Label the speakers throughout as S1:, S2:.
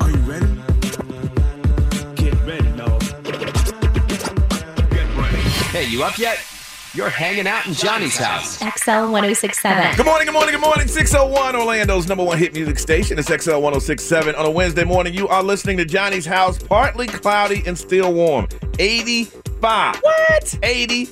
S1: Are you ready? Get ready, no. Get ready.
S2: Hey, you up yet? You're hanging out in Johnny's house.
S3: XL 1067.
S4: Good morning, good morning, good morning. 601 Orlando's number one hit music station. It's XL 1067. On a Wednesday morning, you are listening to Johnny's House, partly cloudy and still warm. 85. What? 85.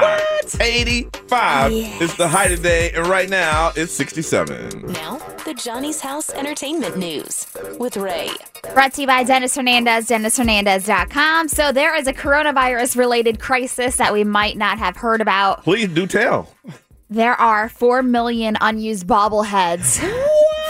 S4: What? 85. It's the high today, and right now it's 67.
S5: Now, the Johnny's House Entertainment News with Ray.
S3: Brought to you by Dennis Hernandez, DennisHernandez.com. So there is a coronavirus related crisis that we might not have heard about.
S4: Please do tell.
S3: There are 4 million unused bobbleheads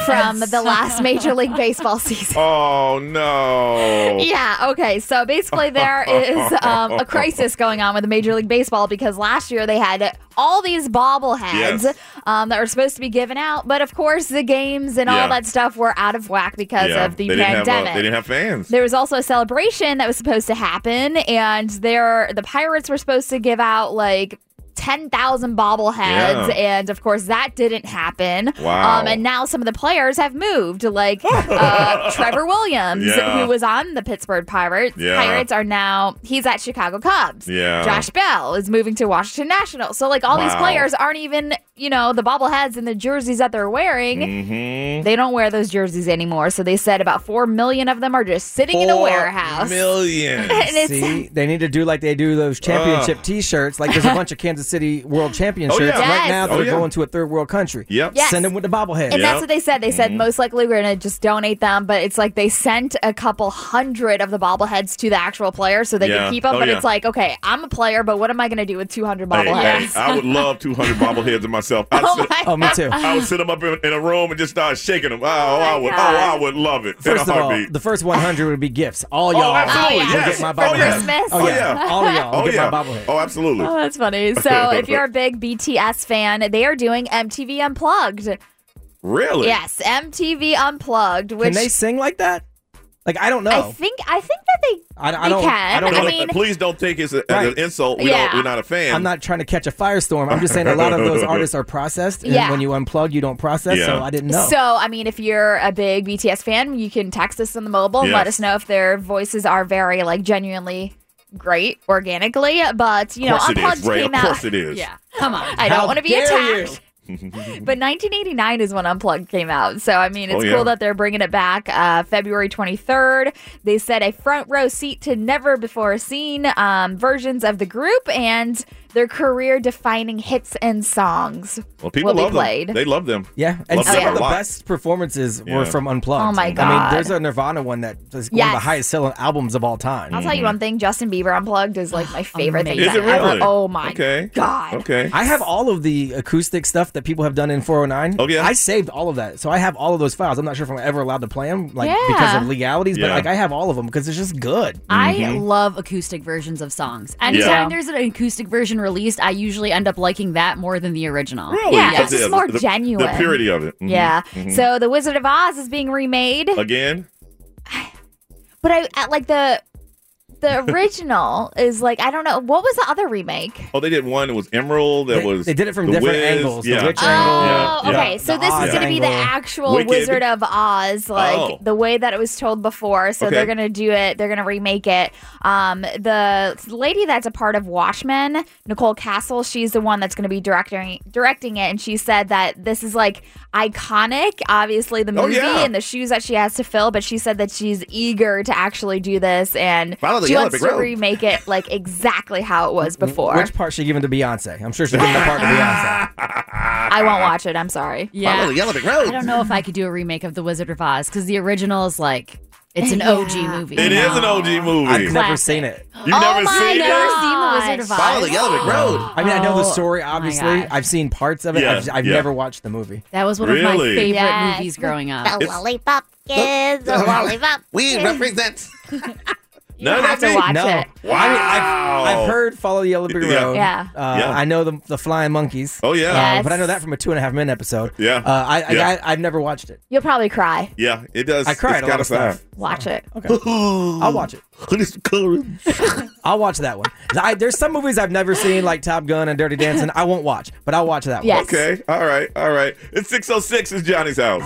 S3: from the last Major League Baseball season.
S4: Oh, no.
S3: Yeah, okay. So basically, there is um, a crisis going on with Major League Baseball because last year they had all these bobbleheads
S4: Yes.
S3: um, that were supposed to be given out. But of course, the games and
S4: Yeah.
S3: all that stuff were out of whack because
S4: Yeah,
S3: of the
S4: they didn't have, uh,
S3: pandemic.
S4: they didn't have fans.
S3: There was also a celebration that was supposed to happen, and there the pirates were supposed to give out like. 10,000 bobbleheads.
S4: Yeah.
S3: And of course, that didn't happen.
S4: Wow.
S3: Um, and now some of the players have moved, like uh, Trevor Williams,
S4: Yeah.
S3: who was on the Pittsburgh Pirates.
S4: Yeah.
S3: Pirates are now, he's at Chicago Cubs.
S4: Yeah.
S3: Josh Bell is moving to Washington Nationals. So, like, all these
S4: Wow.
S3: players aren't even, you know, the bobbleheads and the jerseys that they're wearing.
S4: Mm-hmm.
S3: They don't wear those jerseys anymore. So they said about 4 million of them are just sitting in a warehouse.
S4: Million.
S3: And it's,
S2: See, they need to do like they do those championship
S4: Ugh.
S2: T-shirts. Like there's a bunch of Kansas City World Champion
S4: Oh,
S2: shirts
S4: yeah.
S2: right
S3: Yes.
S2: now that
S4: Oh,
S2: are
S4: yeah.
S2: going to a third world country.
S4: Yep. Mm-hmm.
S3: Yes.
S2: Send them with the bobblehead.
S3: and
S4: Yeah.
S3: that's what they said. They said most likely we're going to just donate them, but it's like they sent a couple hundred of the bobbleheads to the actual player so they
S4: Yeah.
S3: could keep them.
S4: Oh,
S3: but
S4: yeah.
S3: it's like, okay, I'm a player, but what am I going to do with 200
S4: Hey, hey,
S3: bobbleheads?
S4: I would love 200 bobbleheads of myself. I'd
S3: Oh
S4: sit-
S3: my
S2: Oh, me too.
S4: I would sit them up in, in a room and just start shaking them. Oh, I would, oh,
S3: God.
S4: I would love it.
S2: First
S4: in a
S2: of all,
S4: heartbeat. Oh,
S2: the first 100 would be gifts. All y'all.
S4: absolutely,
S2: will
S4: yes.
S2: get my
S4: For
S2: bobblehead.
S3: Christmas.
S2: Oh, yeah.
S4: Oh, yeah.
S2: All y'all. will
S4: oh
S2: get
S4: yeah,
S2: my bobblehead.
S4: oh absolutely.
S3: Oh, that's funny. So, if you're a big BTS fan, they are doing MTV Unplugged.
S4: really?
S3: Yes, MTV Unplugged, which
S2: Can they sing like that? Like I don't know.
S3: I think I think that they
S2: I, I
S3: they
S2: don't.
S3: Oh, can.
S2: I don't.
S4: No,
S3: I
S4: no,
S3: mean-
S4: please don't think it's a, as
S2: Right.
S4: an insult. We
S3: Yeah.
S4: don't, we're not a fan.
S2: I'm not trying to catch a firestorm. I'm just saying a lot of those artists are processed, and
S3: Yeah.
S2: when you unplug, you don't process. So
S4: Yeah.
S2: I didn't know.
S3: So, I mean, if you're a big BTS fan, you can text us on the mobile and let
S4: Yes.
S3: us know if their voices are very, like, genuinely great organically. But, you know,
S4: Of course it is,
S3: Unplugged
S4: Ray.
S3: came
S4: Of
S3: out.
S4: course it is.
S3: Yeah. Come on. I don't
S2: How
S3: want to be
S2: dare
S3: attacked. But 1989 is when Unplugged came out. So, I mean, it's
S4: Oh, yeah.
S3: cool that they're bringing it back uh, February 23rd. They said a front row seat to never before seen um, versions of the group and their career defining hits and songs
S4: Well, people
S3: will
S4: love
S3: be played. Oh,
S4: them. They love them.
S2: Yeah, and
S4: Love
S2: some
S4: them
S3: yeah.
S4: a
S2: of the
S4: lot.
S2: best performances were
S4: Yeah.
S2: from Unplugged.
S3: Oh, my
S2: I
S3: God.
S2: mean, there's a Nirvana one that is one of the
S3: Yes.
S2: highest selling albums of all time.
S3: I'll tell you one thing: Justin Bieber unplugged is like my favorite thing.
S4: Is it
S3: ever.
S4: really?
S3: Oh my
S4: Okay.
S3: god!
S4: Okay.
S2: I have all of the acoustic stuff that people have done in 409.
S4: Oh, yeah?
S2: I saved all of that, so I have all of those files. I'm not sure if I'm ever allowed to play them, like
S3: Yeah.
S2: because of legalities, but
S4: Yeah. Mm-hmm.
S2: like I have all of them because it's just good.
S6: I love acoustic versions of songs. Anytime
S3: Yeah.
S6: there's an acoustic version released, I usually end up liking that more than the original.
S4: Really?
S3: Yeah,
S4: But
S3: it's just more
S4: the, The
S3: genuine.
S4: purity of it. Mhm.
S3: Yeah. So the Wizard of Oz is being remade,
S4: Again,
S3: but I at, like the the original is like I don't know what was the other remake.
S4: oh, they did one. It was Emerald. That
S2: They-
S4: was
S2: they did it from
S4: The
S2: different
S4: Wiz.
S2: angles, the
S4: Yeah.
S2: witch
S3: Oh,
S2: angle.
S4: Yeah, yeah.
S3: okay. So
S2: The
S3: this
S2: Oz
S3: is going to be the
S2: angle.
S3: actual
S4: Wicked.
S3: Wizard of Oz, like
S4: Oh.
S3: the way that it was told before. So
S4: Okay.
S3: they're going to do it. They're going to remake it. Um, the lady that's a part of Watchmen, Nicole Castle, she's the one that's going to be directing directing it, and she said that this is like iconic. Obviously, the
S4: Oh,
S3: movie
S4: yeah.
S3: and the shoes that she has to fill, but she said that she's eager to actually do this and
S4: Follow the
S3: she
S4: yellow
S3: wants
S4: brick
S3: to
S4: road.
S3: remake it like exactly how it was before.
S2: Which part she given to Beyonce? I'm sure she's given the part to Beyonce.
S3: I won't watch it. I'm sorry.
S6: Yeah. I don't know if I could do a remake of The Wizard of Oz because the original is like It's an OG movie.
S4: It is an OG movie.
S2: I've
S4: You've
S2: never
S6: Classic.
S2: seen it.
S4: never
S6: my
S4: seen
S6: Never
S4: it?
S6: seen The
S3: gosh.
S6: Wizard of Oz.
S4: Oh
S7: Oh,
S4: Follow the Yellow Brick Road.
S2: I mean, I know the
S6: Oh,
S2: story,
S6: my
S2: obviously.
S6: gosh.
S2: I've seen parts of it.
S4: Yeah,
S2: I've, I've
S4: yeah.
S2: never watched the movie.
S6: That was one of my
S4: Really?
S6: favorite
S3: Yes.
S6: movies growing up.
S8: The
S4: It's-
S8: lollipop kids, the lollipop.
S4: We represent.
S3: You
S4: No,
S3: have to watch
S2: No.
S3: it.
S4: Wow.
S2: I mean, I've, I've heard Follow the Yellow Brick
S4: Yeah.
S2: Road.
S3: Yeah.
S2: Uh,
S4: Yeah.
S2: I know the, the Flying Monkeys.
S4: Oh, yeah.
S2: Uh,
S3: Yes.
S2: but I know that from a two and a half minute episode.
S4: Yeah.
S2: Uh, I, I,
S4: Yeah.
S2: I, I've never watched it.
S3: You'll probably cry.
S4: Yeah, it does.
S2: I cried
S4: It's
S2: a lot
S4: kinda
S2: of stuff.
S3: Watch it.
S2: I'll watch it. I'll watch that one. I, there's some movies I've never seen, like Top Gun and Dirty Dancing. I won't watch, but I'll watch that one.
S3: Yes.
S4: Okay. All right. All right. It's 606 is Johnny's house.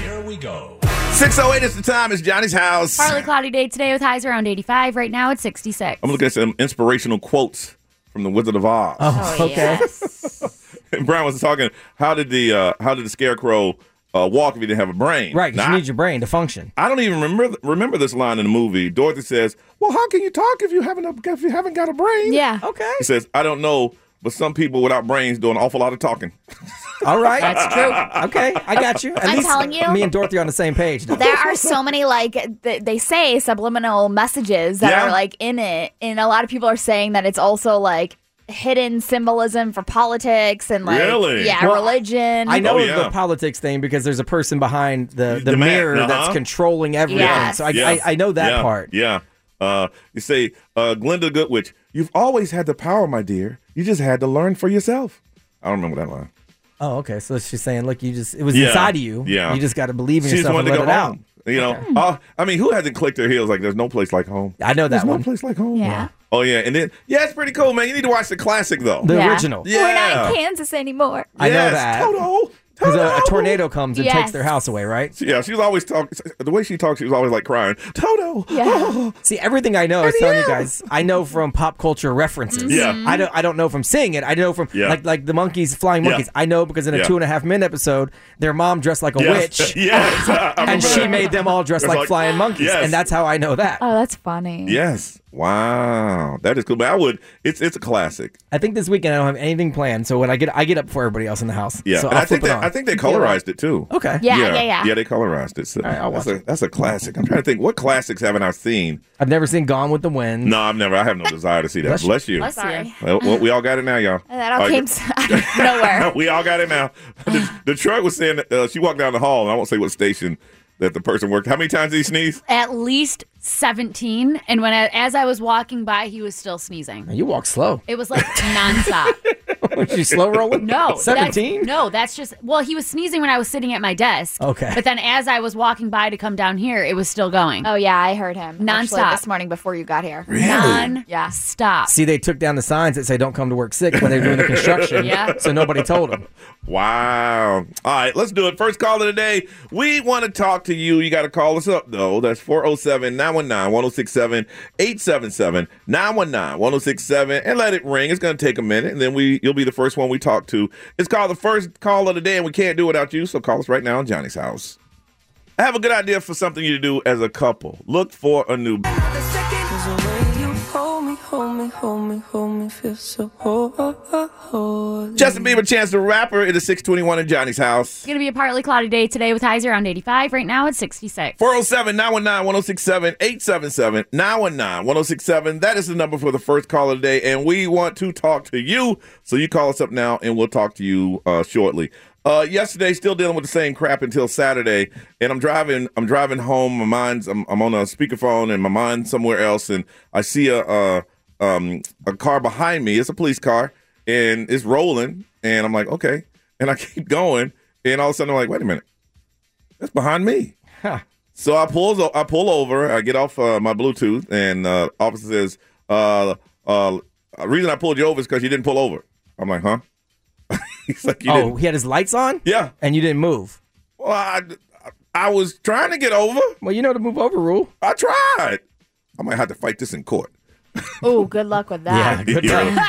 S9: Here we go.
S4: 608 is the time. It's Johnny's house.
S6: Partly cloudy day today with highs around 85. Right now it's 66.
S4: I'm looking at some inspirational quotes from the Wizard of Oz.
S2: Oh, okay.
S4: Brian was talking. How did the uh, how did the scarecrow uh, walk if he didn't have a brain?
S2: Right, 'cause
S4: Now,
S2: you
S4: I-
S2: need your brain to function.
S4: I don't even remember remember this line in the movie. Dorothy says, "Well, how can you talk if you haven't a, if you haven't got a brain?"
S3: Yeah.
S2: Okay.
S4: He says, "I don't know, but some people without brains do an awful lot of talking."
S2: All right. That's true. Okay. I got you. At
S3: I'm
S2: least
S3: telling you.
S2: Me and Dorothy are on the same page. now.
S3: There are so many like th- they say subliminal messages that
S4: Yeah.
S3: are like in it, and a lot of people are saying that it's also like hidden symbolism for politics and like
S4: Really?
S3: yeah,
S2: Well,
S3: religion.
S2: I know
S4: Oh, yeah.
S2: the politics thing because there's a person behind the, the,
S4: The man,
S2: mirror that's
S4: uh-huh.
S2: controlling everything.
S3: Yes.
S2: So I,
S4: Yeah.
S2: I, I know that
S4: Yeah.
S2: part.
S4: Yeah. Uh, you say, uh, Glenda Goodwitch, you've always had the power, my dear. You just had to learn for yourself. I don't remember that line.
S2: Oh, okay. So she's saying, look, you just, it was
S4: Yeah.
S2: inside of you.
S4: Yeah.
S2: You just got to believe in
S4: She just
S2: yourself
S4: wanted
S2: and let
S4: to
S2: it
S4: go
S2: out.
S4: home. You know, uh, I mean, who hasn't clicked their heels? Like, there's no place like home.
S2: I know
S4: There's
S2: that
S4: no
S2: one.
S4: place like home.
S3: Yeah.
S4: Oh yeah, and then yeah, it's pretty cool, man. You need to watch the classic though.
S2: The
S3: Yeah.
S2: original.
S4: yeah.
S3: We're not in Kansas anymore.
S2: I know
S4: Yes,
S2: that.
S4: Toto.
S2: Because a, a
S4: Toto.
S2: tornado comes and takes
S3: Yes.
S2: their house away, right?
S4: Yeah, she was always talking. The way she talks, she was always like crying. Toto.
S3: Yeah.
S4: Oh.
S2: See, everything I know, I was telling you guys, I know from pop culture references.
S4: Yeah.
S3: Mm-hmm.
S2: I don't I don't know from seeing it. I know from
S4: Yeah.
S2: like like the monkeys, flying
S4: Yeah.
S2: monkeys. I know because in a
S4: Yeah.
S2: two and a half minute episode, their mom dressed like a
S4: Yes.
S2: witch.
S4: yes. I- I
S2: And
S4: remember
S2: she
S4: that.
S2: made them all dress
S4: It's
S2: like,
S4: like-
S2: flying monkeys.
S4: Yes.
S2: And that's how I know that.
S3: Oh, that's funny.
S4: Yes. Wow. That is cool. But I would. It's it's a classic.
S2: I think this weekend I don't have anything planned, so when I get I get up for everybody else in the house.
S4: Yeah.
S2: So
S4: and
S2: I'll
S4: I think
S2: flip it
S4: they,
S2: on.
S4: I think they colorized it too.
S2: okay.
S3: Yeah, yeah, yeah.
S4: they colorized it. So
S2: right, I'll
S4: that's,
S2: watch
S4: a, that's a classic. I'm trying to think what classics haven't I seen?
S2: I've never seen Gone with the Wind.
S4: No, I've never. I have no desire to see that.
S2: Bless you.
S4: Bless you.
S6: Bless you.
S4: Well, well, we all got it now, y'all.
S3: That all
S4: Like,
S3: came s- out of nowhere.
S4: we all got it now. The, Detroit was saying that, uh, she walked down the hall, and I won't say what station that the person worked. How many times did he sneeze?
S6: At least 17. And when I, as I was walking by, he was still sneezing.
S2: You walk
S4: Oh.
S2: slow.
S6: It was like nonstop.
S2: What, you slow rolling?
S6: No,
S2: Seventeen?
S6: that's- No, that's just well, he was sneezing when I was sitting at my desk.
S2: Okay.
S6: but then as I was walking by to come down here, it was still going
S3: Oh yeah, I heard him actually
S6: Nonstop.
S3: this morning before you got here.
S6: non
S3: Yeah.
S6: stop.
S2: See, they took down the signs that say "Don't come to work sick" when they're doing the construction.
S6: Yeah.
S2: So nobody told them.
S4: Wow. All right, let's do it. First call of the day. We want to talk to you. You got to call us up, though. That's 407 919 1067 877 919 1067 and let it ring. It's going to take a minute, and then we you'll be the first one we talk to. It's called the first call of the day, and we can't do it without you, so call us right now on Johnny's house. I have a good idea for something you to do as a couple. Look for a new. Justin Bieber, Chance the Rapper, it is 621 in Johnny's house.
S6: It's gonna be a partly cloudy day today with highs around 85. Right now it's 66.
S4: 407 919 1067 877 919 1067. That is the number for the first caller today, and we want to talk to you. So you call us up now, and we'll talk to you uh, shortly. Uh, yesterday, still dealing with the same crap until Saturday, and I'm driving. I'm driving home. My mind's. I'm, I'm on a speakerphone, and my mind's somewhere else. And I see a uh, um, a car behind me. It's a police car, and it's rolling. And I'm like, okay. And I keep going, and all of a sudden, I'm like, wait a minute, that's behind me. So I pulls o- I pull over, I get off uh, my Bluetooth, and uh, officer says, uh, uh, "The reason I pulled you over is because you didn't pull over." I'm like, "Huh?" He's like, "You
S2: oh,
S4: didn't."
S2: he had his lights on.
S4: Yeah.
S2: And you didn't move.
S4: Well, I, I was trying to get over.
S2: Well, you know the move over rule.
S4: I tried. I might have to fight this in court.
S3: Oh, good luck with that.
S2: Good
S4: You
S2: time.
S4: know,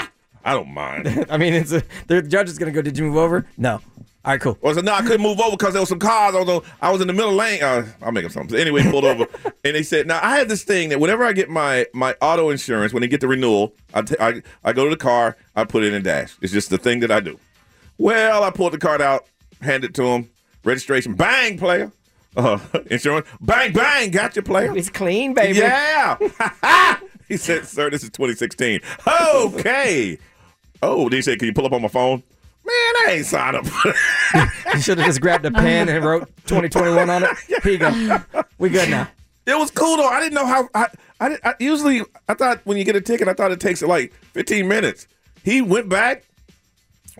S4: I don't mind.
S2: I mean, it's a, the judge is gonna go. Did you move over? No. All right, cool.
S4: Well, so no, I couldn't move over because there was some cars. I was, on, I was in the middle lane. Uh, I'll make up something. Anyway, pulled over, and they said, "Now I have this thing that whenever I get my my auto insurance, when they get the renewal, I ta- I- I go to the car, I put it in dash. It's just the thing that I do." Well, I pulled the card out, handed it to him. Registration, bang, player. Uh, insurance, bang, bang, got your player.
S2: It's clean, baby.
S4: Yeah. he said, sir, this is 2016. Okay. Oh, then he said, can you pull up on my phone? Man, I ain't signed up.
S2: You should have just grabbed a pen and wrote 2021 on it. Here you go. We good now.
S4: it was cool though. I didn't know how. I, I, didn't- I usually I thought when you get a ticket, I thought it takes like 15 minutes. He went back,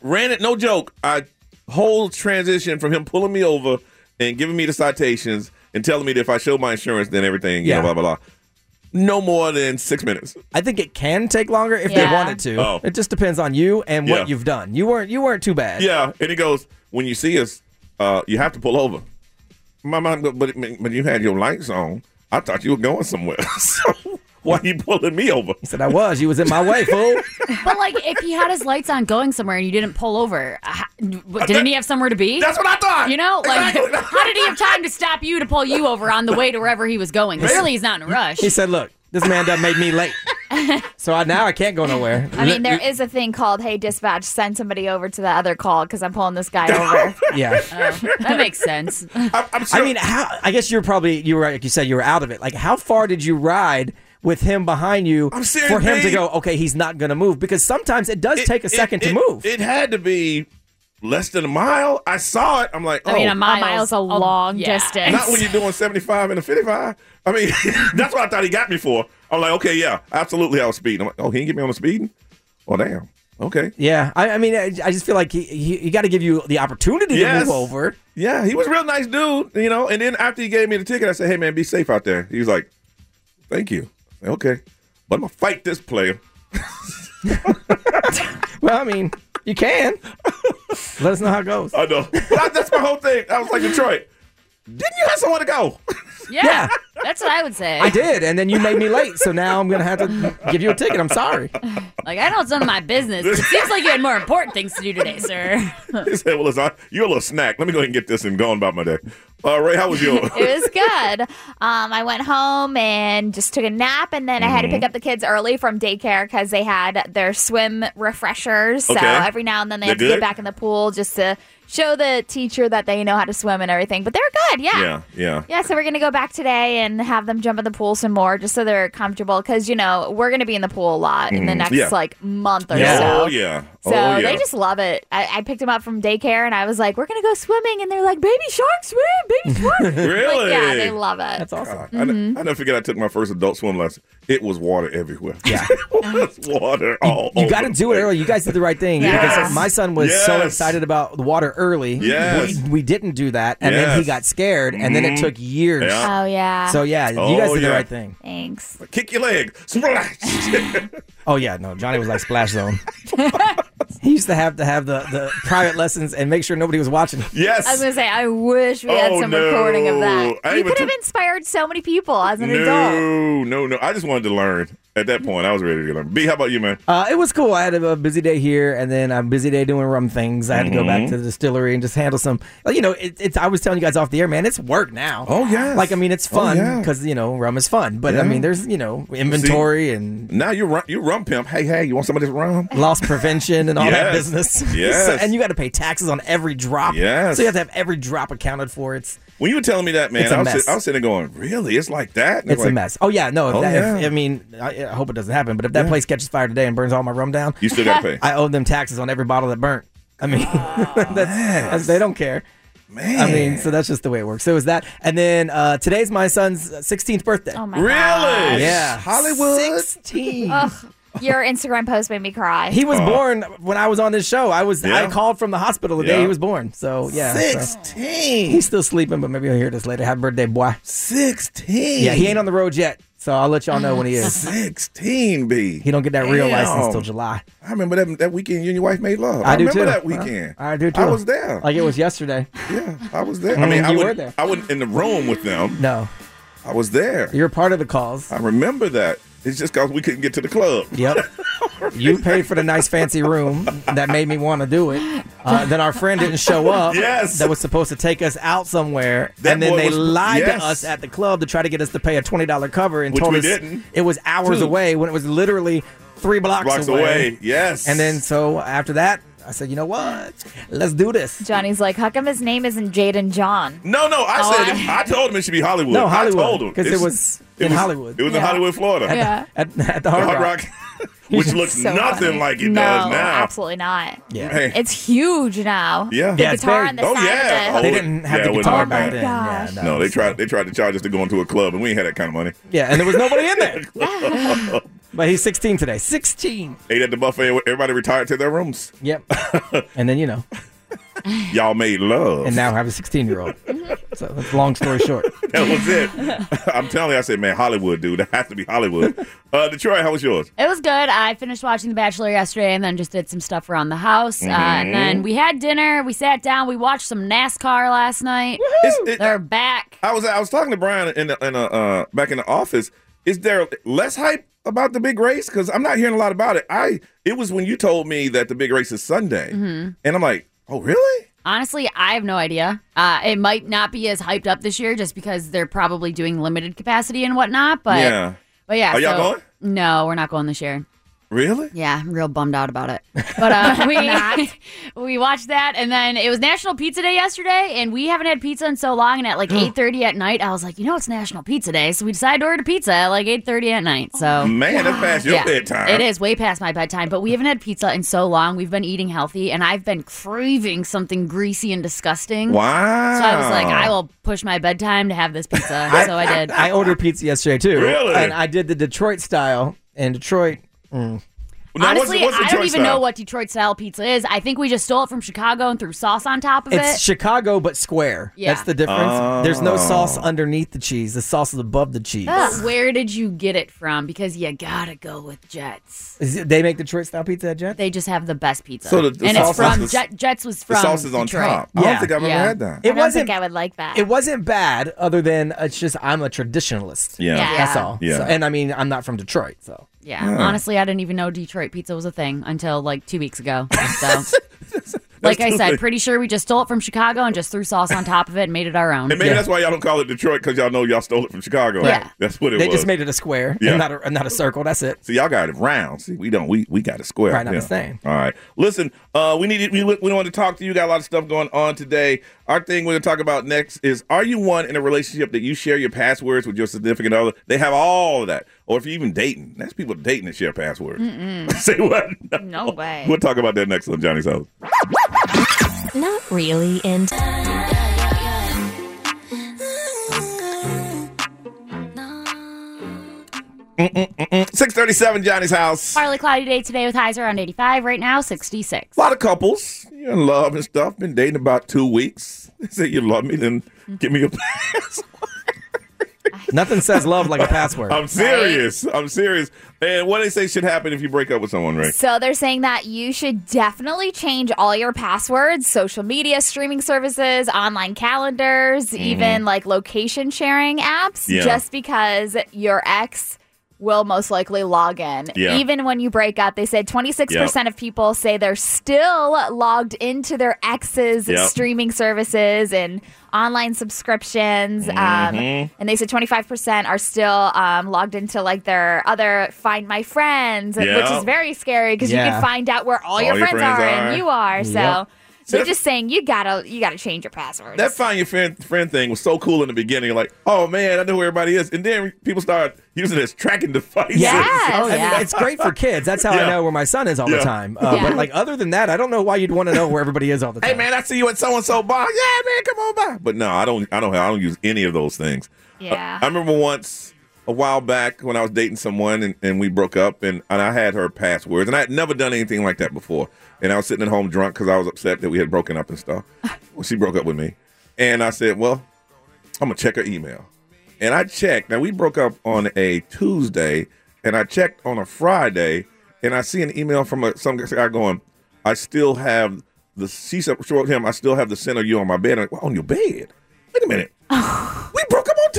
S4: ran it. No joke. I whole transition from him pulling me over and giving me the citations and telling me that if I show my insurance, then everything. Yeah,
S2: Yeah.
S4: blah blah blah. No more than six minutes.
S2: I think it can take longer if
S3: Yeah.
S2: they wanted to.
S4: Oh.
S2: It just depends on you and
S4: Yeah.
S2: what you've done. You weren't you weren't too bad.
S4: Yeah, and he goes, when you see us, uh, you have to pull over. My mom, go, but but you had your lights on. I thought you were going somewhere. so why you pulling me over?
S2: He said I was. You was in my way, fool.
S6: But like, if he had his lights on going somewhere and you didn't pull over, uh, h- didn't he have somewhere to be?
S4: That's what I thought.
S6: You know, like,
S4: Exactly.
S6: how did he have time to stop you to pull you over on the way to wherever he was going? Clearly, he's not in a rush.
S2: He said, "Look, this man done made me late, so I, now I can't go nowhere."
S3: I mean, there is a thing called "Hey dispatch, send somebody over to the other call because I'm pulling this guy over."
S2: yeah.
S6: Oh, That makes sense.
S4: I'm, I'm sure.
S2: I mean, how? I guess you're probably you were like you said you were out of it. Like, how far did you ride with him behind you
S4: I'm serious,
S2: for him to
S4: babe.
S2: go? Okay, he's not gonna move because sometimes it does
S4: It-
S2: take a
S4: it-
S2: second to
S4: it-
S2: move.
S4: It had to be less than a mile. I saw it. I'm like, oh,
S6: I mean, a mile's,
S3: mile's a long
S6: yeah.
S3: distance.
S4: not when you're doing 75 and a 55. I mean, that's what I thought he got me for. I'm like, okay, yeah, absolutely, I was speeding. I'm like, oh, he didn't get me on the speeding. Oh, damn. Okay.
S2: yeah, I, I mean, I, I just feel like he, he, he got to give you the opportunity
S4: Yes.
S2: to move over.
S4: Yeah, he was a real nice dude, you know. And then after he gave me the ticket, I said, "Hey man, be safe out there." He was like, "Thank you." I said, okay, but I'm gonna fight this player.
S2: Well, I mean, you can. Let us know how it goes.
S4: I know. But I- that's my whole thing. I was like, Detroit, didn't you have somewhere to go?
S6: Yeah,
S2: Yeah.
S6: that's what I would say.
S2: I did, and then you made me late, so now I'm gonna have to give you a ticket. I'm sorry.
S6: Like, I know it's none of my business. but It seems like you had more important things to do today, sir.
S4: He said, "Well, listen, I- you're a little snack. Let me go ahead and get this and go on about my day." Uh, Ray, how was yours?
S3: it was good. Um, I went home and just took a nap, and then I had to pick up the kids early from daycare because they had their swim refreshers. So
S4: Okay.
S3: every now and then they
S4: They're
S3: have to
S4: good?
S3: get back in the pool just to show the teacher that they know how to swim and everything. But they're good, yeah.
S4: yeah, yeah.
S3: Yeah, so we're gonna go back today and have them jump in the pool some more, just so they're comfortable. Because you know we're gonna be in the pool a lot in the next
S4: Mm-hmm. yeah.
S3: like month or
S2: Yeah.
S3: so.
S4: Oh yeah.
S3: So
S4: oh yeah.
S3: they just love it. I, I picked them up from daycare and I was like, "We're gonna go swimming," and they're like, "Baby shark swim, baby shark."
S4: really.
S3: Like, yeah, they love it.
S2: That's awesome.
S4: God, I, ne- I never forget. I took my first adult swim lesson. It was water everywhere. Yeah, it was water all.
S2: You
S4: over
S2: got to
S4: the
S2: do it
S4: place.
S2: early. You guys did the right thing
S4: Yes.
S2: because my son was so
S4: Oh, Yes.
S2: excited about the water early.
S4: Yes.
S2: We, we didn't do that, and then he
S4: Yes. Mm-hmm.
S2: got scared, and then it took years.
S4: Yeah.
S3: Oh yeah.
S2: So yeah,
S4: Oh,
S2: you guys did
S4: yeah.
S2: the right thing.
S3: Thanks.
S4: Kick your leg. Splash.
S2: Oh yeah, no, Johnny was like splash zone. he used to have to have the, the private lessons and make sure nobody was watching.
S4: yes.
S3: I was gonna say, I wish we had
S4: Oh,
S3: some
S4: no.
S3: recording of that.
S4: I
S3: you
S4: even
S3: could have
S4: took-
S3: inspired so many people as an adult.
S4: no, no, no. I just wanted to learn. At that point, I was ready to learn. B, how about you, man?
S2: Uh, it was cool. I had a, a busy day here, and then a busy day doing rum things. I had to go
S4: Mm-hmm.
S2: back to the distillery and just handle some. You know, it, it's. I was telling you guys off the air, man. It's work now.
S4: Oh, yes.
S2: Like I mean, it's
S4: Oh,
S2: fun
S4: yeah.
S2: because you know rum is fun, but I mean, there's you know inventory and
S4: Now you rum, you rum pimp. Hey, hey, you want some of this rum?
S2: loss prevention and all that
S4: Yes.
S2: business. So-
S4: Yes.
S2: and you got to pay taxes on every drop.
S4: Yes.
S2: So you have to have every drop accounted for. It's
S4: When you were telling me that, man,
S2: It's a
S4: I was,
S2: mess.
S4: sit- I was sitting there going, "Really? It's like that?" And
S2: it's
S4: like,
S2: a mess. Oh yeah, no. If
S4: Oh,
S2: that, if-
S4: yeah.
S2: I mean, I, I hope it doesn't happen. But if that place catches fire today and burns all my rum down,
S4: You still gotta pay,
S2: I owe them taxes on every bottle that burnt. I mean,
S4: Ah.
S2: that's, that's- they don't care.
S4: man.
S2: I mean, so that's just the way it works. So it was that, and then uh, today's my son's 16th birthday.
S3: Oh my
S4: really?
S3: God.
S2: yeah,
S4: Hollywood.
S2: 16.
S3: Your Instagram post made me cry.
S2: He was born when I was on this show. I was
S4: Yeah.
S2: I called from the hospital the day
S4: Yeah.
S2: he was born. So yeah, so-
S4: Sixteen.
S2: He's still sleeping, but maybe he'll hear this later. Happy birthday, boy.
S4: Sixteen.
S2: Yeah, he ain't on the road yet, so I'll let y'all know when he is.
S4: Sixteen. B.
S2: He don't get that real
S4: Damn.
S2: license till July.
S4: I remember that that weekend you and your wife made love.
S2: I, do
S4: remember
S2: too.
S4: that weekend.
S2: I, I do too.
S4: I was there.
S2: Like it was yesterday.
S4: yeah, I was there. I
S2: Mm,
S4: mean, I
S2: you were
S4: wasn't-
S2: there.
S4: I wasn't in the room with them.
S2: No,
S4: I was there.
S2: you're part of the cause.
S4: I remember that. It's just because we couldn't get to the club.
S2: Yep. You paid for the nice fancy room that made me want to do it. Uh, then our friend didn't show up.
S4: Yes.
S2: That was supposed to take us out somewhere.
S4: That
S2: and then
S4: boy
S2: they
S4: was-
S2: lied
S4: yes.
S2: to us at the club to try to get us to pay a $20 cover and
S4: Which
S2: told
S4: we
S2: us
S4: didn't.
S2: it was hours
S4: Two.
S2: away when it was literally three blocks,
S4: Blocks away. Yes.
S2: And then so after that, I said, you know what? Let's do this.
S3: Johnny's like, how come his name isn't Jaden John?
S4: No, no, I
S3: Oh,
S4: said
S3: I-
S4: it- I, told him it should be Hollywood.
S2: No, Hollywood,
S4: I told him
S2: 'cause it
S4: It's-
S2: was in Hollywood.
S4: It was in
S3: Yeah.
S4: Hollywood, Florida.
S3: Yeah.
S2: At, at the Hard
S4: Hard
S2: Rock.
S4: Rock, which looks
S3: So
S4: nothing
S3: funny.
S4: like it
S3: no,
S4: does now.
S3: Absolutely not.
S2: Yeah.
S4: Man.
S3: It's huge now.
S4: Yeah.
S3: The
S4: Yeah,
S2: it's
S3: guitar
S2: very-
S3: on the
S4: Oh
S3: side
S4: yeah.
S3: of
S4: Oh,
S3: the Oh,
S2: They
S4: it-
S2: didn't have
S4: yeah,
S2: the
S4: it was
S2: guitar
S4: hard
S2: back
S4: rock.
S2: then.
S3: gosh.
S2: Yeah,
S4: No, they tried. They tried to charge us to go into a club, and we ain't had that kind of money.
S2: Yeah, and there was nobody in there. but he's 16 today. 16.
S4: Ate at the buffet. and Everybody retired to their rooms.
S2: Yep. and then, you know,
S4: Y'all made love.
S2: and now have a 16 year old. So, it's long story short.
S4: that was it. I'm telling you, I said, man, Hollywood, dude. That has to be Hollywood. Uh, Detroit, how was yours?
S6: It was good. I finished watching The Bachelor yesterday and then just did some stuff around the house. Uh,
S4: Mm-hmm.
S6: and then we had dinner. We sat down. We watched some NASCAR last night.
S4: It's- it-
S6: They're back.
S4: I was I was talking to Brian in the, in the, uh, back in the office. Is there less hype about the big race? Because I'm not hearing a lot about it. I it was when you told me that the big race is Sunday,
S2: Mm-hmm.
S4: and I'm like, oh really?
S6: Mm-hmm. Honestly, I have no idea. Uh, it might not be as hyped up this year just because they're probably doing limited capacity and whatnot. But
S4: yeah,
S6: but yeah.
S4: Are y'all
S6: so-
S4: going?
S6: No, we're not going this year.
S4: really.
S6: Yeah, I'm real bummed out about it. But uh, we we watched that, and then it was National Pizza Day yesterday, and we haven't had pizza in so long. And at like 8:30 at night, I was like, you know, it's National Pizza Day, so we decided to order pizza at like 8:30 at night. So.
S4: Oh, Man, that's past your
S6: yeah,
S4: bedtime.
S6: It is way past my bedtime, but we haven't had pizza in so long. We've been eating healthy, and I've been craving something greasy and disgusting.
S4: Wow.
S6: So I was like, I will push my bedtime to have this pizza. so I did.
S2: I ordered pizza yesterday, too.
S4: Really?
S2: And I did the Detroit style. And Detroit, Mm.
S4: Now, what's-
S6: Honestly,
S4: what's the
S6: I don't
S4: choice
S6: even
S4: now?
S6: know what Detroit style pizza is. I think we just stole it from Chicago and threw sauce on top of
S2: it's
S6: it.
S2: Chicago, but square.
S6: Yeah.
S2: That's the difference. There's no
S4: Oh.
S2: sauce underneath the cheese, the sauce is above the cheese.
S6: But Where did you get it from? Because you gotta go with Jets.
S2: Is it- they make Detroit style pizza at Jet?
S6: They just have the best pizza.
S4: So the- the
S6: and
S4: sauce
S6: it's
S4: is
S6: from
S4: the-
S6: Jet, Jets was from
S4: the sauce is on
S6: Detroit.
S4: top. I
S2: Yeah.
S4: don't think I've
S6: Yeah.
S4: ever had that.
S3: I
S2: It
S3: don't
S2: wasn't.
S3: think I would like that.
S2: It wasn't bad, other than it's just I'm a traditionalist.
S4: Yeah.
S3: Yeah.
S2: That's all.
S4: Yeah.
S2: So- and I mean, I'm not from Detroit, so.
S6: Yeah. Honestly, I didn't even know Detroit pizza was a thing until like two weeks ago. So, like I
S4: too
S6: said,
S4: late.
S6: pretty sure we just stole it from Chicago and just threw sauce on top of it and made it our
S2: Um,
S6: own.
S4: And maybe that's why y'all don't call it Detroit because y'all know y'all stole it from Chicago.
S6: Yeah.
S4: That's what it
S2: They
S4: was.
S2: just made it a square,
S4: Yeah.
S2: and not a, not a circle. That's it.
S4: So y'all got it round. See, we don't. We we got it square.
S2: Right, not the same.
S4: All right. Listen, uh, we needed. We we wanted to talk to you. Got a lot of stuff going on today. Our thing we're gonna talk about next is: Are you one in a relationship that you share your passwords with your significant other? They have all of that, or if you're even dating, that's people dating that share passwords. Say what?
S3: No way.
S4: We'll talk about that next on Johnny's house.
S5: Not really and
S4: Oh, Six thirty-seven, Johnny's house.
S6: Partly cloudy day today with highs around 85. Right now, 66.
S4: A lot of couples you're in love and stuff. Been dating about two weeks. They say you love me, then give me your password.
S2: Nothing says love like a password.
S4: I'm serious. I'm serious. And what they say should happen if you break up with someone, right?
S3: So they're saying that you should definitely change all your passwords, social media, streaming services, online calendars, even like location sharing apps,
S4: Mm-hmm. Yeah.
S3: just because your ex will most likely log in.
S4: Yeah.
S3: Even when you break up, they said 26% of people say they're still logged into their ex's
S4: Yep.
S3: streaming services and online subscriptions.
S4: Mm-hmm.
S3: Um, and they said 25% are still um, logged into like their other Find My Friends, which
S4: Yeah.
S3: is very scary because you
S2: Yeah.
S3: can find out where all, your, friends, are, and you are.
S2: Yep.
S3: So they're just saying you gotta you gotta change your passwords.
S4: That find your friend, friend thing was so cool in the beginning. Like, oh man, I know where everybody is. And then people start using it as tracking devices.
S3: Yes.
S2: Oh,
S3: yeah.
S2: yeah. It's great for kids. That's how
S4: Yeah.
S2: I know where my son is all
S4: Yeah.
S2: the time. Uh,
S6: Yeah.
S2: But like, other than that, I don't know why you'd want to know where everybody is all the time.
S4: Hey man, I see you at so and so bar. Yeah, man, come on by. But no, I don't. I don't. I don't use any of those things. Uh,
S3: Yeah.
S4: I remember once a while back when I was dating someone and, and we broke up and, and I had her passwords and I had never done anything like that before. And I was sitting at home drunk because I was upset that we had broken up and stuff. well, she broke up with me. And I said, well, I'm going to check her email. And I checked. Now, we broke up on a Tuesday and I checked on a Friday and I see an email from a, some guy going, I still have the, she said- she wrote him, I still have the scent of you on my bed. I'm like, "Well, on your bed? Wait a minute. we broke up on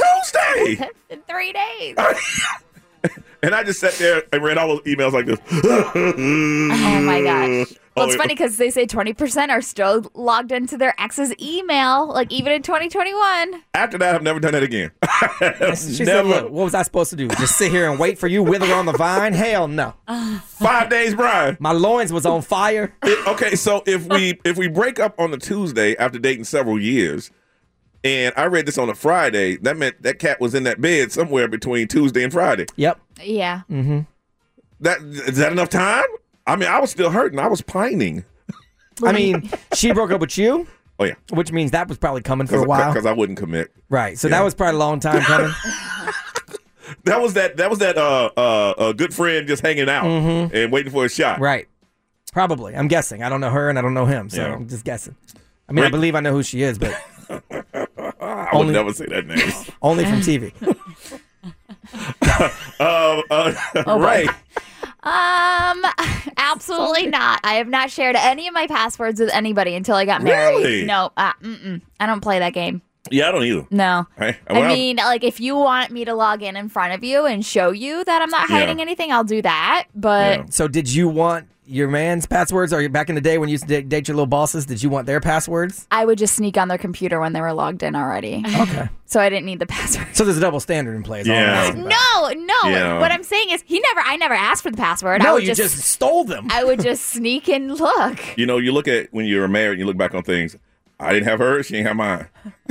S4: Tuesday.
S3: in three days.
S4: And I just sat there and read all those emails like this.
S3: oh my gosh. Well, it's
S4: Oh,
S3: funny because they say 20% are still logged into their ex's email, like even in 2021.
S4: After that, I've never done that again.
S2: She said,
S4: never.
S2: Look, what was I supposed to do? Just sit here and wait for you wither on the vine? Hell no.
S4: Five days, Brian.
S2: My loins was on fire.
S4: It- okay, so if we if we break up on the Tuesday after dating several years, and I read this on a Friday, that meant that cat was in that bed somewhere between Tuesday and Friday.
S2: Yep.
S3: Yeah.
S2: Mm-hmm.
S4: That is that enough time? I mean, I was still hurting. I was pining.
S2: I mean, she broke up with you,
S4: Oh yeah,
S2: which means that was probably coming for a while.
S4: because I wouldn't commit.
S2: Right. So that was probably a long time coming.
S4: That was that. That was that. Uh, uh, a good friend just hanging out and waiting for a shot.
S2: Mm-hmm. right. Probably. I'm guessing. I don't know her and I don't know him. So
S4: Yeah.
S2: I'm just guessing. I mean, I
S4: Rick-
S2: believe I know who she is, but
S4: I
S2: Only-
S4: would never say that name.
S2: only from TV.
S4: uh, uh,
S3: Oh,
S4: right.
S3: Um, absolutely not. I have not shared any of my passwords with anybody until I got married.
S4: Really?
S3: No, uh, mm-mm. I don't play that game.
S4: Yeah, I don't either.
S3: No.
S4: Right.
S3: I mean, like, if you want me to log in in front of you and show you that I'm not
S4: Yeah.
S3: hiding anything, I'll do that. But
S4: Yeah.
S2: So did you want your man's passwords or back in the day when you used to da- date your little bosses, did you want their passwords?
S3: I would just sneak on their computer when they were logged in already. Okay. So I didn't need the password.
S2: So there's a double standard in play. is all I'm
S4: Yeah.
S2: asking about.
S3: No, no.
S4: Yeah.
S3: What I'm saying is, he never. I never asked for the password. I
S2: No,
S3: would
S2: you just, stole them.
S3: I would just sneak and look.
S4: You know, you look at when you're married, you look back on things. I didn't have hers. She didn't have mine.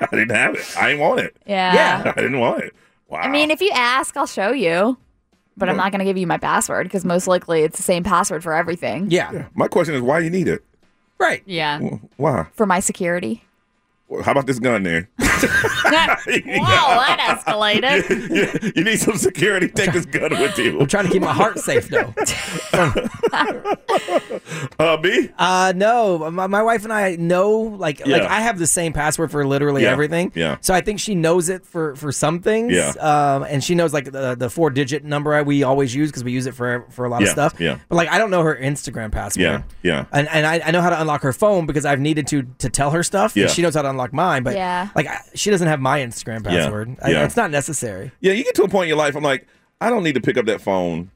S4: I didn't have it. I didn't want it.
S3: Yeah.
S2: Yeah.
S4: I didn't want it. Wow.
S3: I mean, if you ask, I'll show you. But I'm not going to give you my password because most likely it's the same password for everything.
S2: yeah.
S4: my question is, why you need it?
S2: Right.
S6: Yeah.
S4: Why?
S3: For my security.
S4: Well, How about this gun there?
S3: Whoa, that escalated.
S4: you, you need some security. Take this gun with you.
S2: I'm trying to keep my heart safe though.
S4: Uh, B?
S2: Uh, no, my, my wife and I know like like
S4: Yeah.
S2: I have the same password for literally
S4: Yeah.
S2: everything.
S4: Yeah.
S2: So I think she knows it for for some things.
S4: Yeah.
S2: Um, and she knows like the, the four digit number I, we always use because we use it for for a lot
S4: Yeah.
S2: of stuff.
S4: Yeah.
S2: But like I don't know her Instagram password.
S4: Yeah. Yeah.
S2: And and I, I know how to unlock her phone because I've needed to to tell her stuff. and
S4: Yeah.
S2: She knows how to unlock mine, but
S3: Yeah.
S2: like I, she doesn't have my Instagram
S4: Yeah.
S2: password. I-
S4: Yeah.
S2: it's not necessary.
S4: Yeah, you get to a point in your life, I'm like, I don't need to pick up that phone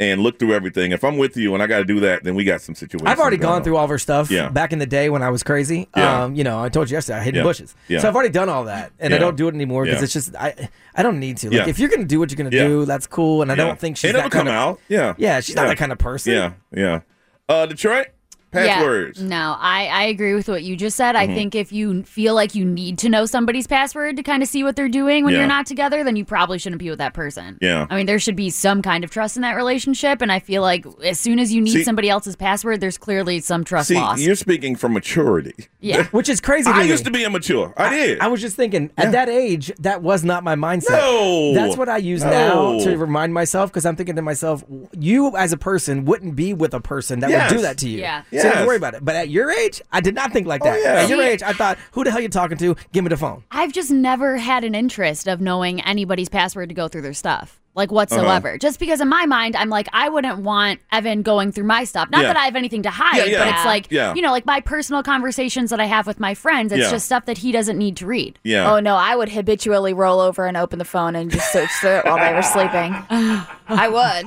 S4: and look through everything. If I'm with you and I got to do that, then we got some situations.
S2: I've already
S4: going
S2: gone
S4: on.
S2: through all of her stuff
S4: Yeah.
S2: back in the day when I was crazy.
S4: Yeah.
S2: Um, you know, I told you yesterday I hid
S4: Yeah.
S2: in bushes.
S4: Yeah.
S2: So I've already done all that and I
S4: Yeah.
S2: don't do it anymore because
S4: Yeah.
S2: it's just I I don't need to. Like
S4: Yeah.
S2: if you're gonna do what you're gonna
S4: Yeah.
S2: do, that's cool. And I
S4: Yeah.
S2: don't think she's
S4: And it'll
S2: that kind
S4: come
S2: of,
S4: out. Yeah.
S2: Yeah, she's not that kind of person.
S4: Yeah. Yeah. Uh, Detroit? Passwords.
S6: Yeah. No, I, I agree with what you just said.
S4: Mm-hmm.
S6: I think if you feel like you need to know somebody's password to kind of see what they're doing when
S4: Yeah.
S6: you're not together, then you probably shouldn't be with that person.
S4: Yeah.
S6: I mean, there should be some kind of trust in that relationship. And I feel like as soon as you need
S4: See-
S6: somebody else's password, there's clearly some trust
S4: See,
S6: lost.
S4: you're speaking from maturity.
S6: Yeah.
S2: Which is crazy.
S4: I
S2: me.
S4: used to be immature. I, did.
S2: I was just thinking at that age, that was not my mindset.
S4: No.
S2: that's what I use
S4: No.
S2: now to remind myself because I'm thinking to myself, you as a person wouldn't be with a person that
S4: Yes.
S2: would do that to you.
S6: Yeah.
S2: so don't
S4: Yes. Oh,
S2: worry about it. But at your age, I did not think like that.
S4: yeah.
S2: At your
S6: See-
S2: age, I thought, who the hell you talking to? Give me the phone.
S6: I've just never had an interest of knowing anybody's password to go through their stuff. Like
S4: Uh-huh.
S6: whatsoever. Just because in my mind I'm like, I wouldn't want Evan going through my stuff. Not
S4: Yeah.
S6: that I have anything to hide,
S4: Yeah, yeah.
S6: but it's like
S4: Yeah.
S6: you know, like my personal conversations that I have with my friends, it's
S4: Yeah.
S6: just stuff that he doesn't need to read.
S4: yeah.
S3: Oh no, I would habitually roll over and open the phone and just search through it while they were sleeping. I would.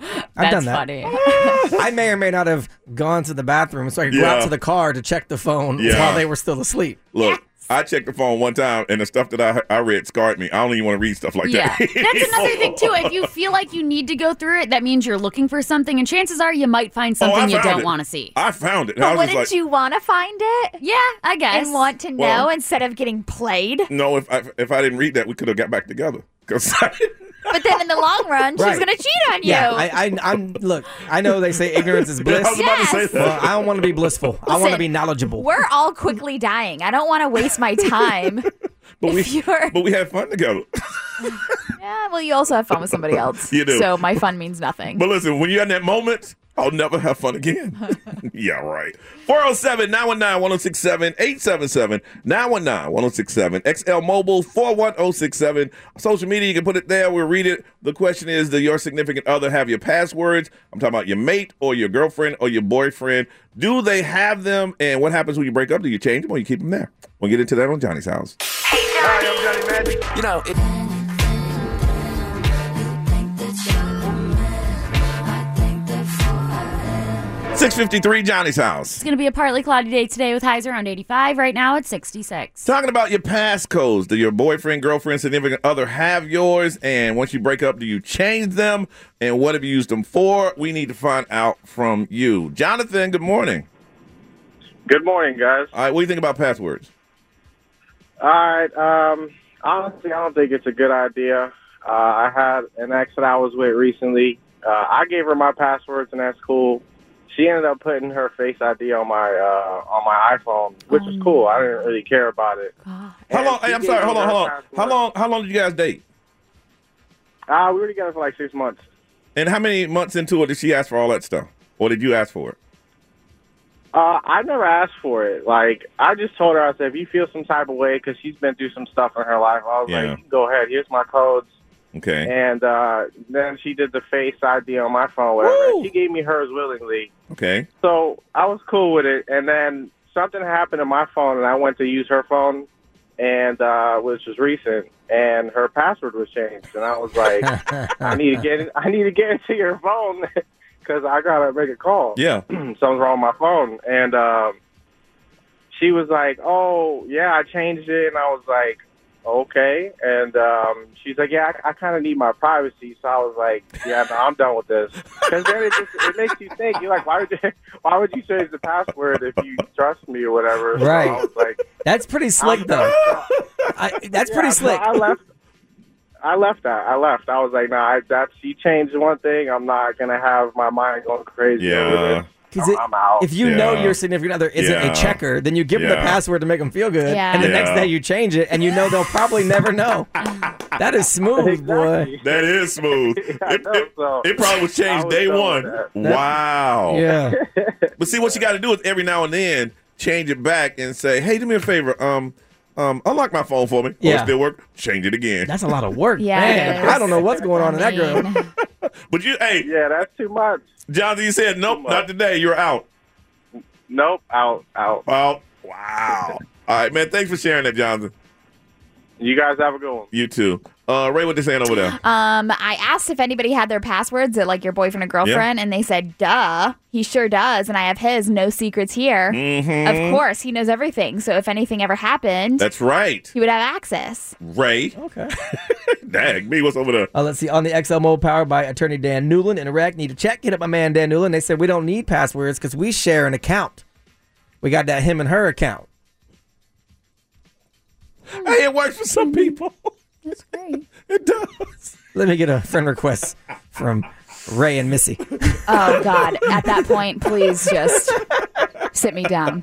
S2: I've
S6: That's
S2: done that.
S6: funny.
S2: I may or may not have gone to the bathroom so I could go
S4: Yeah.
S2: out to the car to check the phone
S4: Yeah.
S2: while they were still asleep.
S4: Look, I checked the phone one time, and the stuff that I, I read scarred me. I don't even want to read stuff like
S6: Yeah.
S4: that. Oh,
S6: That's another thing too. If you feel like you need to go through it, that means you're looking for something and chances are you might find
S4: Oh, I
S6: something you
S4: found
S6: don't
S4: it.
S6: want to see.
S4: I found it. And I
S3: But
S4: was just
S3: wouldn't
S4: like,
S3: you want to find it
S6: yeah, I guess.
S3: and want to know
S4: Well-
S3: instead of getting played?
S4: no, if I, if I didn't read that, we could have got back together. 'Cause I didn't-
S3: But then in the long run, she's
S2: Right.
S3: gonna cheat on you.
S2: Yeah, I, I, I'm. Look, I know they say ignorance is bliss.
S4: I was about to say
S3: Yes.
S4: that.
S2: Well, I don't want to be blissful. I want to
S3: Listen,
S2: be knowledgeable.
S3: We're all quickly dying. I don't want to waste my time.
S4: but,
S3: if
S4: we,
S3: you're-
S4: but we had fun together.
S3: yeah, well, you also have fun with somebody else.
S4: You do.
S3: So my fun means nothing.
S4: But listen, when you're in that moment, I'll never have fun again. yeah, right. 407 919 1067 877 919 1067 XL Mobile 41067. Social media, you can put it there. We'll read it. The question is Does your significant other have your passwords? I'm talking about your mate or your girlfriend or your boyfriend. Do they have them? And what happens when you break up? Do you change them or you keep them there? We'll get into that on Johnny's house.
S1: You know, it,
S4: 653 Johnny's house.
S6: It's going to be a partly cloudy day today with highs around 85. Right now it's 66.
S4: Talking about your passcodes. Do your boyfriend, girlfriend, significant other have yours? And once you break up, do you change them? And what have you used them for? We need to find out from you. Jonathan, good morning.
S10: Good morning, guys.
S4: All right, what do you think about passwords?
S10: All right. Um, honestly, I don't think it's a good idea. Uh, I had an ex that I was with recently. Uh, I gave her my passwords, and that's cool. She ended up putting her Face ID on my uh, on my iPhone, which was cool. I didn't really care about it.
S4: How long? Hey, I'm sorry. Hold on, hold on. How long? How long did you guys date?
S10: Uh, we were together for like six months.
S4: And how many months into it did she ask for all that stuff, or did you ask for it?
S10: Uh, I never asked for it. Like, I just told her, I said, if you feel some type of way, because she's been through some stuff in her life, I was
S4: Yeah.
S10: like, you can go ahead. Here's my codes.
S4: Okay.
S10: And uh, then she did the Face ID on my phone, whatever. She gave me hers willingly.
S4: Okay.
S10: So I was cool with it. And then something happened to my phone, and I went to use her phone, and uh, which was recent, and her password was changed. And I was like, I need to get in, I need to get into your phone because I gotta make a call.
S4: Yeah.
S10: something's wrong with my phone. And um, she was like, "Oh, yeah, I changed it." And I was like, "Okay." And um, she's like, "Yeah, I, I kind of need my privacy." So I was like, "Yeah, no, I'm done with this." Because then it just it makes you think. You're like, "Why would you, why would you change the password if you trust me or whatever?" So
S2: Right.
S10: I was like,
S2: That's pretty slick, though. I, that's pretty
S10: yeah, so
S2: slick.
S10: I left. I left that. I left. I was like, "Nah, I, that she changed one thing. I'm not gonna have my mind going crazy." over
S4: Yeah.
S10: this.
S2: 'Cause it-
S10: I'm out.
S2: if you know
S4: Yeah.
S2: your significant other isn't
S4: Yeah.
S2: a checker, then you give them the
S4: Yeah.
S2: password to make them feel good,
S6: Yeah.
S2: and the
S4: Yeah.
S2: next day you change it, and you know they'll probably never know. That is smooth, boy.
S4: That is smooth.
S10: I
S4: it,
S10: know,
S4: it-
S10: so
S4: it probably was
S10: I
S4: changed
S10: was
S4: day
S10: done with
S4: one.
S10: that.
S4: Wow.
S2: Yeah,
S4: But see, what you got to do is every now and then change it back and say, "Hey, do me a favor. Um, um, unlock my phone for me. Oh, it
S2: Yeah.
S4: still work. Change it again.
S2: that's a lot of work.
S3: Yeah, it
S2: Man,
S3: is.
S2: I don't know what's going on in that girl.
S3: mean,
S4: but you, hey,
S10: Yeah, that's too much.
S4: Jonathan, you said nope, not today. You're out.
S10: Nope, out, out.
S4: Out. Wow. All right, man. Thanks for sharing that, Jonathan.
S10: You guys have a good one.
S4: You too. Uh, Ray, what they saying over there?
S3: Um, I asked if anybody had their passwords at like your boyfriend or girlfriend, and they said, "Duh, he sure does." And I have his. No secrets here. Of course, he knows everything. So if anything ever happened,
S4: Mm-hmm. That's right,
S3: he would have access.
S4: Ray.
S2: Okay.
S4: Dag me. What's over there?
S2: Uh, let's see. On the XL mode powered by attorney Dan Newland. Interact. Need a check. Hit up my man Dan Newland. They said we don't need passwords because we share an account. We got that him and her account.
S4: Hey, it works for some people.
S3: That's great.
S4: It does.
S2: Let me get a friend request from Ray and Missy.
S3: Oh God! At that point, please just sit me down.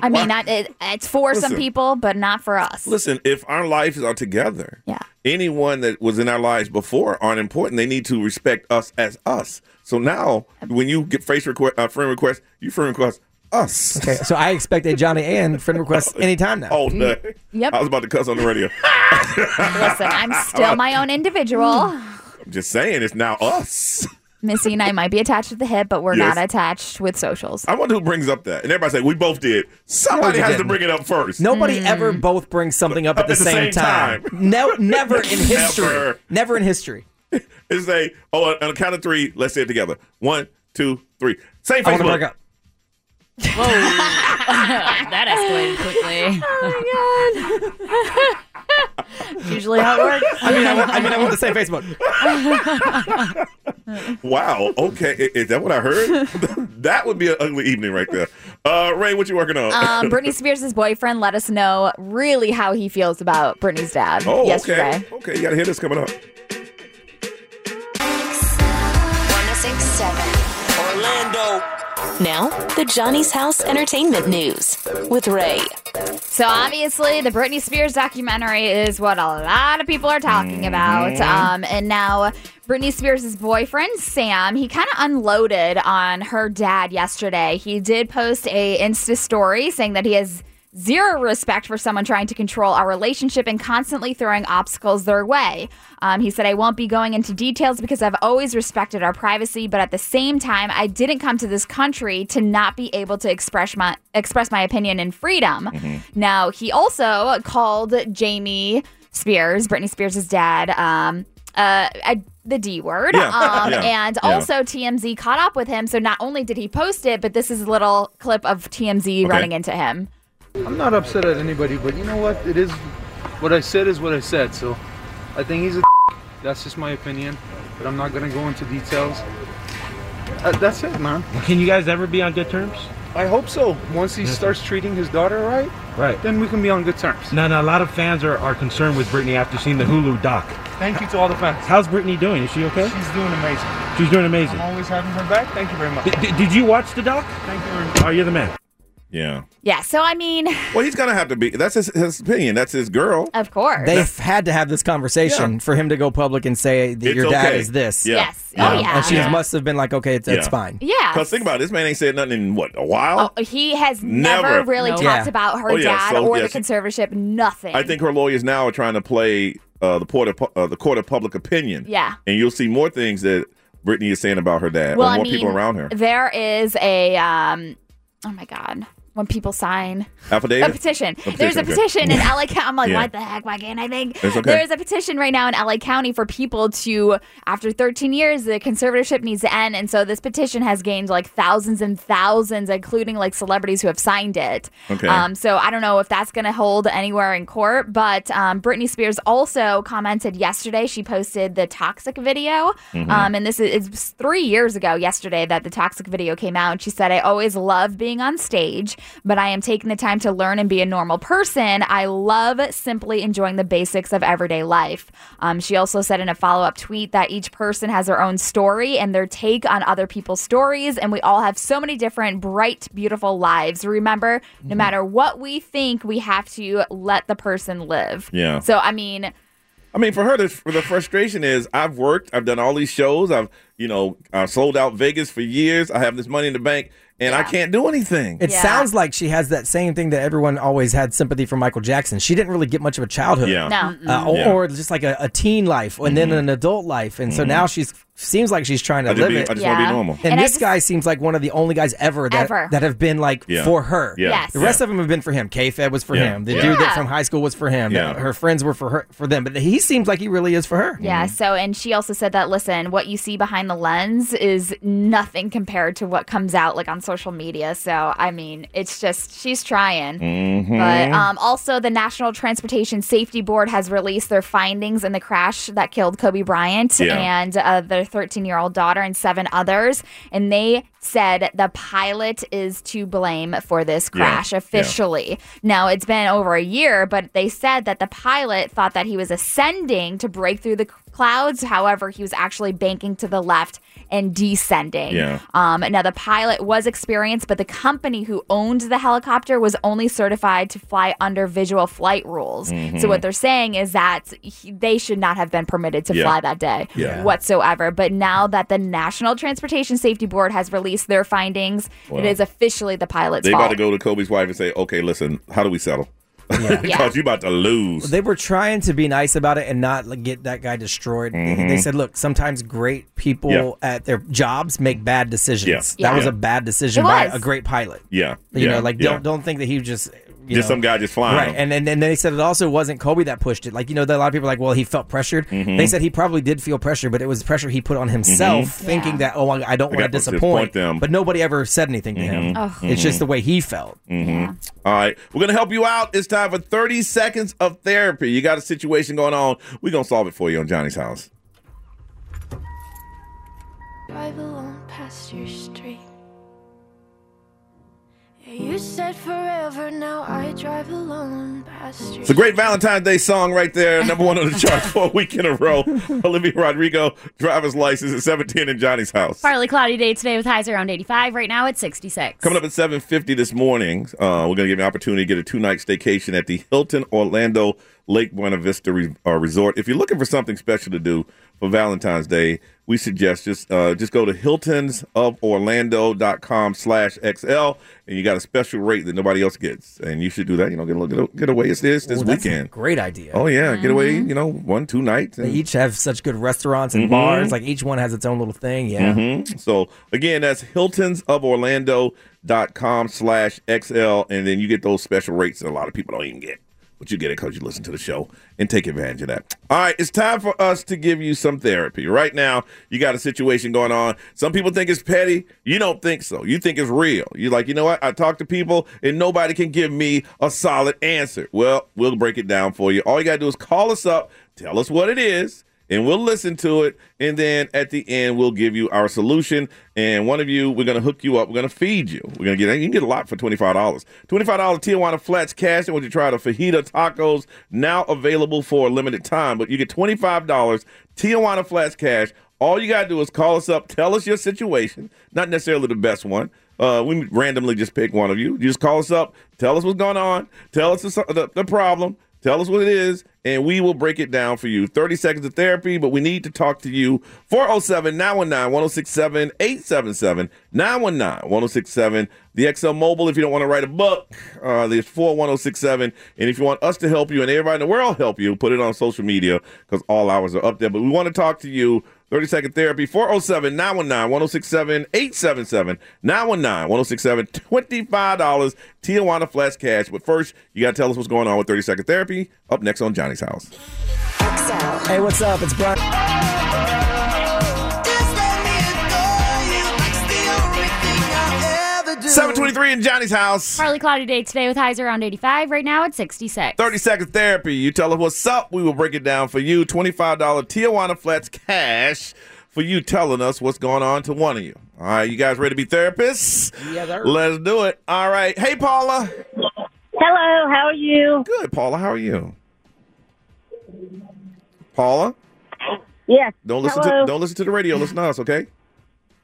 S3: I mean, that it, it's for
S4: Listen.
S3: some people, but not for us.
S4: Listen, if our lives are together,
S3: Yeah.
S4: anyone that was in our lives before aren't important. They need to respect us as us. So now, when you get face request, uh, friend request, you friend request us. Oh,
S2: Okay, so I expect a Johnny and friend request anytime now.
S4: All day.
S3: Yep.
S4: I was about to cuss on the radio.
S3: Listen, I'm still my own individual.
S4: I'm just saying, it's now us.
S3: Missy and I might be attached at the hip, but we're
S4: Yes.
S3: not attached with socials.
S4: I wonder who brings up that. And everybody say we both did. Somebody
S2: No, you
S4: has
S2: didn't.
S4: to bring it up first.
S3: Hmm.
S2: Nobody ever both brings something up at the, same, time. No, never in history.
S4: Never.
S2: Never. in history.
S4: It's say, oh, on the count of three, let's say it together. One, two, three. Same
S2: I want to
S4: Facebook.
S2: break up.
S6: Whoa. that escalated
S3: Oh my God.
S6: quickly. That's usually how it works.
S2: I mean, I want, I mean, I want the same Facebook.
S4: Mm-hmm. Wow. Okay. I- Is that what I heard? that would be an ugly evening right there. Uh, Ray, what you working on?
S3: Um, Britney Spears' boyfriend let us know really how he feels about Britney's dad
S4: oh,
S3: yesterday.
S4: okay. Okay. You got to hear this coming up.
S5: 1067.
S1: Orlando.
S5: Now, the Johnny's House Entertainment News with Ray.
S3: So obviously, the Britney Spears documentary is what a lot of people are talking about. Um, and now Britney Spears' boyfriend Sam, he kind of unloaded on her dad yesterday. He did post a Insta story saying that he has zero respect for someone trying to control our relationship and constantly throwing obstacles their way. Um, he said, I won't be going into details because I've always respected our privacy, but at the same time, I didn't come to this country to not be able to express my express my opinion in freedom.
S4: Mm. Mm-hmm.
S3: Now, he also called Jamie Spears, Britney Spears' dad, um, uh, a the D word.
S4: Yeah,
S3: Um,
S4: yeah,
S3: And
S4: yeah.
S3: also, TMZ caught up with him. So not only did he post it, but this is a little clip of TMZ running into him.
S11: I'm not upset at anybody, but you know what? It is what I said is what I said. So I think he's a. That's just my opinion, but I'm not gonna go into details. Uh, that's it, man. Can you guys ever be on good terms? I hope so. Once he starts treating his daughter right,
S12: Right.
S11: then we can be on good terms.
S12: Now, now, a lot of fans are, are concerned with Britney after seeing the Hulu doc.
S11: Thank you to all the fans.
S12: How's Britney doing? Is she okay?
S11: She's doing amazing.
S12: She's doing amazing.
S11: I'm always having her back. Thank you very much.
S12: Did, did- did you watch the doc?
S11: Thank you very much.
S12: Oh, you're the man.
S4: Yeah.
S3: Yeah. So I mean,
S4: Well, he's gonna have to be. That's his, his opinion. That's his girl.
S3: of course.
S2: They've had to have this conversation for him to go public and say that
S4: It's
S2: your dad
S4: okay.
S2: is this.
S4: Yeah. Yes.
S3: Oh, yeah.
S2: And she
S4: Yeah.
S2: must have been like, okay, it's, it's
S4: Yeah.
S2: fine.
S3: Yeah.
S4: Because think about it, this man ain't said nothing in what a while.
S3: Oh, he has never,
S4: Never.
S3: really
S4: No.
S3: talked
S4: Yeah.
S3: about her
S4: Oh, yeah,
S3: dad
S4: so,
S3: or
S4: yes.
S3: the conservatorship. Nothing.
S4: I think her lawyers now are trying to play uh, the court of pu- uh, the court of public opinion.
S3: Yeah.
S4: and you'll see more things that Brittany is saying about her dad, or more people around her.
S3: There is a um oh my god. When people sign
S4: Affidavit?
S3: a petition.
S4: A petition,
S3: There's a
S4: okay.
S3: petition in LA County. I'm like,
S4: Yeah.
S3: what the heck? Why can't I think?
S4: It's okay.
S3: There's a petition right now in LA County for people to, after 13 years, the conservatorship needs to end. And so this petition has gained like thousands and thousands, including like celebrities who have signed it.
S13: Okay.
S3: Um, so I don't know if that's going to hold anywhere in court. But um, Britney Spears also commented yesterday. She posted the toxic video.
S4: Mm-hmm.
S13: Mhm.
S3: Um, and this is it's three years ago yesterday that the toxic video came out. And she said, I always love being on stage, but I am taking the time to learn and be a normal person. I love simply enjoying the basics of everyday life. Um, she also said in a follow up tweet that each person has their own story and their take on other people's stories. And we all have so many different bright, beautiful lives. Remember, no matter what we think, we have to let the person live.
S4: Yeah.
S3: So, I mean,
S4: I mean, for her, the, for the frustration is I've worked, I've done all these shows, I've you know i sold out Vegas for years, I have this money in the bank, and I can't do anything.
S2: It sounds like she has that same thing that everyone always had sympathy for Michael Jackson. She didn't really get much of a childhood,
S4: Yeah. No.
S2: uh, or,
S4: Yeah. Mm-hmm.
S2: or just like a, a teen life, and then an adult life, and so now she's seems like she's trying to
S4: I just
S2: live
S4: be-
S2: it.
S4: I just wanna be Yeah. normal.
S2: And,
S4: And I
S2: this guy seems like one of the only guys ever that
S3: Ever.
S2: that have been like
S4: Yeah.
S2: for her.
S4: Yeah. Yes.
S2: The rest of them have been for him. K Fed was for
S4: Yeah.
S2: him. The
S4: Yeah.
S2: dude that
S3: Yeah.
S2: from high school was for him.
S4: Yeah.
S2: Her friends were for her for them. But he seems like he really is for her.
S3: Yeah. So, and she also said that listen, what you see behind the lens is nothing compared to what comes out like on social media. So, I mean, it's just she's trying.
S13: Mm-hmm.
S3: But um, also, the National Transportation Safety Board has released their findings in the crash that killed Kobe Bryant
S13: Yeah.
S3: and uh, their 13 year old daughter and seven others. And they said the pilot is to blame for this
S13: Yeah.
S3: crash
S13: Yeah.
S3: officially. Now, it's been over a year, but they said that the pilot thought that he was ascending to break through the c- clouds. However, he was actually banking to the left and descending.
S13: Yeah.
S3: Um, now, the pilot was experienced, but the company who owned the helicopter was only certified to fly under visual flight rules. So,
S13: Mhm.
S3: what they're saying is that he, they should not have been permitted to
S13: Yeah.
S3: fly that day
S13: Yeah.
S3: whatsoever. But now that the National Transportation Safety Board has released their findings,
S4: Well,
S3: it is officially the pilot's
S4: They
S3: fault.
S4: about to go to Kobe's wife and say, "Okay, listen, how do we settle? Because
S3: Yeah.
S4: you about to lose."
S2: They were trying to be nice about it and not like, get that guy destroyed. They-
S4: Mhm.
S2: They said, "Look, sometimes great people
S4: Yeah.
S2: at their jobs make bad decisions.
S4: Yeah.
S2: That
S4: Yeah.
S2: was a
S4: Yeah.
S2: bad decision
S4: It
S2: by
S4: was.
S2: a great pilot.
S4: Yeah,
S2: You
S4: yeah,
S2: know, like
S4: yeah.
S2: don't don't think that he just you
S4: Just
S2: know-
S4: some guy just flying
S2: right.
S4: him.
S2: And and then they said it also wasn't Kobe that pushed it. Like you know, that a lot of people are like, well, he felt pressured.
S4: Mm-hmm.
S2: They said he probably did feel pressure, but it was pressure he put on himself,
S4: Mhm.
S2: thinking that oh, I, I
S4: I
S2: don't want to
S4: gotta disappoint
S2: disappoint
S4: them.
S2: But nobody ever said anything to him.
S4: Mhm. Ugh.
S2: It's
S4: Mhm.
S2: just the way he felt.
S4: Mhm. All right. We're going to help you out. It's time for 30 seconds of therapy. You got a situation going on. We're going to solve it for you on Johnny's house.
S14: Drive along past your street. Yeah, you said forever, now I drive alone past your
S4: It's a great Valentine's Day song right there. Number one on the charts for a week in a row. Olivia Rodrigo, driver's license at 17 in Johnny's house.
S6: Partly cloudy day today with highs around 85. Right now it's 66.
S4: Coming up at 7.50 this morning, uh, we're going to give you an opportunity to get a two-night staycation at the Hilton Orlando Lake Buena Vista Re- uh, Resort. If you're looking for something special to do for Valentine's Day, we suggest just uh, just go to hiltonsoforlando.com slash XL, and you got a special rate that nobody else gets. And you should do that. You know, get a little get- getaway. It's this, this
S2: Ooh, that's a
S4: weekend.
S2: great Mm-hmm. idea.
S4: Oh, yeah. Get away, you know, one, two nights.
S2: They
S4: and-
S2: each have such good restaurants and
S4: Mhm.
S2: bars. Like each one has its own little thing. Yeah.
S4: Mhm. So again, that's Hiltons of Orlando.com slash XL, and then you get those special rates that a lot of people don't even get. But you get it because you listen to the show and take advantage of that. All right, it's time for us to give you some therapy. Right now, you got a situation going on. Some people think it's petty. You don't think so. You think it's real. You're like, you know what? I talk to people and nobody can give me a solid answer. Well, we'll break it down for you. All you got to do is call us up, tell us what it is, and we'll listen to it. And then at the end, we'll give you our solution. And one of you, we're going to hook you up. We're going to feed you. We're going to get, you can get a lot for $25. $25 Tijuana Flats Cash. And what you try the fajita tacos now available for a limited time, but you get $25 Tijuana Flats Cash. All you got to do is call us up, tell us your situation, not necessarily the best one. Uh, we randomly just pick one of you. You just call us up, tell us what's going on, tell us the, the, the problem, Tell us what it is, and we will break it down for you. 30 seconds of therapy, but we need to talk to you. 407 919 1067 877 919 1067. The XL Mobile, if you don't want to write a book, uh, there's 41067. And if you want us to help you and everybody in the world help you, put it on social media because all hours are up there. But we want to talk to you. 30 second therapy 407 919 1067 877 919 1067 $25 Tijuana Flats Cash. But first, you got to tell us what's going on with 30 second therapy up next on Johnny's House. Mm-hmm.
S2: Hey, what's up? It's Brian.
S4: Seven twenty three in Johnny's house.
S6: Partly cloudy day today with highs around 85. Right now it's 66.
S4: 30 second therapy. You tell us what's up. We will break it down for you. $25 Tijuana Flats cash for you telling us what's going on to one of you. All right, you guys ready to be therapists?
S2: Yeah, sir.
S4: Let's do it. All right. Hey, Paula.
S13: Hello, how are you?
S4: Good, Paula. How are you? Paula,
S13: Yes.
S4: don't listen
S13: Hello.
S4: to don't listen to the radio. Listen to us, okay?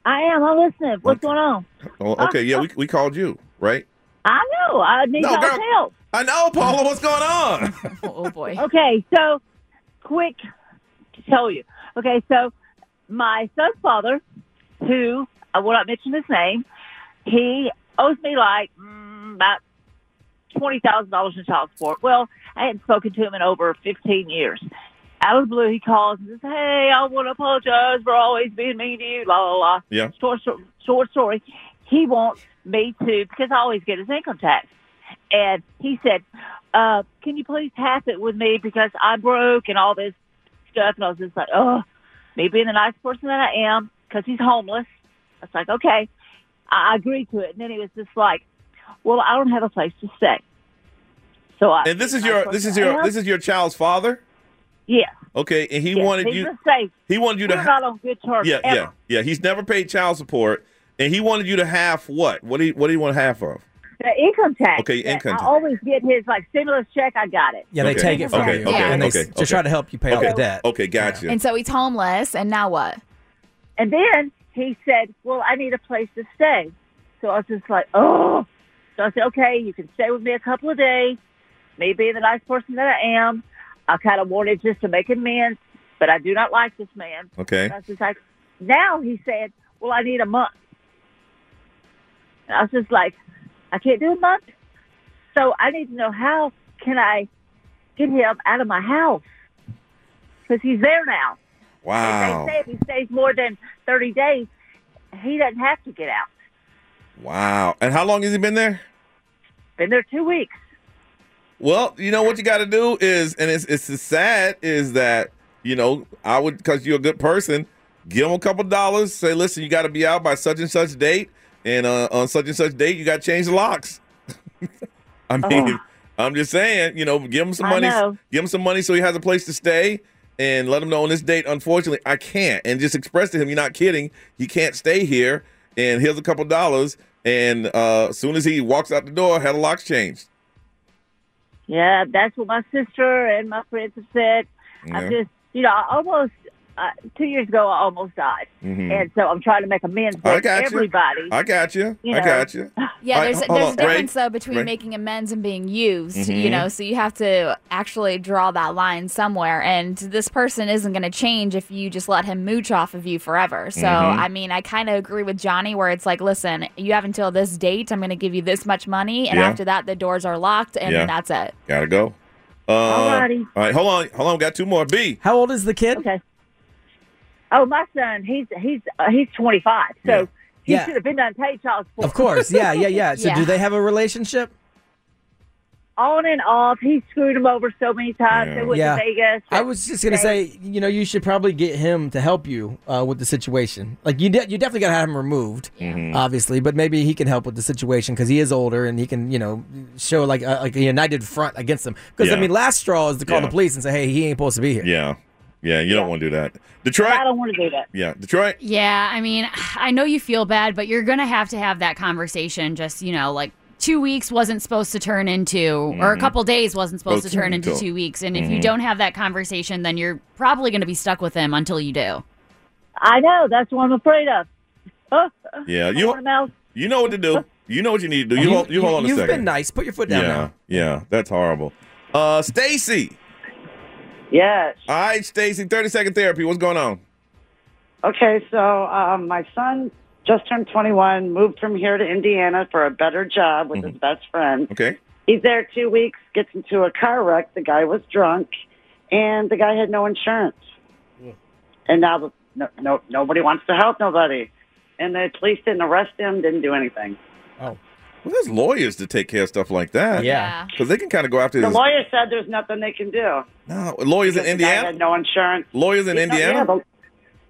S13: I am. I'm listening. What's going on?
S4: Oh,
S13: Uh,
S4: okay, yeah, we, we called you, right?
S13: I know. I need
S4: No,
S13: y'all's
S4: girl.
S13: help.
S4: I know, Paula. What's going on?
S6: Oh boy.
S13: Okay, so quick to tell you. Okay, so my son's father, who I will not mention his name, he owes me like mm, about twenty thousand dollars in child support. Well, I hadn't spoken to him in over fifteen years. Out of the blue, he calls and says, "Hey, I want to apologize for always being mean to you." La la la.
S4: Yeah.
S13: Short, short, short story. He wants me to because I always get his income tax, and he said, uh, "Can you please pass it with me because I'm broke and all this stuff?" And I was just like, "Oh, me being the nice person that I am, because he's homeless." I was like, "Okay." I I agreed to it, and then he was just like, "Well, I don't have a place to stay." So I
S4: And this is your this is your this is your child's father.
S13: yeah.
S4: Okay, and he
S13: yes,
S4: wanted
S13: he's
S4: you.
S13: just safe.
S4: He wanted you to
S13: We're
S4: ha-
S13: not on good terms.
S4: Yeah,
S13: ever.
S4: yeah, yeah. He's never paid child support, and he wanted you to half what? What do you What do you want half of?
S13: The income tax.
S4: Okay,
S13: that
S4: income tax.
S13: I always get his like stimulus check. I got it.
S2: Yeah, they
S4: Okay,
S2: take it from
S4: okay,
S2: you,
S4: Okay,
S2: and they
S4: okay,
S2: s- to try to help you pay off
S4: okay,
S2: the debt.
S4: Okay, gotcha.
S3: And so he's homeless, and now what?
S13: And then he said, "Well, I need a place to stay." So I was just like, "Oh." So I said, "Okay, you can stay with me a couple of days." Me being the nice person that I am, I kind of wanted just to make amends, but I do not like this man.
S4: Okay.
S13: And I was just like, now he said, "Well, I need a month." And I was just like, "I can't do a month." So I need to know how can I get him out of my house because he's there now.
S4: Wow,
S13: They say if he stays more than 30 days, he doesn't have to get out.
S4: wow. And how long has he been there?
S13: Been there two weeks.
S4: Well, you know what you got to do is, and it's it's just sad is that you know I would because you're a good person, give him a couple dollars. Say, listen, you got to be out by such and such date, and uh, on such and such date you got to change the locks. I mean, I'm just saying, you know, give him some
S13: I
S4: money.
S13: know.
S4: Give him some money so he has a place to stay, and let him know on this date. Unfortunately, I can't, and just express to him, you're not kidding. You can't stay here, and here's a couple dollars. And uh, as soon as he walks out the door, had the locks changed.
S13: Yeah, that's what my sister and my friends have said.
S4: Yeah.
S13: I'm just, you know, I almost, uh, two years ago, I almost died.
S4: Mhm.
S13: And so I'm trying to make amends
S4: I
S13: with
S4: got you.
S13: everybody.
S4: I got you.
S13: You
S4: I
S13: know.
S4: got you.
S3: Yeah,
S4: All right,
S3: there's
S4: hold
S3: there's
S4: on.
S3: a difference
S4: Ray,
S3: though between
S4: Ray,
S3: making amends and being used,
S4: Mhm.
S3: you know. So you have to actually draw that line somewhere, and this person isn't going to change if you just let him mooch off of you forever. So
S4: Mhm.
S3: I mean, I kind of agree with Johnny where it's like, listen, you have until this date. I'm going to give you this much money, and
S4: Yeah.
S3: after that, the doors are locked, and then
S4: Yeah.
S3: that's it.
S4: Gotta go. Uh,
S13: Alrighty.
S4: All right, hold on. Hold on. we Got two more. B.
S2: How old is the kid?
S13: Okay. Oh, my son, he's, he's, uh, he's 25. So he
S2: Yeah.
S13: should have been unpaid child support.
S2: Of course. Yeah, yeah, yeah. So
S13: Yeah.
S2: do they have a relationship?
S13: on and off. He screwed him over so many times. They went
S2: Yeah.
S13: to Vegas.
S2: I was just gonna say, you know, you should probably get him to help you uh, with the situation. Like you, de- you definitely gotta have him removed,
S4: Mm-hmm. Mm.
S2: obviously, but maybe he can help with the situation because he is older and he can, you know, show like a, like a united front against them. Because I
S4: Yeah.
S2: mean, last straw is to call
S4: Yeah.
S2: the police and say, hey, he ain't supposed to be here.
S4: Yeah. Yeah, you don't want to do that. Detroit.
S13: I don't want to do that.
S4: Yeah, Detroit.
S6: Yeah, I mean, I know you feel bad, but you're going to have to have that conversation. Just, you know, like two weeks wasn't supposed to turn into, or a
S4: Mm-hmm.
S15: Mhm.
S6: couple days wasn't supposed to
S15: Both
S6: turn into
S15: until-
S6: two weeks. And if you
S15: Mhm.
S6: don't have that conversation, then you're probably going to be stuck with him until you do.
S13: I know. That's what I'm afraid of. Oh,
S4: Yeah, you you know what to do. You know what you need to do. You, hold, you hold on a
S2: You've
S4: second.
S2: been nice. Put your foot down.
S4: yeah,
S2: now.
S4: yeah, that's horrible. Uh, Stacy.
S16: Yes.
S4: All right, Stacy. Thirty second therapy. What's going on?
S16: Okay, so um, my son just turned 21, moved from here to Indiana for a better job with his best
S2: Oh.
S16: friend.
S4: Okay.
S16: He's there two weeks, gets into a car wreck. The guy was drunk, and the guy had no insurance. And now the, no, no, nobody wants to help nobody. And the police didn't arrest him, didn't do anything.
S4: Well, there's lawyers to take care of stuff like that.
S16: Yeah.
S4: Because they can kind of go after
S16: The
S4: this.
S16: lawyer said there's nothing they can do.
S4: No, lawyers in
S16: The guy
S4: Indiana.
S16: had no insurance.
S4: Lawyers in
S16: Yeah,
S4: Indiana.
S16: yeah, the-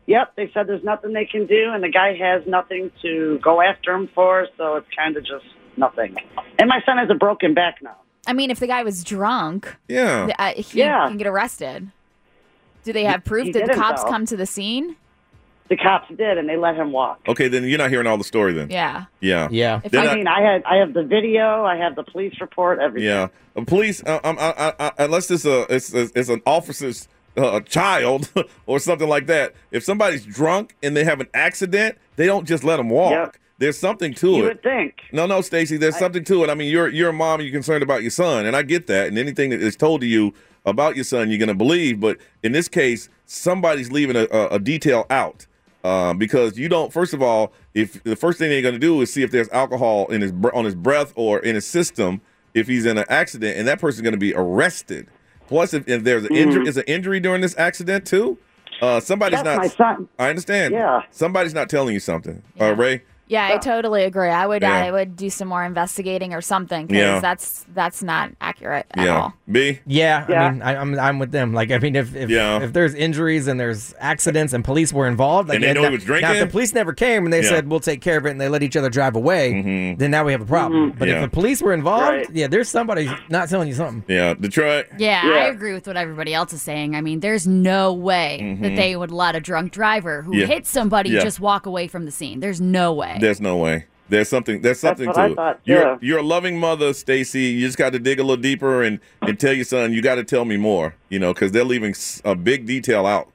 S16: yep, they said there's nothing they can do, and the guy has nothing to go after him for, so it's kind of just nothing. And my son has a broken back now.
S3: I mean, if the guy was drunk,
S16: Yeah.
S3: th- uh, he
S16: Yeah.
S3: can get arrested. Do they
S16: He-
S3: have proof
S16: he
S3: that the
S16: didn't,
S3: cops
S16: though.
S3: come to the scene?
S16: The cops did, and they let him walk.
S4: Okay, then you're not hearing all the story then.
S3: Yeah.
S4: Yeah.
S2: Yeah.
S16: I mean, I had I have the video, I have the police report, everything.
S4: Yeah, Uh, police. Uh, um, I, I, I, unless it's a it's, it's, it's an officer's uh, child or something like that. If somebody's drunk and they have an accident, they don't just let them walk. There's something to
S16: You
S4: it.
S16: would think.
S4: No, no, Stacy. There's something to it. I mean, you're you're a mom. You're concerned about your son, and I get that. And anything that is told to you about your son, you're gonna believe. But in this case, somebody's leaving a, a, a detail out uh, because you don't. First of all, if the first thing they're gonna do is see if there's alcohol in his br- on his breath or in his system if he's in an accident, and that person's gonna be arrested. Plus, if, if there's an injury,
S16: Mhm.
S4: is an injury during this accident too. Uh, somebody's
S16: That's
S4: not.
S16: my son.
S4: I understand.
S16: Yeah.
S4: Somebody's not telling you something. Uh, Ray.
S3: Yeah, I totally agree. I would,
S4: Yeah.
S3: I would do some more investigating or something because
S2: Yeah.
S3: that's that's not accurate.
S4: Yeah. B.
S2: Yeah,
S3: Yeah.
S2: I mean, I, I'm I'm with them. Like, I mean, if if, if there's injuries and there's accidents and police were involved, like,
S4: And they know
S2: now,
S4: he was
S2: Now, if
S4: drinking?
S2: the police never came and they
S4: Yeah. Mm-hmm.
S2: said we'll take care of it and they let each other drive away, then now we have a problem. But
S4: Yeah.
S2: if the police were involved,
S4: Right.
S2: yeah, there's somebody not telling you something.
S4: Yeah, Detroit.
S6: Yeah, I agree with what everybody else is saying. I mean, there's no way that
S4: Mhm.
S6: they would let a drunk driver who
S4: Yeah.
S6: hit somebody
S4: Yeah.
S6: just walk away from the scene. There's no way.
S4: There's no way. There's something. There's
S6: That's
S4: something
S6: what
S4: to
S6: I
S4: it.
S6: thought,
S4: You're
S6: yeah.
S4: you're a loving mother, Stacy. You just got to dig a little deeper and and tell your son you got to tell me more. You know, because they're leaving s- a big detail out.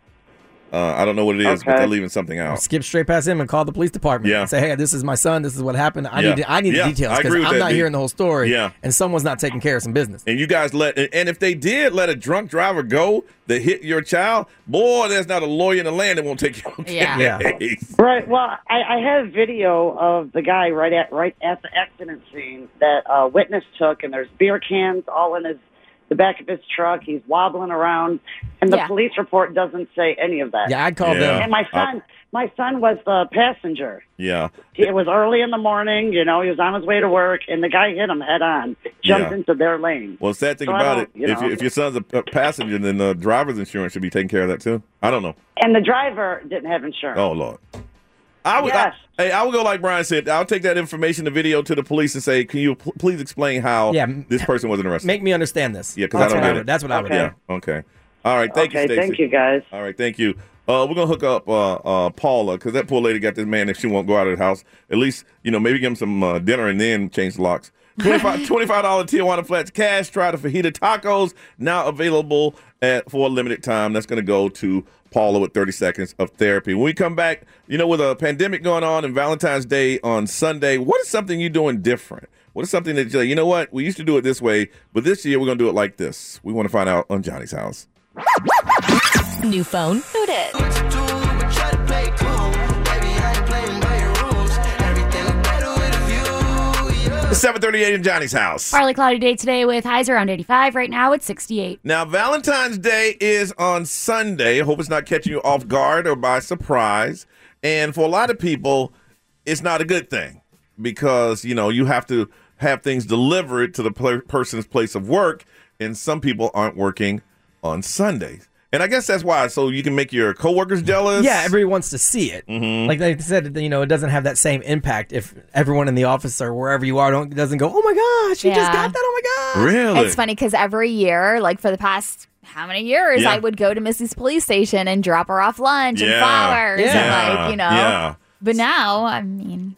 S4: Uh, I don't know what it is, but
S2: Okay.
S4: they're leaving something out.
S2: Skip straight past him and call the police department.
S4: Yeah.
S2: And say, hey, this is my son. This is what happened. I
S4: Yeah.
S2: need I need
S4: Yeah,
S2: the details
S4: I agree
S2: because
S4: with
S2: I'm
S4: that,
S2: not
S4: B.
S2: hearing the whole story.
S4: Yeah.
S2: And someone's not taking care of some business.
S4: And you guys let and and if they did let a drunk driver go that hit your child, boy, there's not a lawyer in the land that won't take your
S16: Yeah.
S4: case.
S16: Right. Well, I, I have video of the guy right at right at the accident scene that a witness took, and there's beer cans all in his the back of his truck. He's wobbling around, and the
S2: Yeah.
S16: police report doesn't say any of that.
S2: Yeah, I'd call them.
S16: And my son, my son was the passenger.
S4: Yeah.
S16: It was early in the morning. You know, he was on his way to work, and the guy hit him head on, jumped
S4: Yeah.
S16: into their lane.
S4: Well, sad thing
S16: So I
S4: about
S16: don't-
S4: it,
S16: you
S4: if,
S16: know.
S4: you- if your son's a a passenger, then the driver's insurance should be taking care of that too. I don't know.
S16: And the driver didn't have insurance.
S4: Oh Lord. I would, I, hey, I would go like Brian said. I'll take that information, the video, to the police and say, "Can you pl- please explain how
S2: Yeah,
S4: this person wasn't arrested?"
S2: Make me understand this.
S4: yeah, because I
S2: That's
S4: don't
S2: what
S4: get
S2: would-
S4: it.
S2: That's what I would do.
S4: Yeah. Okay. All right. Thank you,
S16: Okay,
S4: Stacey.
S16: thank you, guys.
S4: All right. Thank you. Uh, we're gonna hook up uh, uh, Paula because that poor lady got this man. If she won't go out of the house, at least you know maybe give him some uh, dinner and then change the locks. 25 dollars Tijuana Flats cash. Try the fajita tacos now available at for a limited time. That's gonna go to Paula with thirty seconds of therapy. When we come back, you know, with a pandemic going on and Valentine's Day on Sunday, what is something you doing different? What is something that you you know what we used to do it this way, but this year we're gonna do it like this. We want to find out on Johnny's house.
S5: New phone? Who did?
S4: It's 738 in Johnny's house.
S6: Partly cloudy day today with highs around 85. Right now it's 68.
S4: Now, Valentine's Day is on Sunday. I hope it's not catching you off guard or by surprise. And for a lot of people, it's not a good thing because, you know, you have to have things delivered to the pl- person's place of work, and some people aren't working on Sundays. And I guess that's why. So you can make your coworkers jealous.
S2: Yeah, everyone wants to see it.
S4: Mhm.
S2: Like they said, you know, it doesn't have that same impact if everyone in the office or wherever you are don't doesn't go, oh my gosh, you just got that.
S3: Oh
S4: my God. Really?
S3: It's funny because every year, like for the past how many years,
S4: Yeah.
S3: I would go to Missy's police station and drop her off lunch and flowers and like you know.
S4: Yeah.
S3: But now, I mean,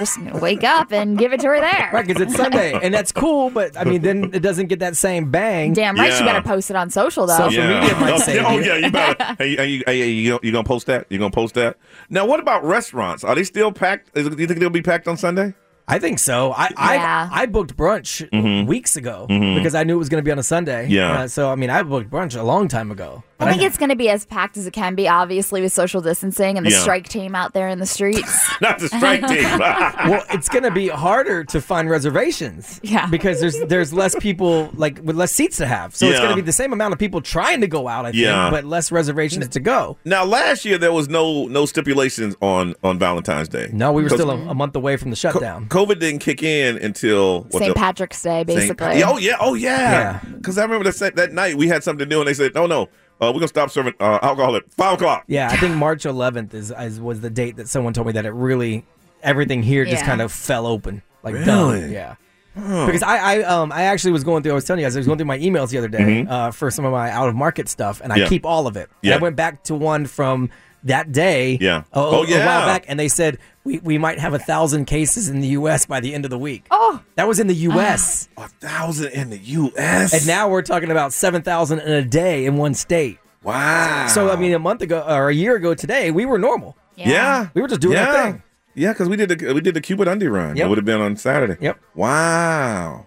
S3: just wake up and give it to her there.
S2: Right, because it's Sunday, and that's cool. But I mean, then it doesn't get that same bang.
S3: Damn right, she
S4: Yeah.
S3: better post it on social though.
S4: yeah. oh,
S2: save
S4: yeah, oh,
S2: you.
S4: yeah, you better. hey, you- hey, you, hey, you, gonna- you gonna post that? You gonna post that? Now, what about restaurants? Are they still packed? Is, do you think they'll be packed on Sunday?
S2: I think so. I
S3: Yeah.
S2: I, I booked brunch weeks ago
S4: Mhm.
S2: because I knew it was going to be on a Sunday.
S4: Yeah.
S2: Uh, so I mean, I booked brunch a long time ago.
S3: I think it's going to be as packed as it can be, obviously, with social distancing and the
S2: Yeah.
S3: strike team out there in the streets.
S4: Not the strike team.
S2: well, it's going to be harder to find reservations.
S3: Yeah.
S2: Because there's there's less people like with less seats to have. So it's
S4: Yeah.
S2: going to be the same amount of people trying to go out, I think,
S4: Yeah.
S2: but less reservations to go.
S4: Now, last year there was no no stipulations on on Valentine's Day.
S2: No, we were
S4: 'Cause
S2: still a, a month away from the shutdown.
S4: COVID didn't kick in until what, the-
S3: St. Patrick's Day,
S4: Saint-
S3: basically.
S4: Yeah, oh yeah, oh yeah. Because I remember that sa- that night we had something new, and they said, "No, no, uh, we're gonna stop serving uh, alcohol at five o'clock."
S2: Yeah, I think March 11th is, is was the date that someone told me that it really everything here just
S4: Yeah.
S2: kind of fell open. Like
S4: Really?
S2: done. Yeah.
S4: Huh.
S2: Because I, I um I actually was going through I was telling you guys I was going through my emails the other day
S4: Mhm.
S2: uh, for some of my out of market stuff and I
S4: Yeah.
S2: keep all of it. And
S4: Yeah.
S2: I went back to one from that day.
S4: Yeah.
S2: a-
S4: Oh,
S2: a
S4: yeah.
S2: while back and they said we, we might have a thousand cases in the U.S. by the end of the week.
S3: Oh,
S2: that was in the U.S.
S4: a thousand in the U.S.
S2: And now we're talking about seven thousand in a day in one state.
S4: Wow.
S2: So I mean, a month ago or a year ago today, we were normal.
S4: Yeah. Yeah.
S2: we were just doing
S4: Yeah.
S2: our thing.
S4: Yeah, because we did the we did the Cupid Undy run. It
S2: Yep.
S4: would have been on Saturday.
S2: Yep.
S4: Wow.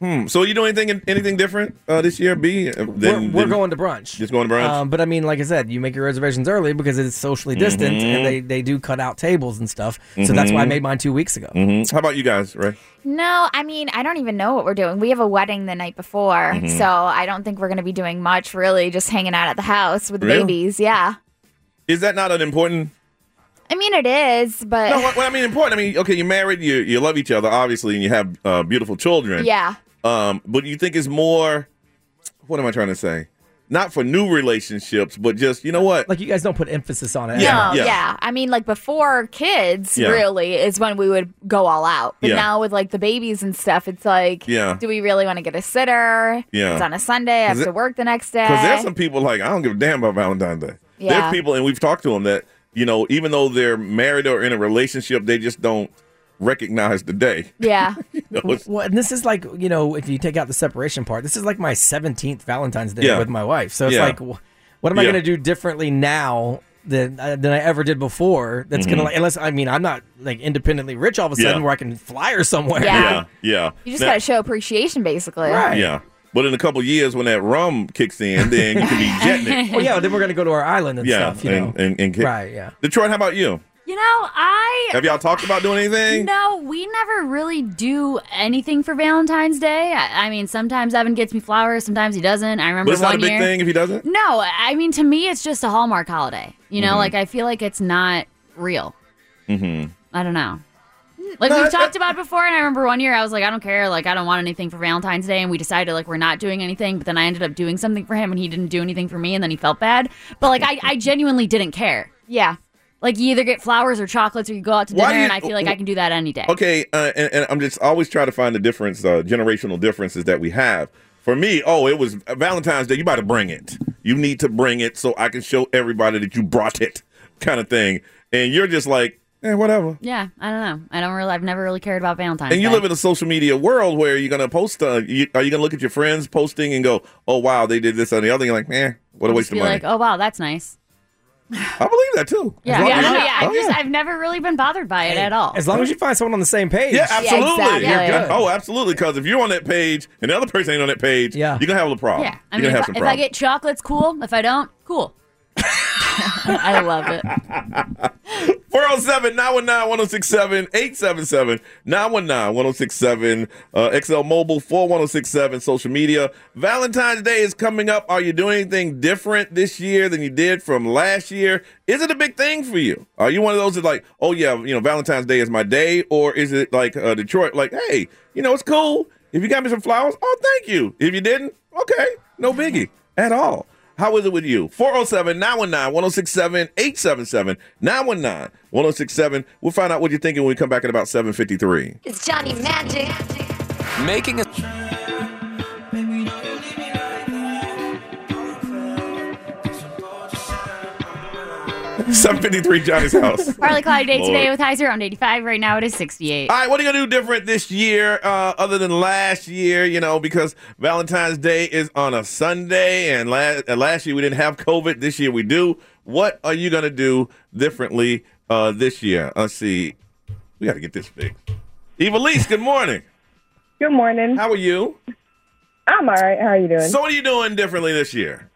S4: Hmm. So you doing anything anything different uh, this year, B? Then,
S2: we're we're going to brunch.
S4: Just going to brunch.
S2: Um, but I mean, like I said, you make your reservations early because it's socially distant,
S4: Mhm.
S2: and they, they do cut out tables and stuff. So that's why I
S4: Mhm.
S2: made mine two weeks ago.
S4: Mhm. How about you guys, Ray?
S3: No, I mean, I don't even know what we're doing. We have a wedding the night before,
S4: Mhm.
S3: so I don't think we're going to be doing much, really, just hanging out at the house with the
S4: Really?
S3: babies. Yeah.
S4: Is that not an important?
S3: I mean, it is, but.
S4: No, what, what I mean important. I mean, okay, you're married, you you love each other, obviously, and you have uh, beautiful children.
S3: yeah.
S4: Um, but you think it's more? What am I trying to say? Not for new relationships, but just you know what?
S2: Like you guys don't put emphasis on it.
S4: Yeah,
S3: no,
S4: yeah.
S3: yeah. I mean, like before kids,
S4: Yeah.
S3: really, is when we would go all out. But
S4: Yeah.
S3: now with like the babies and stuff, it's like,
S4: Yeah.
S3: do we really want to get a sitter?
S4: Yeah.
S3: It's on a Sunday. I have
S4: Is it-
S3: to work the next day.
S4: Because there's some people like I don't give a damn about Valentine's Day.
S3: Yeah.
S4: There's people, and we've talked to them that you know, even though they're married or in a relationship, they just don't recognize the day.
S3: yeah.
S4: You know, it's-
S2: Well, and this is like you know, if you take out the separation part, this is like my seventeenth Valentine's Day
S4: Yeah.
S2: with my wife. So it's
S4: Yeah.
S2: like, wh- what am I
S4: Yeah.
S2: going to do differently now than uh, than I ever did before? That's going
S4: Mhm.
S2: to like, unless I mean, I'm not like independently rich all of a
S4: Yeah.
S2: sudden where I can fly her somewhere.
S4: yeah, yeah.
S3: You just
S4: Now-
S3: got to show appreciation, basically.
S4: Yeah. But in a couple years, when that rum kicks in, then you can be jetting it.
S2: well, yeah. Then we're going to go to our island and
S4: yeah,
S2: stuff. You
S4: and,
S2: know,
S4: and, and kick-
S2: right? Yeah.
S4: Detroit, how about you?
S6: You know, I
S4: Have y'all talked about doing anything?
S6: No, we never really do anything for Valentine's Day. I, I mean, sometimes Evan gets me flowers, sometimes he doesn't. I remember
S4: But it's
S6: one
S4: not a big
S6: year.
S4: thing if he doesn't.
S6: No, I mean to me, it's just a Hallmark holiday. You know,
S4: Mhm.
S6: like I feel like it's not real.
S4: Mm-hmm.
S6: I don't know. Like
S4: No,
S6: we've
S4: that-
S6: talked about it before, and I remember one year I was like, I don't care, like I don't want anything for Valentine's Day, and we decided like we're not doing anything. But then I ended up doing something for him, and he didn't do anything for me, and then he felt bad. But like I, I genuinely didn't care.
S3: Yeah.
S6: Like you either get flowers or chocolates, or you go out to
S4: Why
S6: dinner,
S4: do you-
S6: and I feel like I can do that any day.
S4: Okay, uh, and, and I'm just always trying to find the difference, uh, generational differences that we have. For me, oh, it was Valentine's Day. You got to bring it. You need to bring it so I can show everybody that you brought it, kind of thing. And you're just like, eh, whatever.
S6: Yeah, I don't know. I don't really. I've never really cared about Valentine's.
S4: And you
S6: Day.
S4: live in a social media world where you're gonna post. Uh, you, are you gonna look at your friends posting and go, "Oh wow, they did this and the other"? You're like, "Man, what a
S6: I'll
S4: waste
S6: just
S4: of
S6: be
S4: money."
S6: like, oh wow, that's nice.
S4: I believe that too.
S6: Yeah,
S4: As
S6: yeah,
S4: long
S6: no,
S4: as-
S6: yeah. I've
S4: Oh,
S6: just I've never really been bothered by it at all.
S2: As long as you find someone on the same page.
S4: Yeah, absolutely.
S6: exactly.
S4: You're good. Oh, absolutely. Because if you're on that page and the other person ain't on that page, yeah. you're gonna have a little problem.
S6: Yeah, I
S4: you're gonna
S6: mean, if,
S4: have
S6: I,
S4: some
S6: if I
S4: problems.
S6: get chocolates, cool. If I don't, cool. I love it.
S4: 407 919 1067 877 919 1067 XL uh, Mobile 41067 social media. Valentine's Day is coming up. Are you doing anything different this year than you did from last year? Is it a big thing for you? Are you one of those that like, oh yeah, you know, Valentine's Day is my day, or is it like uh, Detroit, like, hey, you know, it's cool. If you got me some flowers, oh thank you. If you didn't, okay, no biggie at all. How is it with you? 407 919 1067 877 919 1067. We'll find out what you're thinking when we come back at about 753.
S8: It's Johnny Magic.
S4: Making a. Seven fifty three Johnny's house.
S6: Partly cloudy day
S4: Lord.
S6: today with highs around 85. Right now it is 68.
S4: All right, what are you gonna do different this year, uh, other than last year? You know, because Valentine's Day is on a Sunday, and last and last year we didn't have COVID. This year we do. What are you gonna do differently uh, this year? Let's see. We got to get this fixed. Evelise, good morning.
S15: Good morning.
S4: How are you?
S15: I'm all right. How are you doing?
S4: So, what are you doing differently this year?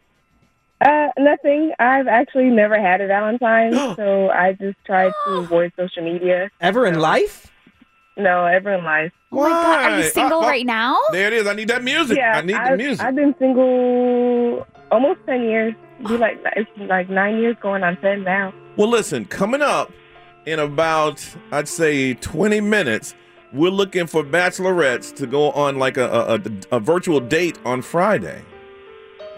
S15: uh, nothing. I've actually never had a Valentine's, so I just tried to avoid social media.
S2: Ever in life?
S15: No, ever in life.
S3: Oh my God, are you single right now?
S4: There it is. I need that Uh, music.
S15: Oh. Yeah,
S4: I need the
S15: I've-
S4: music.
S15: I've been single almost ten years. Be like it's like nine years going on ten now.
S4: Well, listen, coming up in about, I'd say, 20 minutes, we're looking for bachelorettes to go on like a, a, a, a virtual date on Friday.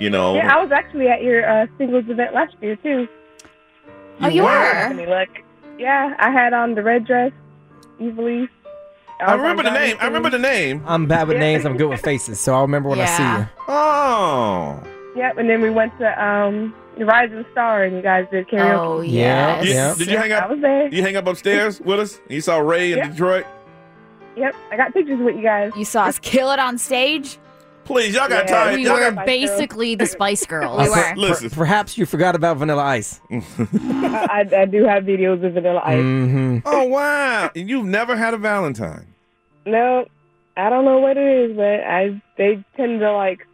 S4: You know?
S15: Yeah, I was actually at your uh, singles event last year too.
S4: Oh, You you were? were?
S15: Let me look. Yeah, I had on the red dress, evilly.
S4: I remember the name. I remember the name.
S2: I'm bad with
S15: Yeah.
S2: names. I'm good with faces, so I'll remember when I see
S15: Yeah.
S2: you.
S4: Oh.
S15: Yep, and then we went to um, the Rising Star, and you guys did karaoke.
S4: Oh,
S2: Yeah, yes. yeah.
S4: Did you hang up?
S15: I was there.
S4: You hang up upstairs with us? You saw Ray in
S15: Yeah.
S4: Detroit?
S15: Yep, I got pictures with you guys.
S3: You saw us kill it on stage?
S4: Please, y'all got
S3: Yeah.
S4: tired.
S3: We
S4: y'all
S3: were
S4: got-
S3: basically the Spice Girls.
S2: Uh, per-
S4: Listen.
S2: per- perhaps you forgot about Vanilla Ice.
S15: I, I do have videos of Vanilla Ice.
S2: Mhm.
S4: Oh, wow. And you've never had a Valentine.
S15: No, I don't know what it is, but I they tend to like,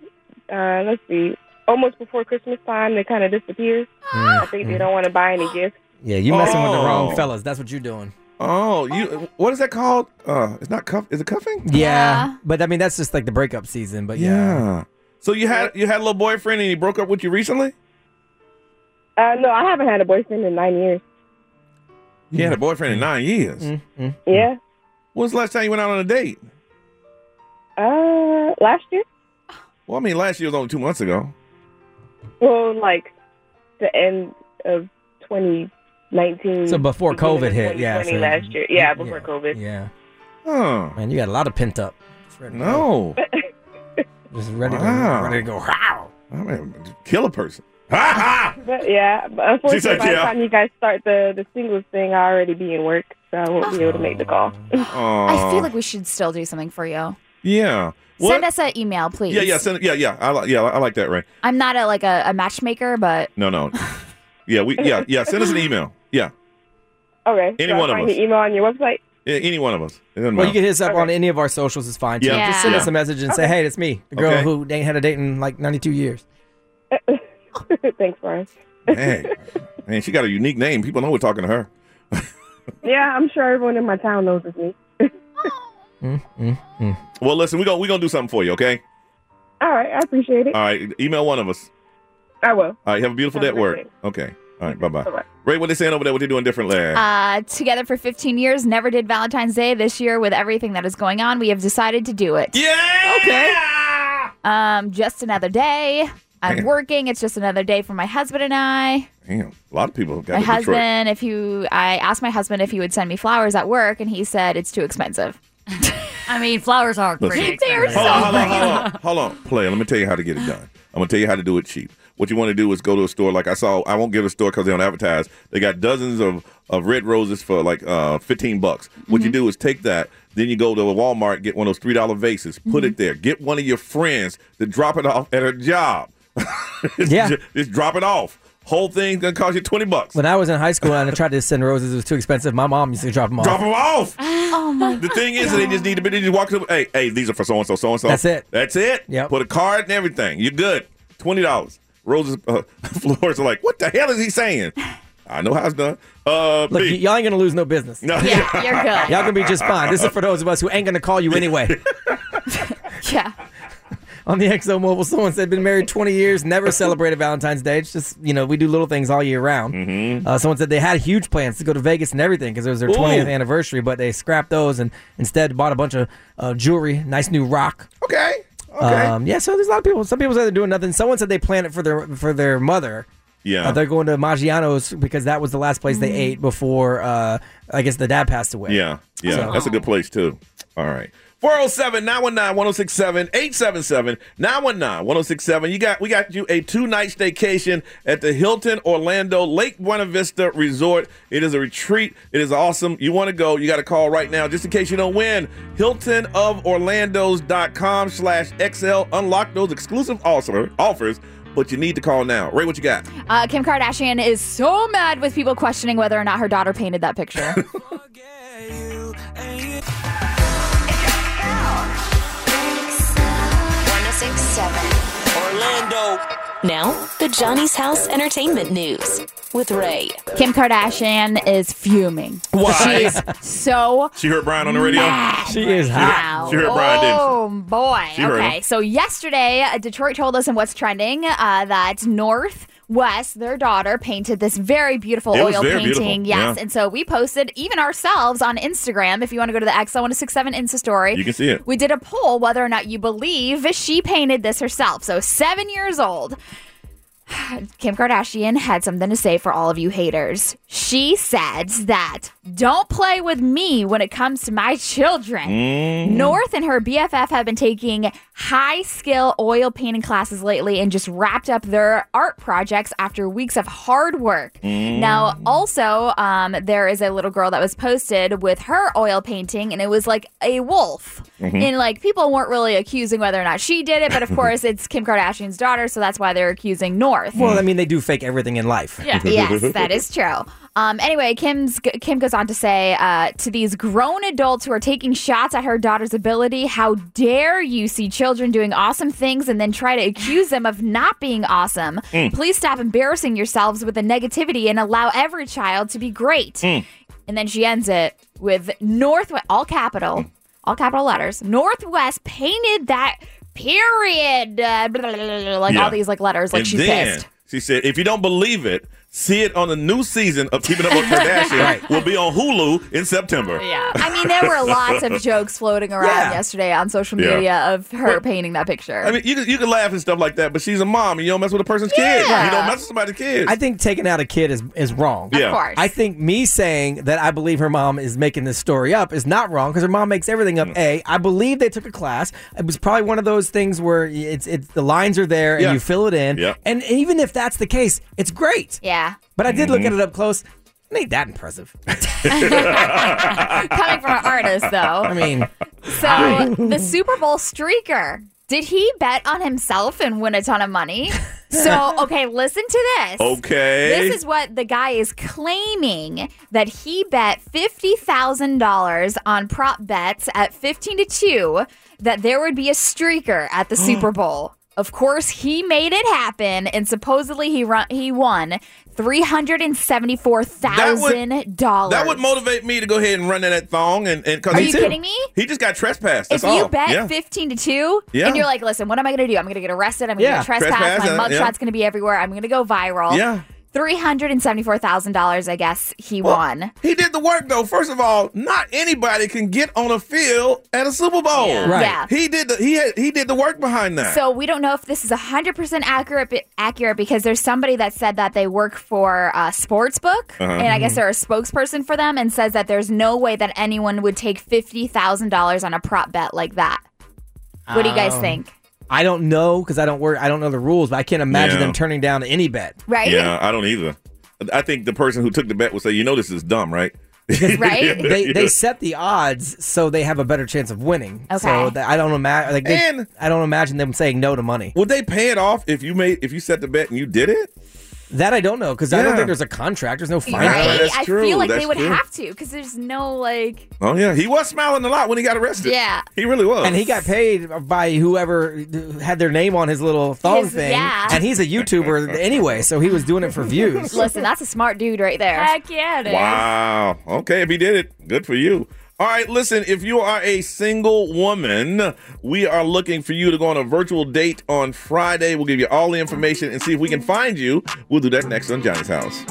S15: uh, let's see, almost before Christmas time they kind of disappear. I think
S4: Mm.
S15: they don't want to buy any gifts.
S2: Yeah, you messing with the
S4: Oh.
S2: wrong fellas. That's what you're doing.
S4: Oh, you. What is that called? Uh, it's not cuff. Is it cuffing?
S2: Yeah. but I mean that's just like the breakup season. But
S4: yeah. So you had you had a little boyfriend and he broke up with you recently?
S15: Uh, no, I haven't had a boyfriend in nine years.
S4: He had a boyfriend in nine years.
S2: Mm-hmm.
S15: Yeah,
S4: When's the last time you went out on a date?
S15: uh, last year,
S4: Well, I mean, last year was only two months ago.
S15: well, like the end of 2019.
S2: So before
S15: beginning of
S2: COVID hit, yeah,
S15: 2020
S2: so-
S15: last year, yeah, before COVID.
S2: Yeah.
S4: Oh
S2: man, you got a lot of pent up.
S4: No.
S2: Just ready to
S4: Wow.
S2: ready to go. Wow.
S4: I mean, kill a person.
S15: But yeah, but unfortunately,
S4: She's like,
S15: by the
S4: yeah.
S15: time you guys start the the singles thing, I already be in work, so I won't be able to make the call.
S4: Aw.
S3: I feel like we should still do something for you.
S4: Uh, yeah.
S3: Send us an email, please.
S4: Yeah, yeah, send, yeah, yeah. I like, yeah, I like that, Ray.
S3: I'm not a, like a, a matchmaker, but
S4: No, no. yeah, we, yeah, yeah. Send us an email. Yeah,
S15: Okay.
S4: Any
S15: so I'll
S4: one of
S15: find
S4: us.
S3: e-
S15: the email on your website.
S4: A- any one of us. It doesn't
S2: Well, you
S4: matter.
S2: can hit us up on any of our socials. It's fine. Too.
S4: Yeah.
S2: Just send
S4: Yeah.
S2: us a message and say, "Hey, it's me, the girl
S4: Okay.
S2: who ain't had a date in like 92 years." Oh.
S15: Thanks, Brian.
S4: Man, man, she got a unique name. People know we're talking to her.
S15: Yeah, I'm sure everyone in my town knows it's me.
S4: Well, listen, we're gonna we're gonna do something for you, okay?
S15: All right, I appreciate it.
S4: All right, email one of us.
S15: I will.
S4: All right, have a beautiful day at work. Okay. All right, bye bye. Ray, what they saying over there? What they doing differently?
S3: uh, together for 15 years, never did Valentine's Day. This year, with everything that is going on, we have decided to do it.
S4: Yeah.
S3: Okay. Um, just another day. I'm
S4: Damn.
S3: working. It's just another day for my husband and I.
S4: Damn, a lot of people have got
S3: my
S4: to Detroit.
S3: husband, if you, I asked my husband if he would send me flowers at work, and he said it's too expensive.
S6: I mean, flowers are
S4: Listen.
S6: pretty
S3: They are
S6: expensive.
S3: so
S4: hold on, hold on, hold on. Player, let me tell you how to get it done. I'm gonna tell you how to do it cheap. What you want to do is go to a store like I saw. I won't give a store because they don't advertise. They got dozens of, of red roses for like uh, 15 bucks. What you do is take that, then you go to a Walmart, get one of those three dollar vases, put it there. Get one of your friends to drop it off at her job. yeah, just, drop it off. Whole thing gonna cost you 20 bucks.
S2: When I was in high school and I tried to send roses, it was too expensive. My mom used to drop them off.
S4: Drop them off.
S3: oh my!
S4: The thing is, that they just need to be. They just walk up. Hey, hey, these are for so and so, so and so.
S2: That's it.
S4: That's it. Yeah. Put a card and everything. You're good. Twenty dollars. Roses, uh, floors are like, what the hell is he saying? I know how it's done. Uh,
S2: Look, y- y'all ain't gonna lose no business.
S4: No.
S3: Yeah, you're good.
S2: Y'all can be just fine. This is for those of us who ain't gonna call you anyway.
S3: yeah.
S2: On the XO Mobile, someone said, "Been married 20 years, never celebrated Valentine's Day. It's just you know we do little things all year round."
S4: Mm-hmm.
S2: Uh, someone said they had huge plans to go to Vegas and everything because it was their
S7: Ooh.
S2: 20th anniversary, but they scrapped those and instead bought a bunch of uh, jewelry, nice new rock.
S4: Okay.
S2: Um, yeah, so there's a lot of people. Some people said they're doing nothing. Someone said they planned it for their for their mother.
S4: Yeah.
S2: Uh, they're going to Maggiano's because that was the last place
S3: Mm.
S2: they ate before uh, I guess the dad passed away.
S4: Yeah, yeah,
S2: So-
S4: that's a good place too. All right. 407 919 1067 877 919 1067. You got we got you a two-night staycation at the Hilton Orlando Lake Buena Vista Resort. It is a retreat. It is awesome. You want to go, you got to call right now just in case you don't win. HiltonOfOrlandos.com slash XL. Unlock those exclusive offer, offers, but you need to call now. Ray, what you got?
S3: Uh, Kim Kardashian is so mad with people questioning whether or not her daughter painted that picture.
S5: Orlando. Now, the Johnny's House Entertainment News with Ray.
S3: Kim Kardashian is fuming.
S4: Why?
S3: So
S4: She heard Brian on the radio.
S2: She is
S4: hot. She heard, Brian, didn't she?
S3: Oh boy.
S4: She heard
S3: okay.
S4: him.
S3: So yesterday, uh, Detroit told us in what's trending uh, that North West, their daughter, painted this very beautiful
S17: It was
S3: oil
S17: very
S3: painting.
S17: beautiful,
S3: Yes.
S17: yeah.
S3: And so we posted even ourselves on Instagram. If you want to go to the X1067 Insta story,
S17: You can see it.
S3: We did a poll whether or not you believe she painted this herself. So seven years old. Kim Kardashian had something to say for all of you haters. She said that don't play with me when it comes to my children.
S4: Mm.
S3: North and her BFF have been taking high skill oil painting classes lately and just wrapped up their art projects after weeks of hard work.
S17: Mm.
S3: Now, also, um, there is a little girl that was posted with her oil painting, and it was like a wolf.
S17: Mhm.
S3: And like people weren't really accusing whether or not she did it, but of course, it's Kim Kardashian's daughter, so that's why they're accusing North.
S2: Well, I mean, they do fake everything in life.
S3: Yeah. yes, that is true. Um, anyway, Kim's Kim goes on to say uh, to these grown adults who are taking shots at her daughter's ability, "How dare you see children doing awesome things and then try to accuse them of not being awesome?
S17: Mm.
S3: Please stop embarrassing yourselves with the negativity and allow every child to be great."
S4: Hmm. Mm.
S3: And then she ends it with Northwest, all
S4: Mm.
S3: capital, all capital letters. Northwest painted that period, uh, blah, blah, blah, blah, like
S4: Yeah.
S3: all these like letters, like
S4: and
S3: she's
S4: then
S3: pissed.
S4: she said, if you don't believe it, see it on the new season of Keeping Up with Kardashian. Will be on Hulu in September.
S3: Yeah. I mean, there were lots of jokes floating around
S4: Yeah.
S3: yesterday on social
S4: Yeah.
S3: media of her painting that picture.
S4: I mean, you can, you can laugh and stuff like that, but she's a mom, and you don't mess with a person's kid.
S3: Yeah.
S4: You don't mess with somebody's kid.
S2: I think taking out a kid is is wrong.
S4: Of Yeah. course.
S2: I think me saying that I believe her mom is making this story up is not wrong because her mom makes everything
S4: Mm.
S2: up. A, I believe they took a class. It was probably one of those things where it's it's the lines are there
S4: Yeah.
S2: and you fill it in.
S4: Yeah.
S2: And even if that's the case, it's great.
S3: Yeah.
S2: But I did look
S4: Mhm.
S2: at it up close. It ain't that impressive.
S3: Coming from an artist, though.
S2: I mean,
S3: So, the Super Bowl streaker. Did he bet on himself and win a ton of money? So, okay, listen to this.
S4: Okay.
S3: This is what the guy is claiming that he bet $50,000 on prop bets at 15 to 2 that there would be a streaker at the Super Bowl. Of course, he made it happen and supposedly he run- he won $374,000.
S4: that would motivate me to go ahead and run in that thong. And, and 'cause
S3: Are
S4: he-
S3: you kidding me?
S4: He just got trespassed. That's
S3: if
S4: all.
S3: you bet
S4: yeah.
S3: 15 to 2
S4: Yeah.
S3: and you're like listen what am i going to do i'm going to get arrested i'm going to
S4: Yeah.
S3: trespass,
S4: Trespass,
S3: my
S4: uh,
S3: mugshot's
S4: yeah.
S3: going to be everywhere i'm going to go viral
S4: Yeah.
S3: $374000 i guess he won
S4: He did the work though. First of all, not anybody can get on a field at a Super Bowl.
S3: Yeah. Right. Yeah.
S4: He did the he had, he did the work behind that.
S3: so we don't know if this is 100% accurate accurate because there's somebody that said that they work for uh, sportsbook
S4: Uh-huh.
S3: and i guess they're a spokesperson for them and says that there's no way that anyone would take $50000 on a prop bet like that what do you guys
S2: Um,
S3: think
S2: I don't know because I don't work. I don't know the rules, but I can't imagine
S4: Yeah.
S2: them turning down any bet.
S3: right
S4: Yeah, I don't either. I think the person who took the bet would say, "You know, this is dumb, right?"
S3: Right?
S2: they they set the odds so they have a better chance of winning. So
S4: Okay.
S2: that I don't imagine. Like they, I don't imagine them saying no to money.
S4: Would they pay it off if you made if you set the bet and you did it?
S2: That I don't know because I
S4: Yeah.
S2: don't think there's a contract. There's no fine.
S4: Right? That's
S3: I
S4: true,
S3: feel like
S4: that's
S3: they would
S4: true.
S3: have to because there's no like.
S4: Oh yeah, he was smiling a lot when he got arrested.
S3: Yeah.
S4: he really was.
S2: And he got paid by whoever had their name on his little thong
S3: His-
S2: thing.
S3: yeah.
S2: And he's a YouTuber anyway, so he was doing it for views.
S3: Listen, that's a smart dude right there. Heck yeah, it
S4: Wow. Okay, if he did it, good for you. All right, listen, if you are a single woman, we are looking for you to go on a virtual date on Friday. We'll give you all the information and see if we can find you. We'll do that next on Johnny's House.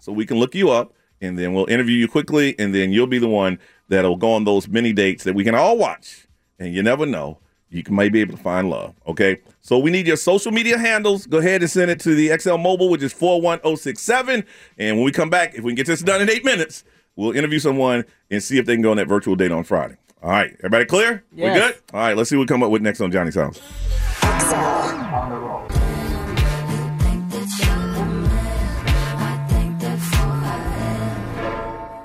S4: So we can look you up and then we'll interview you quickly and then you'll be the one that'll go on those mini dates that we can all watch. And you never know, you can- may be able to find love. Okay. So we need your social media handles. Go ahead and send it to the XL Mobile, which is 41067. And when we come back, if we can get this done in eight minutes, we'll interview someone and see if they can go on that virtual date on Friday. All right. Everybody clear?
S7: Yes.
S4: We good? All right. Let's see what we come up with next on Johnny's House.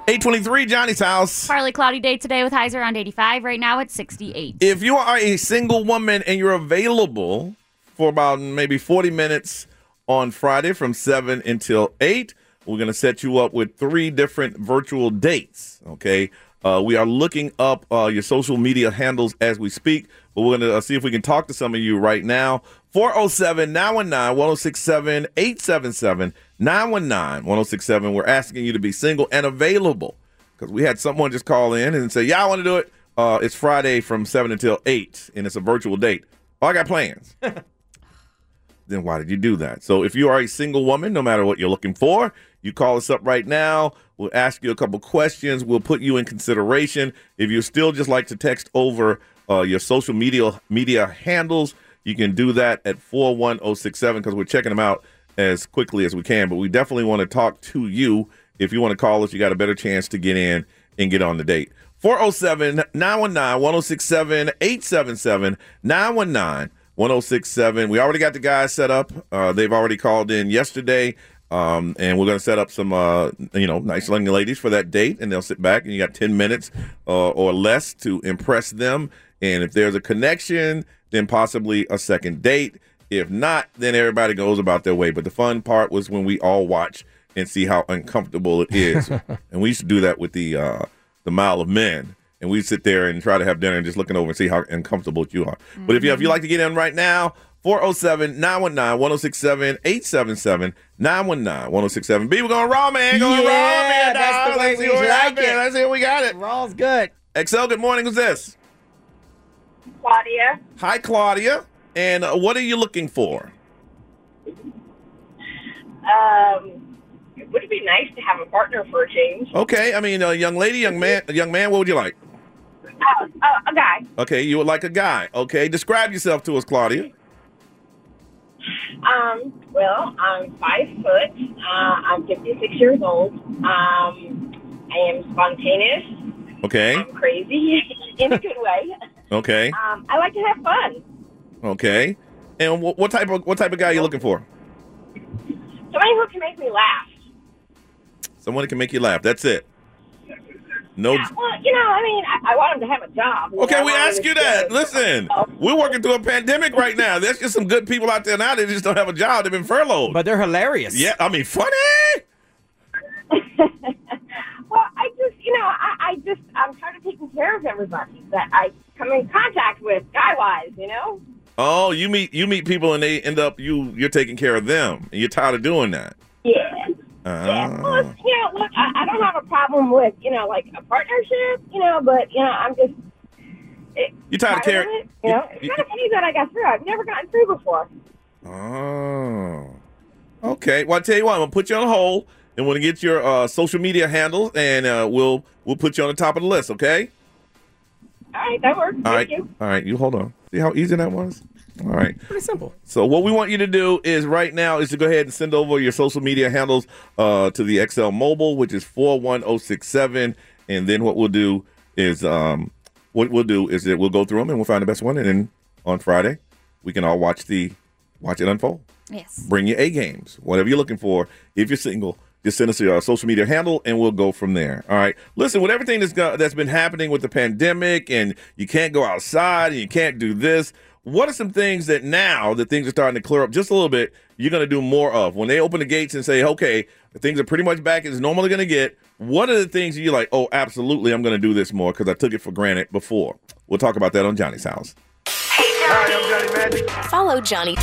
S4: Eight twenty-three, Johnny's house.
S6: Partly cloudy day today with highs around 85. Right now it's 68.
S4: If you are a single woman and you're available for about maybe 40 minutes on Friday from 7 until 8, we're going to set you up with three different virtual dates. Okay. Uh, we are looking up uh, your social media handles as we speak, but we're going to uh, see if we can talk to some of you right now. 407 919 1067 877 919 1067. We're asking you to be single and available because we had someone just call in and say, "Yeah, I want to do it." Uh, it's Friday from seven until eight, and it's a virtual date. Oh, I got plans. then why did you do that? So if you are a single woman, no matter what you're looking for, you call us up right now. We'll ask you a couple questions. We'll put you in consideration. If you still just like to text over uh, your social media media handles, you can do that at 41067 because we're checking them out as quickly as we can. But we definitely want to talk to you. If you want to call us, you got a better chance to get in and get on the date. 407 919 1067 877 919 1067. We already got the guys set up. Uh, they've already called in yesterday. Um, and we're going to set up some, uh, you know, nice young ladies for that date, and they'll sit back, and you got 10 minutes uh, or less to impress them. And if there's a connection, then possibly a second date. If not, then everybody goes about their way. But the fun part was when we all watch and see how uncomfortable it is. and we used to do that with the uh, the Mile of Men. And we sit there and try to have dinner and just looking over and see how uncomfortable you are. But if you if
S2: Mm-hmm.
S4: you like to get in right now, 407 919 1067 877 919 1067. B, we're going raw, man. Going raw, man.
S2: that's the
S4: dog.
S2: way
S4: Let's see
S2: we
S4: what
S2: like
S4: happened.
S2: it.
S4: Let's see what we got it.
S2: Raw's good.
S4: XL, good morning. Who's this?
S17: Claudia.
S4: Hi, Claudia. And uh, what are you looking for?
S17: Um, it would be nice to have a partner for a change.
S4: Okay, I mean, a young lady, young man, a young man. What would you like?
S17: Uh, uh, a guy.
S4: Okay, you would like a guy. Okay, describe yourself to us, Claudia.
S17: Um, well, I'm five foot. Uh, I'm 56 years old. Um, I am spontaneous.
S4: Okay,
S17: I'm crazy in a good way.
S4: okay,
S17: Um, I like to have fun.
S4: okay. And wh- what type of what type of guy are you looking for?
S17: Somebody who can make me laugh.
S4: Someone that can make you laugh. That's it. No.
S17: Yeah, well, you know, I mean, I, I want them to have a job. You know,
S4: Okay,
S17: I
S4: we
S17: want 'em
S4: ask
S17: to
S4: you that. Listen, we're working through a pandemic right now. There's just some good people out there now that just don't have a job. They've been furloughed. But
S2: they're hilarious.
S4: Yeah, I mean, funny.
S17: Well, I just, you know, I, I just, I'm tired of taking care of everybody that I come in contact with, guy wise, you know?
S4: Oh, you meet you meet people and they end up you you're taking care of them and you're tired of doing that.
S17: Yeah.
S4: Ah.
S17: Well, you know, look, I, I don't have a problem with, you know, like a partnership, you know, but, you know, I'm just. It,
S4: You tired of
S17: tired
S4: carrying-
S17: it, You know, it's
S4: you-
S17: kind of funny that I got through. I've never gotten through before.
S4: Oh. Okay. Well, I tell you what, I'm gonna put you on hold, and we're gonna get your uh, social media handles, and uh, we'll we'll put you on the top of the list. Okay.
S17: All right, that works.
S4: All right.
S17: Thank you.
S4: All right. You hold on. See how easy that was. All right.
S2: Pretty simple.
S4: So what we want you to do is right now is to go ahead and send over your social media handles uh, to the XL Mobile, which is four one zero six seven, and then what we'll do is um, what we'll do is that we'll go through them and we'll find the best one, and then on Friday we can all watch the watch it unfold.
S6: Yes.
S4: Bring your A games, whatever you're looking for. If you're single, just send us your uh, social media handle, and we'll go from there. All right. Listen, with everything that's go- that's been happening with the pandemic, and you can't go outside, and you can't do this. What are some things that now that things are starting to clear up just a little bit? you're going to do more of? When they open the gates and say, okay, things are pretty much back as normally going to get, what are the things you're like, oh, absolutely, I'm going to do this more because I took it for granted before? We'll talk about that on Johnny's House.
S5: Follow Johnny.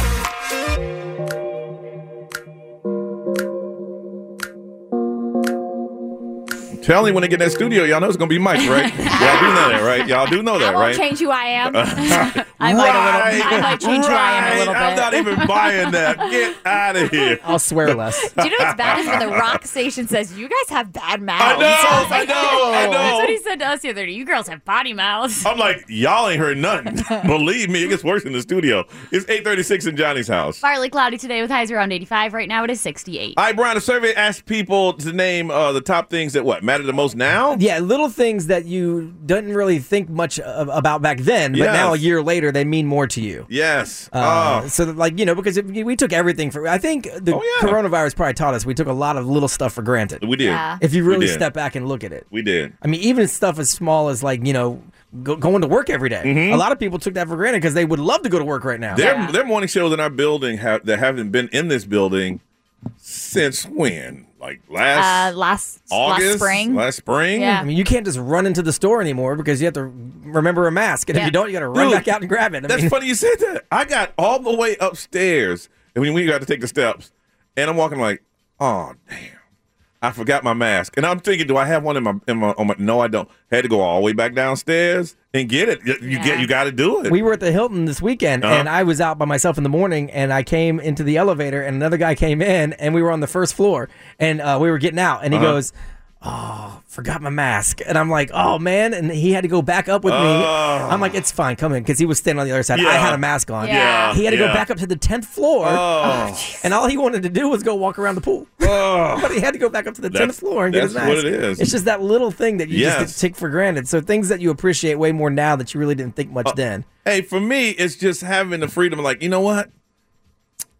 S4: I'm telling you, when they get in that studio, y'all know it's going to be Mike, right? y'all do know that, right? Y'all do know that,
S3: I won't
S4: right?
S3: change who I am.
S4: I
S3: might,
S4: right,
S3: I might change who I am a little
S4: right. I'm
S3: bit.
S4: not even buying that. Get out of here.
S2: I'll swear less.
S3: Do you know what's bad is when the rock station says you guys have bad mouths.
S4: I know,
S3: was
S4: I know, I know.
S6: That's what he said to us the other day. You girls have potty mouths.
S4: I'm like, y'all ain't heard nothing. Believe me, it gets worse in the studio. It's 836 in Johnny's house.
S6: Partly cloudy today with highs around 85. Right now it is 68.
S4: All right, Brian, a survey asked people to name uh, the top things that what matter the most now.
S2: Yeah, little things that you didn't really think much of, about back then, but now a
S4: Yes.
S2: year later they mean more to you.
S4: Yes. Oh.
S2: Uh, So, that, like you know, because it, we took everything for. I think the coronavirus probably taught us we took a lot of little stuff for granted.
S4: We did. Yeah.
S2: If you
S4: We
S2: really
S4: did.
S2: step back and look at it,
S4: we did.
S2: I mean, even stuff as small as like you know go, going to work every day.
S4: Mhm.
S2: A lot of people took that for granted because they would love to go to work right now.
S4: Their, their morning shows in our building have, that haven't been in this building since when? Like last
S3: Uh, last
S4: August,
S3: last spring.
S4: last spring.
S2: I mean, you can't just run into the store anymore because you have to remember a mask, and if
S4: Yeah.
S2: you don't, you got to run
S4: Dude,
S2: back out and grab it. I
S4: That's
S2: mean-
S4: funny you said that. I got all the way upstairs, and when we got to take the steps, and I'm walking like, oh damn, I forgot my mask, and I'm thinking, do I have one in my in my? On my no, I don't. Had to go all the way back downstairs and get it. You you get, you got to do it.
S2: We were at the Hilton this weekend,
S4: Uh-huh.
S2: and I was out by myself in the morning, and I came into the elevator, and another guy came in, and we were on the first floor, and uh, we were getting out, and he
S4: Uh-huh.
S2: goes, "Oh, forgot my mask," and I'm like, "Oh man!" And he had to go back up with me.
S4: Oh.
S2: I'm like, "It's fine, come in," because he was standing on the other side. I
S4: Yeah.
S2: had a mask on.
S4: Yeah.
S2: He had to
S4: Yeah.
S2: go back up to the tenth floor,
S4: Oh. Oh,
S2: and all he wanted to do was go walk around the pool. but he had to go back up to the tenth
S4: That's-
S2: floor and get his
S4: that's
S2: mask.
S4: what it is.
S2: It's just that little thing that you
S4: Yes.
S2: just take for granted. So things that you appreciate way more now that you really didn't think
S4: Uh,
S2: much then.
S4: Hey, for me, it's just having the freedom. Like, you know what?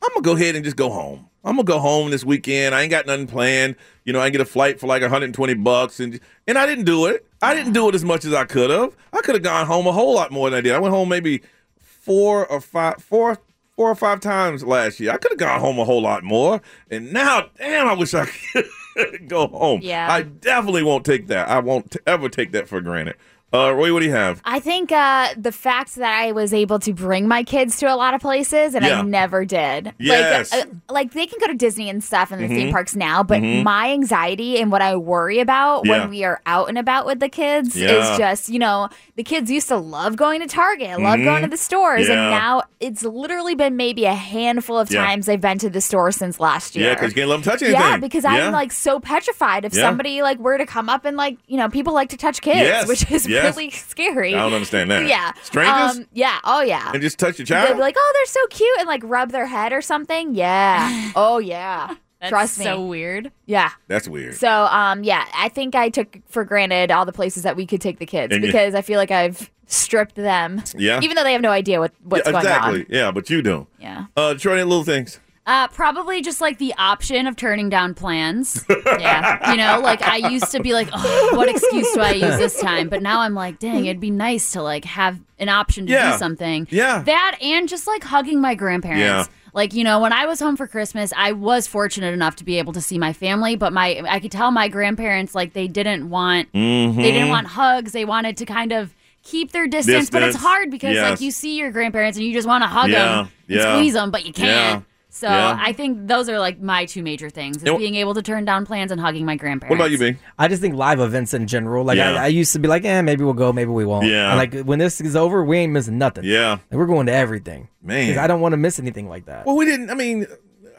S4: I'm gonna go ahead and just go home. I'm gonna go home this weekend. I ain't got nothing planned. You know, I can get a flight for like 120 bucks, and and I didn't do it. I didn't do it as much as I could have. I could have gone home a whole lot more than I did. I went home maybe four or five, four, four or five times last year. I could have gone home a whole lot more. And now, damn, I wish I could go home.
S3: Yeah.
S4: I definitely won't take that. I won't t- ever take that for granted. Uh, Roy, what do you have?
S3: I think uh, the fact that I was able to bring my kids to a lot of places and
S4: Yeah.
S3: I never did.
S4: Yes.
S3: Like, uh, like they can go to Disney and stuff and the
S4: Mhm.
S3: theme parks now, but
S4: Mhm.
S3: my anxiety and what I worry about
S4: Yeah.
S3: when we are out and about with the kids
S4: Yeah.
S3: is just, you know, the kids used to love going to Target, love
S4: Mhm.
S3: going to the stores,
S4: Yeah.
S3: and now it's literally been maybe a handful of
S4: Yeah.
S3: times I've been to the store since last year.
S4: Yeah, because you can't let them touch anything.
S3: Yeah, because
S4: Yeah.
S3: I'm like so petrified if
S4: Yeah.
S3: somebody like were to come up and like you know people like to touch kids,
S4: Yes,
S3: which is
S4: yes.
S3: really scary.
S4: I don't understand that.
S3: Yeah,
S4: Strangers?
S3: Um, yeah. Oh yeah.
S4: and just touch your
S3: They'd
S4: child.
S3: be like, oh, they're so cute, and like rub their head or something. Yeah. Oh yeah.
S6: That's
S3: Trust me.
S6: so weird.
S3: Yeah.
S4: That's weird.
S3: So um yeah, I think I took for granted all the places that we could take the kids
S4: And you-
S3: because I feel like I've stripped them.
S4: Yeah.
S3: Even though they have no idea what what's
S4: yeah, exactly.
S3: going on.
S4: Yeah, but you do.
S3: Yeah.
S4: Uh, Troy, any little things.
S6: Uh, probably just like the option of turning down plans. yeah. You know, like I used to be like, oh, what excuse do I use this time? But now I'm like, dang, it'd be nice to like have an option to
S4: Yeah.
S6: do something.
S4: Yeah.
S6: That and just like hugging my grandparents.
S4: Yeah.
S6: Like, you know, when I was home for Christmas, I was fortunate enough to be able to see my family, but my I could tell my grandparents like they didn't want they didn't
S4: Mhm.
S6: want hugs. They wanted to kind of keep their distance, but it's
S4: Distance.
S6: hard because like
S4: Yes.
S6: you see your grandparents and you just want to hug
S4: Yeah.
S6: them,
S4: Yeah.
S6: squeeze them, but you
S4: Yeah.
S6: can't. So
S4: Yeah.
S6: I think those are like my two major things: is
S2: And wh-
S6: being able to turn down plans and hugging my grandparents.
S4: Bing?
S2: I just think live events in general. Like
S4: Yeah.
S2: I, I used to be like, eh, maybe we'll go, maybe we won't.
S4: Yeah.
S2: And, like when this is over, we ain't missing nothing.
S4: Yeah.
S2: Like, we're going to everything.
S4: Man.
S2: 'Cause I don't want to miss anything like that.
S4: Well, we didn't. I mean,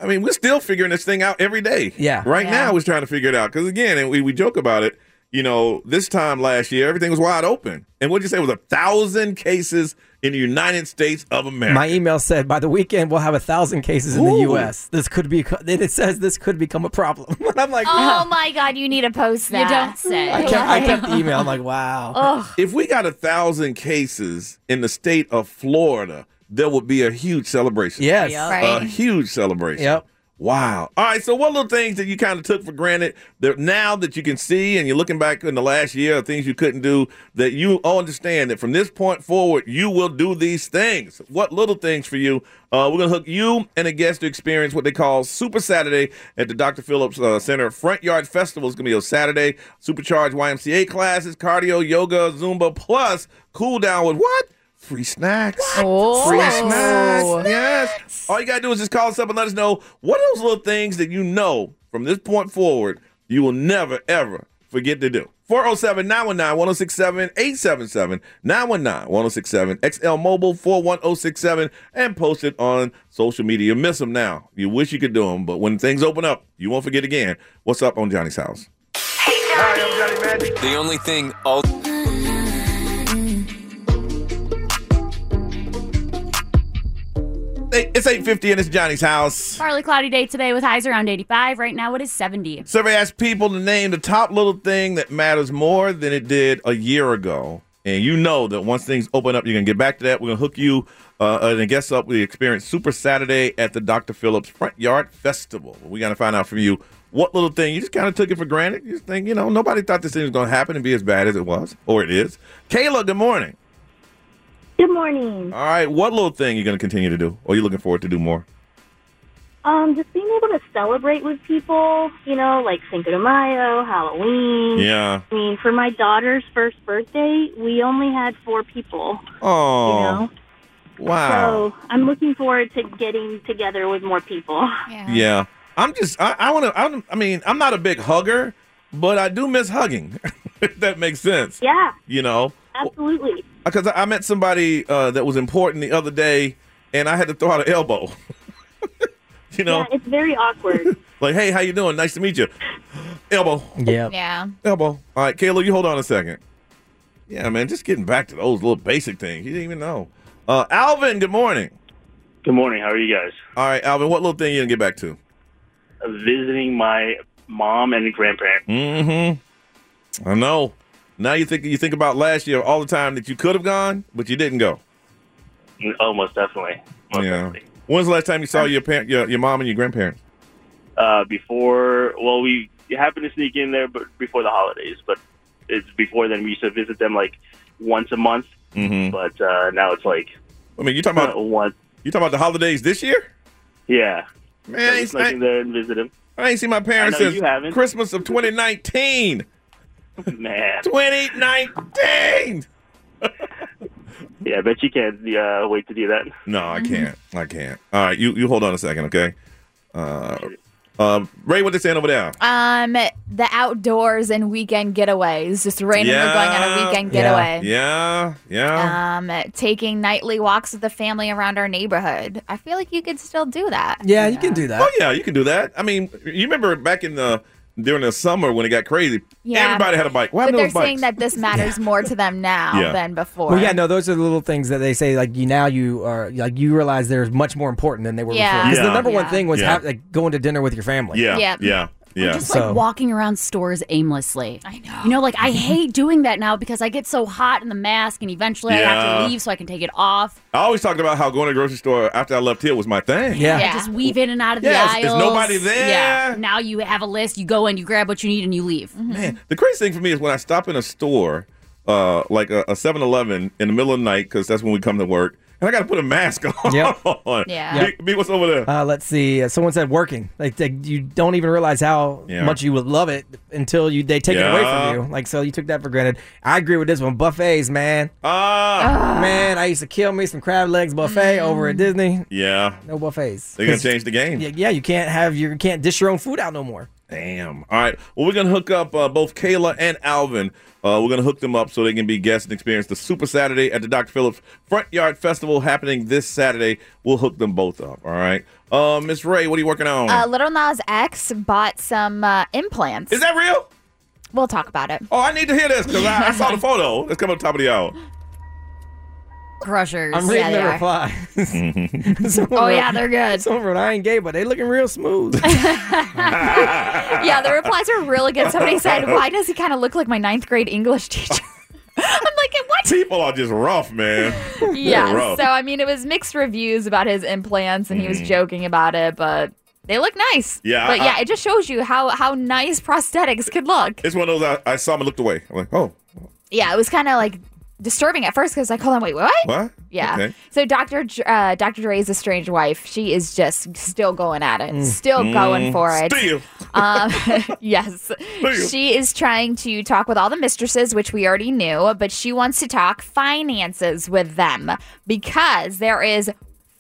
S4: I mean, we're still figuring this thing out every day.
S2: Yeah.
S4: Right
S2: Yeah.
S4: now, we're trying to figure it out because again, and we, we joke about it. You know, this time last year, everything was wide open, and what'd you say it was a thousand cases in the United States of America?
S2: My email said by the weekend we'll have a thousand cases in the
S4: Ooh.
S2: U.S. This could be. Then it says this could become a problem. And I'm like,
S3: Oh my god, you need to post
S6: You
S3: that.
S6: don't say.
S2: I kept, I kept the email. I'm like, wow.
S4: If we got a thousand cases in the state of Florida, there would be a huge celebration.
S2: Yes. Yep.
S4: a
S2: Right.
S4: huge celebration.
S2: Yep.
S4: Wow. All right. So, what little things that you kind of took for granted that now that you can see and you're looking back in the last year, things you couldn't do that you understand that from this point forward, you will do these things? What little things for you? Uh, we're going to hook you and a guest to experience what they call Super Saturday at the Dr. Phillips uh, Center Front Yard Festival. It's going to be on Saturday. Supercharged YMCA classes, cardio, yoga, Zumba, plus cool down with what? Free snacks.
S3: Oh.
S4: Free snacks. Yes. All you gotta do is just call us up and let us know what are those little things that you know from this point forward you will never ever forget to do. 407 919 1067 877 919 1067 XL Mobile 41067 and post it on social media. You miss them now. You wish you could do them, but when things open up, you won't forget again. What's up on Johnny's house?
S7: The only thing all.
S4: Hey, It's 850 and it's Johnny's house.
S6: Partly cloudy day today with highs around 85. Right now it is 70.
S4: Survey asked people to name the top little thing that matters more than it did a year ago. And you know that once things open up, you're going to get back to that. We're going to hook you uh, and a guest up with the experience Super Saturday at the Dr. Phillips Front Yard Festival. We're going to find out from you what little thing you just kind of took it for granted. You just think, you know, nobody thought this thing was going to happen and be as bad as it was, or it is. Kayla, good morning.
S18: Good morning.
S4: All right, what little thing you going to continue to do, or you looking forward to do more?
S18: Um, just being able to celebrate with people, you know, like Cinco de Mayo, Halloween.
S4: Yeah.
S18: I mean, for my daughter's first birthday, we only had four people.
S4: Oh. Wow.
S18: So I'm looking forward to getting together with more people. Yeah.
S4: Yeah, I'm just I, I want to. I mean, I'm not a big hugger, but I do miss hugging. if that makes sense.
S18: Yeah.
S4: You know,
S18: Absolutely.
S4: because I I met somebody uh, that was important the other day, and I had to throw out an elbow. you know,
S18: It's very awkward.
S4: like, hey, how you doing? Nice to meet you. Elbow.
S3: Yeah.
S4: Elbow. All right, Kayla, you hold on a second. Yeah, man, just getting back to those little basic things. You didn't even know. Uh, Alvin, good morning.
S19: Good morning. How are you guys? Uh,
S4: All right, Alvin, what little thing you gonna get back to?
S19: Visiting my mom and grandparents.
S4: Mm-hmm. I know. Now you think you think about last year all the time that you could have gone, but you didn't go.
S19: Oh, most definitely.
S4: yeah. When's the last time you saw your parent, your, your mom and your grandparents?
S19: Uh, before, well, we happened to sneak in there but before the holidays, but it's before then. We used to visit them like once a month,
S4: Mm-hmm.
S19: but uh, now it's like.
S4: I mean, you talking about
S19: once?
S4: You talking about the holidays this year?
S19: Yeah.
S4: Man,
S19: I
S4: it's
S19: snuck in there and visit them.
S4: I ain't seen my parents
S19: I know you
S4: since Christmas of 2019.
S19: Man.
S4: 2019.
S19: Yeah, I bet you can't uh, wait to do that.
S4: No, I
S3: Mm-hmm.
S4: can't. I can't. All right, you you hold on a second, okay? Uh, uh, Ray, what they saying over there?
S3: Um, the outdoors and weekend getaways. Just randomly going on a weekend getaway.
S4: Yeah, yeah.
S3: Um, taking nightly walks with the family around our neighborhood. I feel like you could still do that.
S4: Yeah, you can do that. Oh yeah, you can do that. I mean, you remember back in the during the summer when it got crazy?
S3: Yeah.
S4: everybody had a bike. Why
S3: but they're
S4: those bikes?
S3: saying that this matters more to them now
S2: Yeah.
S3: than before.
S2: Well, yeah, no, those are the little things that they say. Like you now, you are like you realize they're much more important than they were
S3: Yeah.
S2: before. Because
S3: Yeah.
S2: the number one
S3: Yeah.
S2: thing was
S4: Yeah.
S2: have, like going to dinner with your family.
S4: Yeah, Yep. yeah, yeah.
S2: Or
S6: Just
S2: So-
S6: like walking around stores aimlessly. I know. You know, like I hate doing that now because I get so hot in the mask and eventually I have
S4: Yeah.
S6: to leave so I can take it off.
S4: I always talked about how going to the grocery store after I left here was my thing.
S6: I just weave in and out of the
S4: Yeah,
S6: aisles.
S4: it's- it's nobody there.
S6: Yeah. Now you have a list. You go in, you grab what you need, and you leave.
S4: Man, The crazy thing for me is when I stop in a store, uh, like a, a 7-Eleven in the middle of the night, because that's when we come to work, and I got to put a mask on.
S2: Yeah.
S4: B, B, what's over there?
S2: Uh, let's see. Uh, someone said working. Like they, you don't even realize how
S4: Yeah.
S2: much you would love it until you they take it away
S4: Yeah.
S2: from you. Like so, you took that for granted. I agree with this one. Buffets, man.
S4: Ah.
S2: man, I used to kill me some crab legs buffet
S3: Mm.
S2: over at Disney.
S4: Yeah.
S2: No buffets.
S4: They're going to change the game.
S2: Yeah, yeah, you can't have your you can't dish your own food out no more.
S4: Damn. All right. Well, we're going to hook up uh, both Kayla and Alvin. Uh, we're going to hook them up so they can be guests and experience the Super Saturday at the Dr. Phillips Front Yard Festival happening this Saturday. We'll hook them both up. All right. Uh, Miss Ray, what are you working on?
S3: Uh, Little Nas X bought some uh, implants. Is
S4: that real?
S3: We'll talk about it.
S4: oh, I need to hear this because I, I saw the photo. Let's come up top of the hour.
S6: Crushers.
S2: I'm
S6: yeah,
S2: reading
S6: they
S2: the
S6: are.
S2: replies.
S6: Oh, yeah, they're
S2: good. Someone wrote, "I ain't gay, but they looking real smooth."
S3: yeah, the replies are really good. Somebody said, "Why does he kind of look like my ninth grade English teacher?"
S4: People are just rough, man. They're
S3: yeah.
S4: rough.
S3: So I mean, it was mixed reviews about his implants, and he was
S4: Mhm.
S3: joking about it, but They look nice.
S4: Yeah,
S3: But
S4: I-
S3: yeah,
S4: I-
S3: it just shows you how how nice prosthetics could look.
S4: It's one of those I, I saw him and looked away. I'm like, oh,
S3: Yeah, it was kind of like disturbing at first because like, hold on, wait, what?
S4: what?
S3: Yeah.
S4: Okay.
S3: So Dr. Dr. Uh, Dr. Dre's estranged wife, she is just still going at it,
S4: Mm.
S3: still
S4: Mm.
S3: going for it.
S4: Still.
S3: Um, yes.
S4: Still.
S3: She is trying to talk with all the mistresses, which we already knew, but she wants to talk finances with them because there is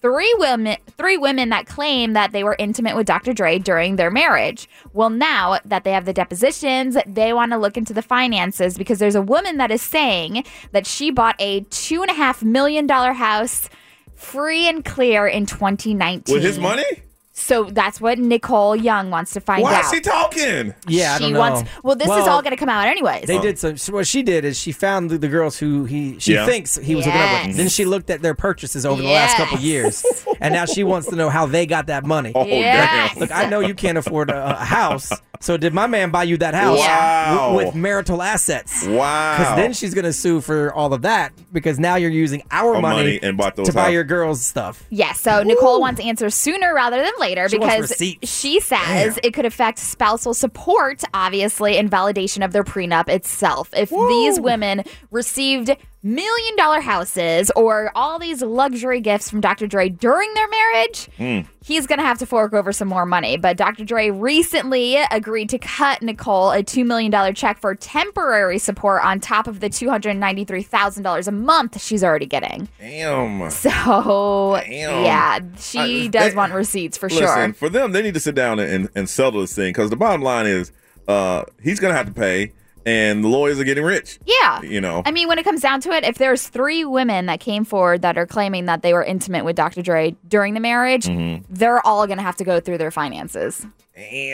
S3: three women three women that claim that they were intimate with Dr. Dre during their marriage. Well, now that they have the depositions, they want to look into the finances because there's a woman that is saying that she bought a two and a half million dollar house free and clear in 2019
S4: With his money?
S3: So that's what Nicole Young wants to find
S4: Why
S3: out.
S4: is he talking?
S2: Yeah, I
S3: she
S2: don't know.
S3: wants. Well, this is all going to come out anyways.
S2: They did some. What she did is she found the, the girls who he she
S4: Yeah.
S2: thinks he was hooking up
S3: Yes.
S2: with. Then she looked at their purchases over the last couple years, and now she wants to know how they got that money.
S4: Oh, damn. Yes.
S2: Look, I know you can't afford a, a house, so did my man buy you that house
S4: Yeah. Wow.
S2: with, with marital assets?
S4: Wow.
S2: Because then she's going to sue for all of that because now you're using our
S4: Our
S2: money,
S4: money and bought those
S2: to buy
S4: house-
S2: your girls stuff.
S3: Yes, so Nicole wants answers sooner rather than later
S2: She wants
S3: because
S2: receipts.
S3: she says it could affect spousal support, obviously, and validation of their prenup itself. If these women received million dollar houses or all these luxury gifts from Dr. Dre during their marriage, he's going to have to fork over some more money. But Dr. Dre recently agreed to cut Nicole a $2 million check for temporary support on top of the $293,000 a month she's already getting.
S4: Damn.
S3: So
S4: Damn.
S3: yeah, she
S4: I-
S3: does
S4: that-
S3: want receipts for
S4: Listen,
S3: sure.
S4: for them, they need to sit down and, and settle this thing because the bottom line is uh, he's going to have to pay, and the lawyers are getting rich.
S3: Yeah.
S4: You know.
S3: I mean, when it comes down to it, if there's three women that came forward that are claiming that they were intimate with Dr. Dre during the marriage,
S4: Mhm.
S3: they're all going to have to go through their finances.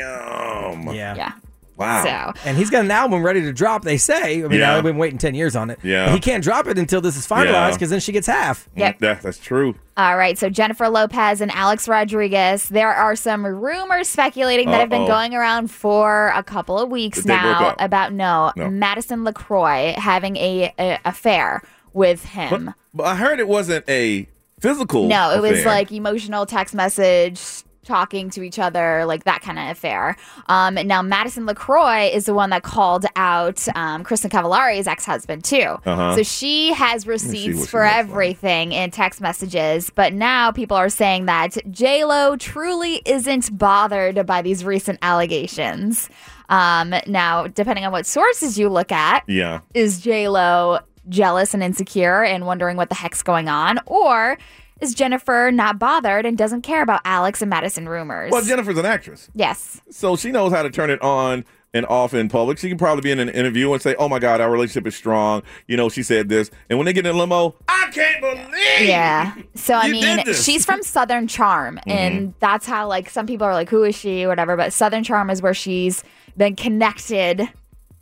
S4: Damn.
S2: Yeah.
S3: Yeah.
S4: Wow.
S3: So.
S2: And he's got an album ready to drop, they say. I mean,
S4: Yeah.
S2: I've been waiting 10 years on it.
S4: Yeah.
S2: But he can't drop it until this is finalized
S4: Yeah.
S2: because then she gets half.
S3: Yep.
S4: That, that's true.
S3: All right, so Jennifer Lopez and Alex Rodriguez, there are some rumors speculating that have been
S4: Uh-oh.
S3: going around for a couple of weeks
S4: That they broke
S3: now
S4: up.
S3: about no,
S4: No.
S3: Madison LaCroix having a, a affair with him.
S4: But, but I heard it wasn't a physical.
S3: No, it was
S4: affair.
S3: like emotional text message, talking to each other, like that kind of affair. Um, and now Madison Lacroix is the one that called out um, Kristen Cavallari's ex-husband too.
S4: Uh-huh.
S3: So she has
S4: what she
S3: receipts for
S4: looks like.
S3: everything in text messages, but now people are saying that J Lo truly isn't bothered by these recent allegations. Um, now, depending on what sources you look at,
S4: Yeah.
S3: is J Lo jealous and insecure and wondering what the heck's going on, or is Jennifer not bothered and doesn't care about Alex and Madison rumors?
S4: Well, Jennifer's an actress,
S3: yes,
S4: so she knows how to turn it on and off in public. She can probably be in an interview and say, "Oh my God, our relationship is strong." You know, she said this, and when they get in the limo, I can't believe.
S3: yeah. So I
S4: You
S3: mean,
S4: did this. Mm-hmm.
S3: she's from Southern Charm, and that's how like some people are like, "Who is she?" whatever. But Southern Charm is where she's been connected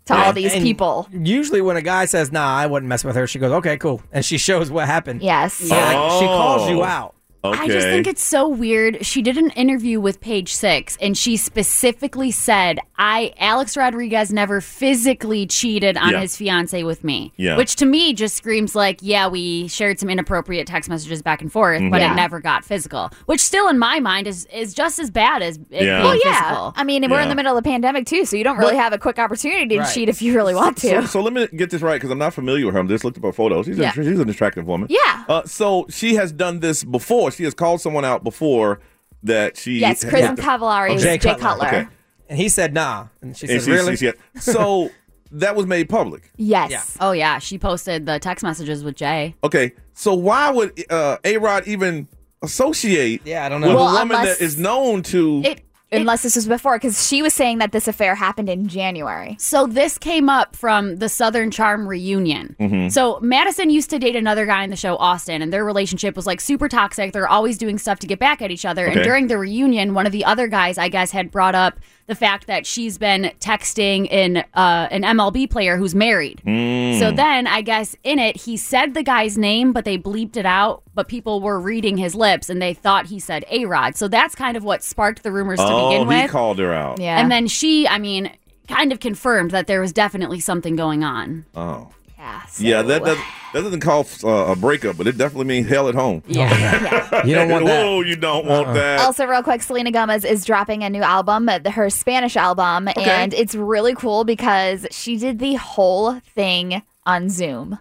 S3: to all these
S2: And
S3: people.
S2: Usually, when a guy says, nah, I wouldn't mess with her, she goes, okay, cool. And she shows what happened.
S3: Yes.
S2: So, like, she calls you
S4: Oh.
S2: out.
S4: Okay.
S6: I just think it's so weird. She did an interview with Page Six, and she specifically said, "I Alex Rodriguez never physically cheated on
S4: Yeah.
S6: his fiance with me."
S4: Yeah.
S6: Which to me just screams like, "Yeah, we shared some inappropriate text messages back and forth, but
S4: Mm-hmm.
S3: Yeah.
S6: it never got physical." Which still, in my mind, is is just as bad as it
S4: Yeah.
S6: being
S4: Well,
S3: Yeah,
S6: physical.
S3: I mean, we're in
S4: Yeah.
S3: the middle of a pandemic too, so you don't really have a quick opportunity to
S4: Right.
S3: cheat if you really want to.
S4: So, so let me get this right because I'm not familiar with her. I am just looked up her photos. She's,
S3: Yeah.
S4: a, she's an attractive woman.
S3: Yeah.
S4: Uh, so she has done this before. She has called someone out before that she.
S3: yes, Kristen Cavallari is Jay Cutler.
S4: Okay.
S2: And he said, nah. And she
S4: And
S2: said,
S4: she-
S2: really?
S4: she- she- so that was made public.
S3: Yes.
S6: Oh yeah, she posted the text messages with Jay.
S4: Okay. So why would uh, A Rod even associate
S2: yeah, I don't
S4: with
S3: know. Well,
S4: a woman
S3: unless-
S4: that is known to.
S3: It, Unless this was before, because she was saying that this affair happened in January.
S6: So this came up from the Southern Charm reunion.
S4: Mm.
S3: Mhm.
S6: So Madison used to date another guy in the show, Austin, and their relationship was like super toxic. They're always doing stuff to get back at each other.
S3: Okay.
S6: And during the reunion, one of the other guys, I guess, had brought up the fact that she's been texting in uh, an MLB player who's married.
S4: Mm.
S6: So then, I guess in it, he said the guy's name, but they bleeped it out. But people were reading his lips, and they thought he said A Rod. So that's kind of what sparked the rumors
S4: oh,
S6: to begin
S4: he
S6: with.
S4: called her out.
S6: And then she, I mean, kind of confirmed that there was definitely something going on.
S4: Oh.
S3: Yeah.
S4: yeah,
S6: uh,
S4: that, that that doesn't call uh, a breakup, but it definitely means hell at home. Yeah,
S2: you don't want that. Uh-uh.
S4: Whoa, you don't want
S6: Uh,
S4: that.
S3: Also, real quick, Selena Gomez is dropping a new album, uh, her Spanish album, and it's really cool because she did the whole thing on Zoom.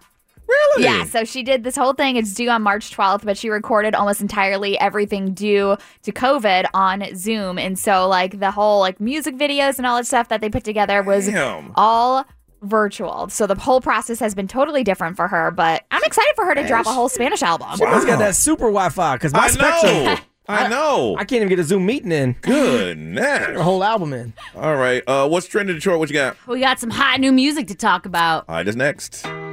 S4: Really?
S3: Yeah, so she did this whole thing. It's due on March 12th, but she recorded almost entirely everything due to COVID on Zoom. And so, like, the whole like music videos and all that stuff that they put together was
S4: Damn.
S3: all virtual. So the whole process has been totally different for her, but I'm excited for her to drop a whole Spanish album.
S2: She must got that super Wi-Fi because my
S4: I
S2: spectrum.
S4: know. I know.
S2: I can't even get a Zoom meeting in.
S4: Goodness.
S2: Get a whole album in.
S4: All right, uh, what's trending in Detroit? What you got?
S6: We got some hot new music to talk about.
S4: All right, that's next.
S17: Mm-hmm.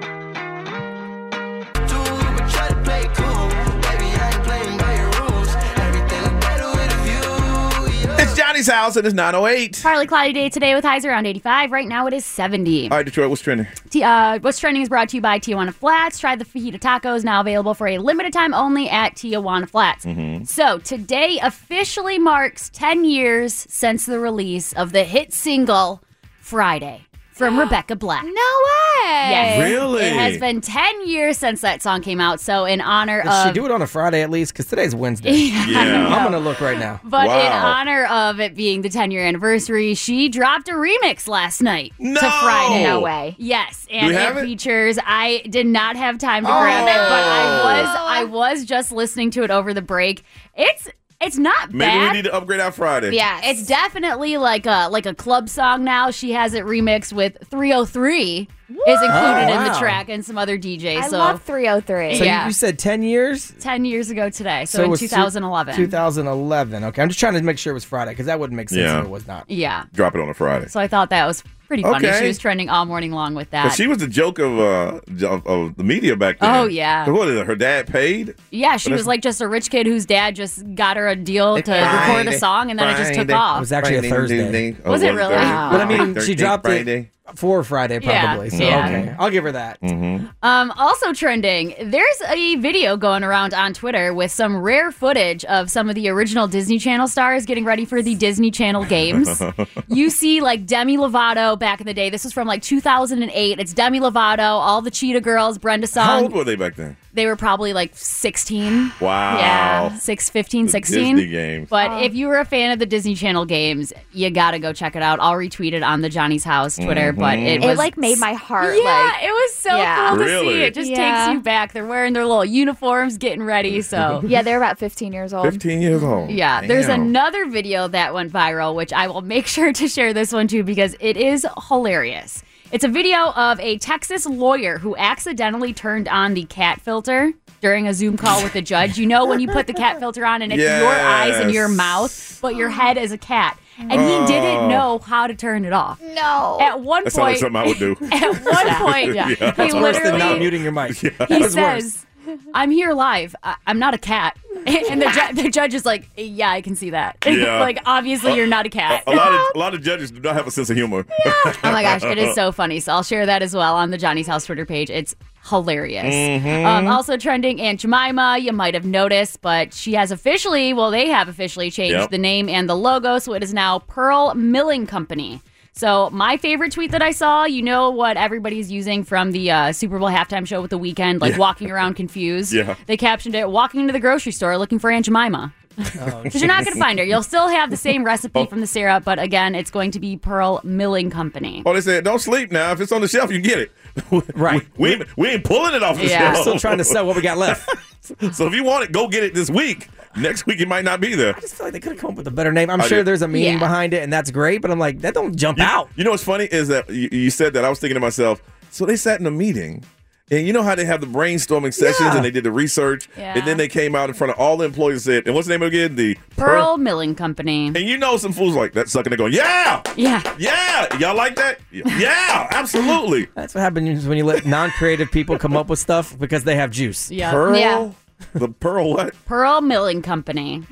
S4: It's Johnny's house and it's 908.
S6: Partly cloudy day today with highs around 85. Right now it is 70.
S4: All right, Detroit, what's trending?
S6: T- uh, What's Trending is brought to you by Tijuana Flats. Try the fajita tacos now available for a limited time only at Tijuana Flats.
S4: Mhm.
S6: So today officially marks 10 years since the release of the hit single Friday from Rebecca Black. No
S3: way!
S6: Yes.
S2: Really?
S6: It has been 10 years since that song came out. So in honor
S2: Did
S6: of
S3: um,
S2: she do it on a Friday at least? Because today's Wednesday.
S6: Yeah, I Yeah. know.
S2: I'm gonna look right now.
S6: But in honor of it being the 10 year anniversary, she dropped a remix last night
S3: No!
S6: to Friday.
S3: No way.
S6: Yes,
S3: Do
S6: and
S3: we
S6: it,
S3: have it?
S6: features. I did not have time to grab it, but I was I was just listening to it over the break. It's it's not
S4: Maybe
S6: bad.
S4: we need to upgrade our Friday.
S6: Yeah, it's definitely like a like a club song now. She has it remixed with 303 is included
S2: Oh,
S6: in the
S2: wow.
S6: track and some other DJs.
S3: I
S6: so
S3: love 303.
S2: So you- you, said 10 years?
S6: 10 years ago today, so,
S2: it
S6: in
S2: was two-
S6: 2011.
S2: 2011. Okay, I'm just trying to make sure it was Friday because that wouldn't make sense
S4: Yeah.
S2: if it was not.
S6: yeah.
S4: Drop it on a Friday.
S6: So I thought that was pretty funny.
S4: Okay.
S6: She was trending all morning long with
S4: 'Cause
S6: that.
S4: she was the joke of, uh, j- of of the media back then.
S6: Oh, yeah.
S4: What is it? Her dad paid.
S6: yeah, she
S4: But
S6: was
S4: that's-
S6: like just a rich kid whose dad just got her a deal to record a song, and then it just took
S4: Friday.
S6: off.
S2: It was actually a Thursday.
S4: Oh, Was it was it really? Thursday?
S2: But I mean,
S4: Thursday,
S2: she dropped
S4: Friday.
S2: it for Friday
S6: Yeah,
S2: probably. So
S6: yeah.
S2: okay, I'll give her that.
S4: Mm-hmm.
S6: Um, also trending, there's a video going around on Twitter with some rare footage of some of the original Disney Channel stars getting ready for the Disney Channel
S17: Mm-hmm.
S6: games. you see like Demi Lovato back in the day. This was from like 2008. It's Demi Lovato, all the Cheetah Girls, Brenda
S4: How old
S6: Song.
S4: were they back then?
S6: They were probably like 16.
S4: Wow.
S6: Yeah, six, 15,
S4: The
S6: 16.
S4: Disney games.
S6: But if you were a fan of the Disney Channel games, you gotta go check it out. I'll retweet it on the Johnny's House Twitter. But
S3: it,
S6: it
S4: Mm-hmm.
S6: was
S3: like made my heart.
S6: Yeah,
S3: like,
S6: it was so cool to see. It just
S3: Yeah.
S6: takes you back. They're wearing their little uniforms, getting ready. So
S3: Yeah, they're about 15 years old.
S4: 15 years old.
S6: Yeah, there's
S4: Damn.
S6: another video that went viral, which I will make sure to share this one too because it is hilarious. It's a video of a Texas lawyer who accidentally turned on the cat filter during a Zoom call with the judge. You know, when you put the cat filter on and it's your eyes and your
S3: Yes.
S6: mouth, but your head is a cat. And he didn't
S4: Oh.
S6: know how to turn it off. No. At one
S4: That sounds like
S6: point,
S4: something I would do.
S6: at one point,
S4: Yeah.
S6: he
S4: That's worse than
S6: literally
S2: Not muting your mic. That
S6: he
S2: was worse.
S6: says, "I'm here live. I- I'm not a cat." and the, ju- the judge is like, "Yeah, I can see that.
S4: Yeah.
S6: like, obviously, you're not a cat."
S4: A lot of a lot of judges do not have a sense of humor.
S6: oh my gosh, it is so funny. So I'll share that as well on the Johnny's House Twitter page. It's hilarious.
S4: Mhm.
S6: Um, also trending Aunt Jemima, you might have noticed, but she has officially, well, they have officially changed
S4: Yep.
S6: the name and the logo, so it is now Pearl Milling Company. So my favorite tweet that I saw, you know what everybody's using from the uh, Super Bowl halftime show with the weekend, like
S4: Yeah.
S6: walking around confused.
S4: Yeah.
S6: They captioned it walking into the grocery store looking for Aunt Jemima.
S4: Oh,
S6: Because you're not going to find her. You'll still have the same recipe from the syrup, but again, it's going to be Pearl Milling Company.
S4: Oh, they said don't sleep now. If it's on the shelf, you get it. right. We, we, ain't- we ain't pulling it off the
S6: Yeah.
S4: shelf.
S6: We're still
S2: trying to sell what we got left.
S4: so if you want it, go get it this week. Next week it might not be there.
S2: I just feel like they could have come up with a better name. I'm
S4: I
S2: sure
S4: did.
S2: there's a meaning
S4: Yeah.
S2: behind it, and that's great. But I'm like, that don't jump
S4: you,
S2: out.
S4: You know what's funny is that you, you said that. I was thinking to myself, so they sat in a meeting. And you know how they have the brainstorming sessions
S6: Yeah.
S4: and they did the research. And
S6: Yeah.
S4: then they came out in front of all the employees and said, and what's the name again? The
S6: Pearl Milling Company.
S4: And you know some fools like that sucking. They're going, yeah,
S6: Yeah.
S4: yeah. Y'all like that? Yeah, yeah, Oh, absolutely.
S2: That's what happens when you let non-creative people come up with stuff because they have juice.
S6: Yeah. Pearl? Yeah.
S4: The pearl what?
S6: Pearl Milling Company.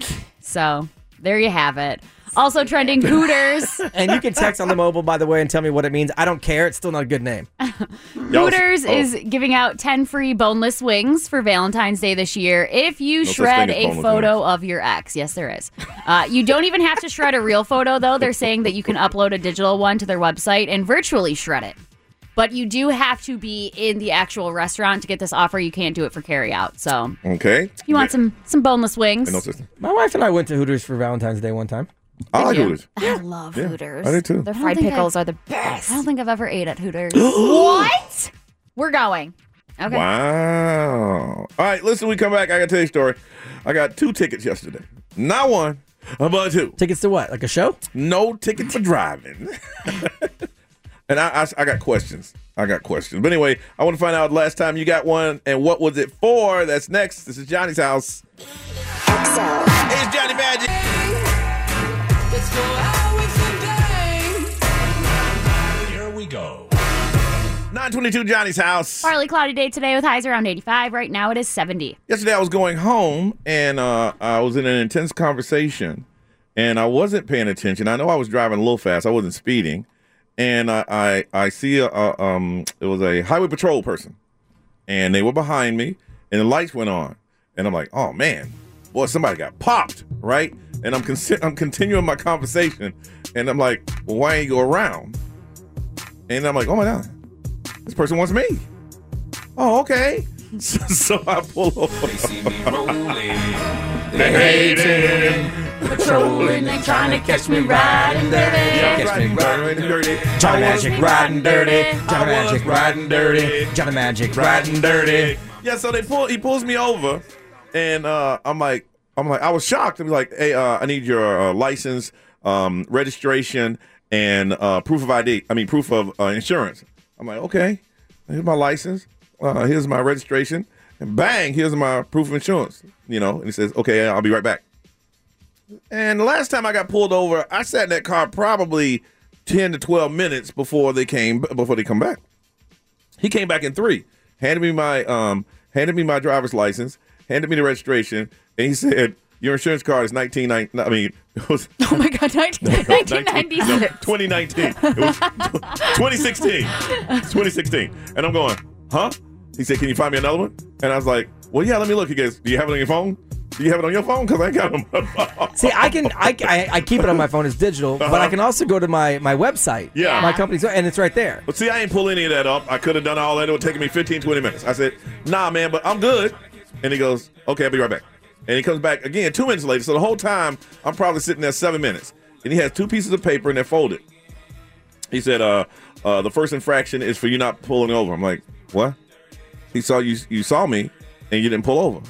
S6: So there you have it. Also trending Hooters.
S2: And you can text on the mobile, by the way, and tell me what it means. I don't care. It's still not a good name.
S6: Hooters is giving out 10 free boneless wings for Valentine's Day this year if you
S2: No such
S6: shred
S2: thing as
S6: a
S2: boneless
S6: photo of your ex. Yes, there is. Uh, you don't even have to shred a real photo, though. They're saying that you can upload a digital one to their website and virtually shred it. but you do have to be in the actual restaurant to get this offer. You can't do it for carryout. So
S4: Okay.
S6: if you want some some boneless wings.
S4: No system.
S2: My wife and I went to Hooters for Valentine's Day one time.
S4: I like Hooters.
S6: I love
S4: Yeah,
S6: Hooters.
S4: I do too.
S6: Their
S4: I don't
S6: fried
S4: think
S6: pickles
S3: I-
S6: are the best. I don't think I've ever ate at Hooters.
S3: what? We're going.
S6: Okay.
S4: Wow. All right, listen, we come back. I got to tell you a story. I got two tickets yesterday. Not one, but two.
S2: Tickets to what? Like a show?
S4: No ticket for driving. and I, I, I got questions. I got questions. But anyway, I want to find out last time you got one and what was it for. That's next. This is Johnny's house. It's Johnny Magic.
S17: Mm-hmm.
S9: Here we go.
S4: 922 Johnny's house.
S6: Partly cloudy day today with highs around 85. Right now it is 70.
S4: Yesterday I was going home and uh, I was in an intense conversation and I wasn't paying attention. I know I was driving a little fast. I wasn't speeding. And I I, I see a, a um it was a highway patrol person and they were behind me and the lights went on and I'm like, "Oh man. Boy, somebody got popped, right?" And I'm consi- I'm continuing my conversation and I'm like, "Well, why ain't you go around?" And I'm like, "Oh my god. This person wants me." Oh, okay. so, so I pull over. They see me rolling. they hate it.
S1: Patrolling and trying to catch me riding dirty.
S4: Catch me riding dirty.
S1: Johnny Magic riding dirty. Johnny Magic riding dirty.
S2: Johnny Magic
S1: riding dirty.
S4: Yeah, so they pull. He pulls me over, and uh, I'm like, I'm like, I was shocked. I'm like, hey, uh, I need your uh, license, um, registration, and uh, proof of ID. I mean, proof of uh, insurance. I'm like, okay, here's my license. Uh, here's my registration, and bang, here's my proof of insurance. You know, and he says, okay, I'll be right back. And the last time I got pulled over, I sat in that car probably ten to twelve minutes before they came before they come back. He came back in three, handed me my um, handed me my driver's license, handed me the registration, and he said, "Your insurance card is nineteen nine. I mean, it was
S6: Oh my God, 19, 1996.
S4: twenty nineteen. It was twenty sixteen. Twenty sixteen. And I'm going, huh? He said, "Can you find me another one?" And I was like, "Well, yeah. Let me look." He goes, "Do you have it on your phone? Do you have it on your phone? Because I ain't got them."
S2: See, I can I, I, I keep it on my phone. It's digital, but I can also go to my my website.
S4: Uh-huh. Yeah.
S2: my company's and it's right there.
S4: But see, I ain't pull any of that up. I could have done all that. It would have taken me 15, 20 minutes. I said, nah, man, but I'm good. And he goes, okay, I'll be right back. And he comes back again two minutes later. So the whole time, I'm probably sitting there seven minutes. And he has two pieces of paper and they're folded. He said, uh, uh, the first infraction is for you not pulling over. I'm like, what? He saw you, you saw me and you didn't pull over.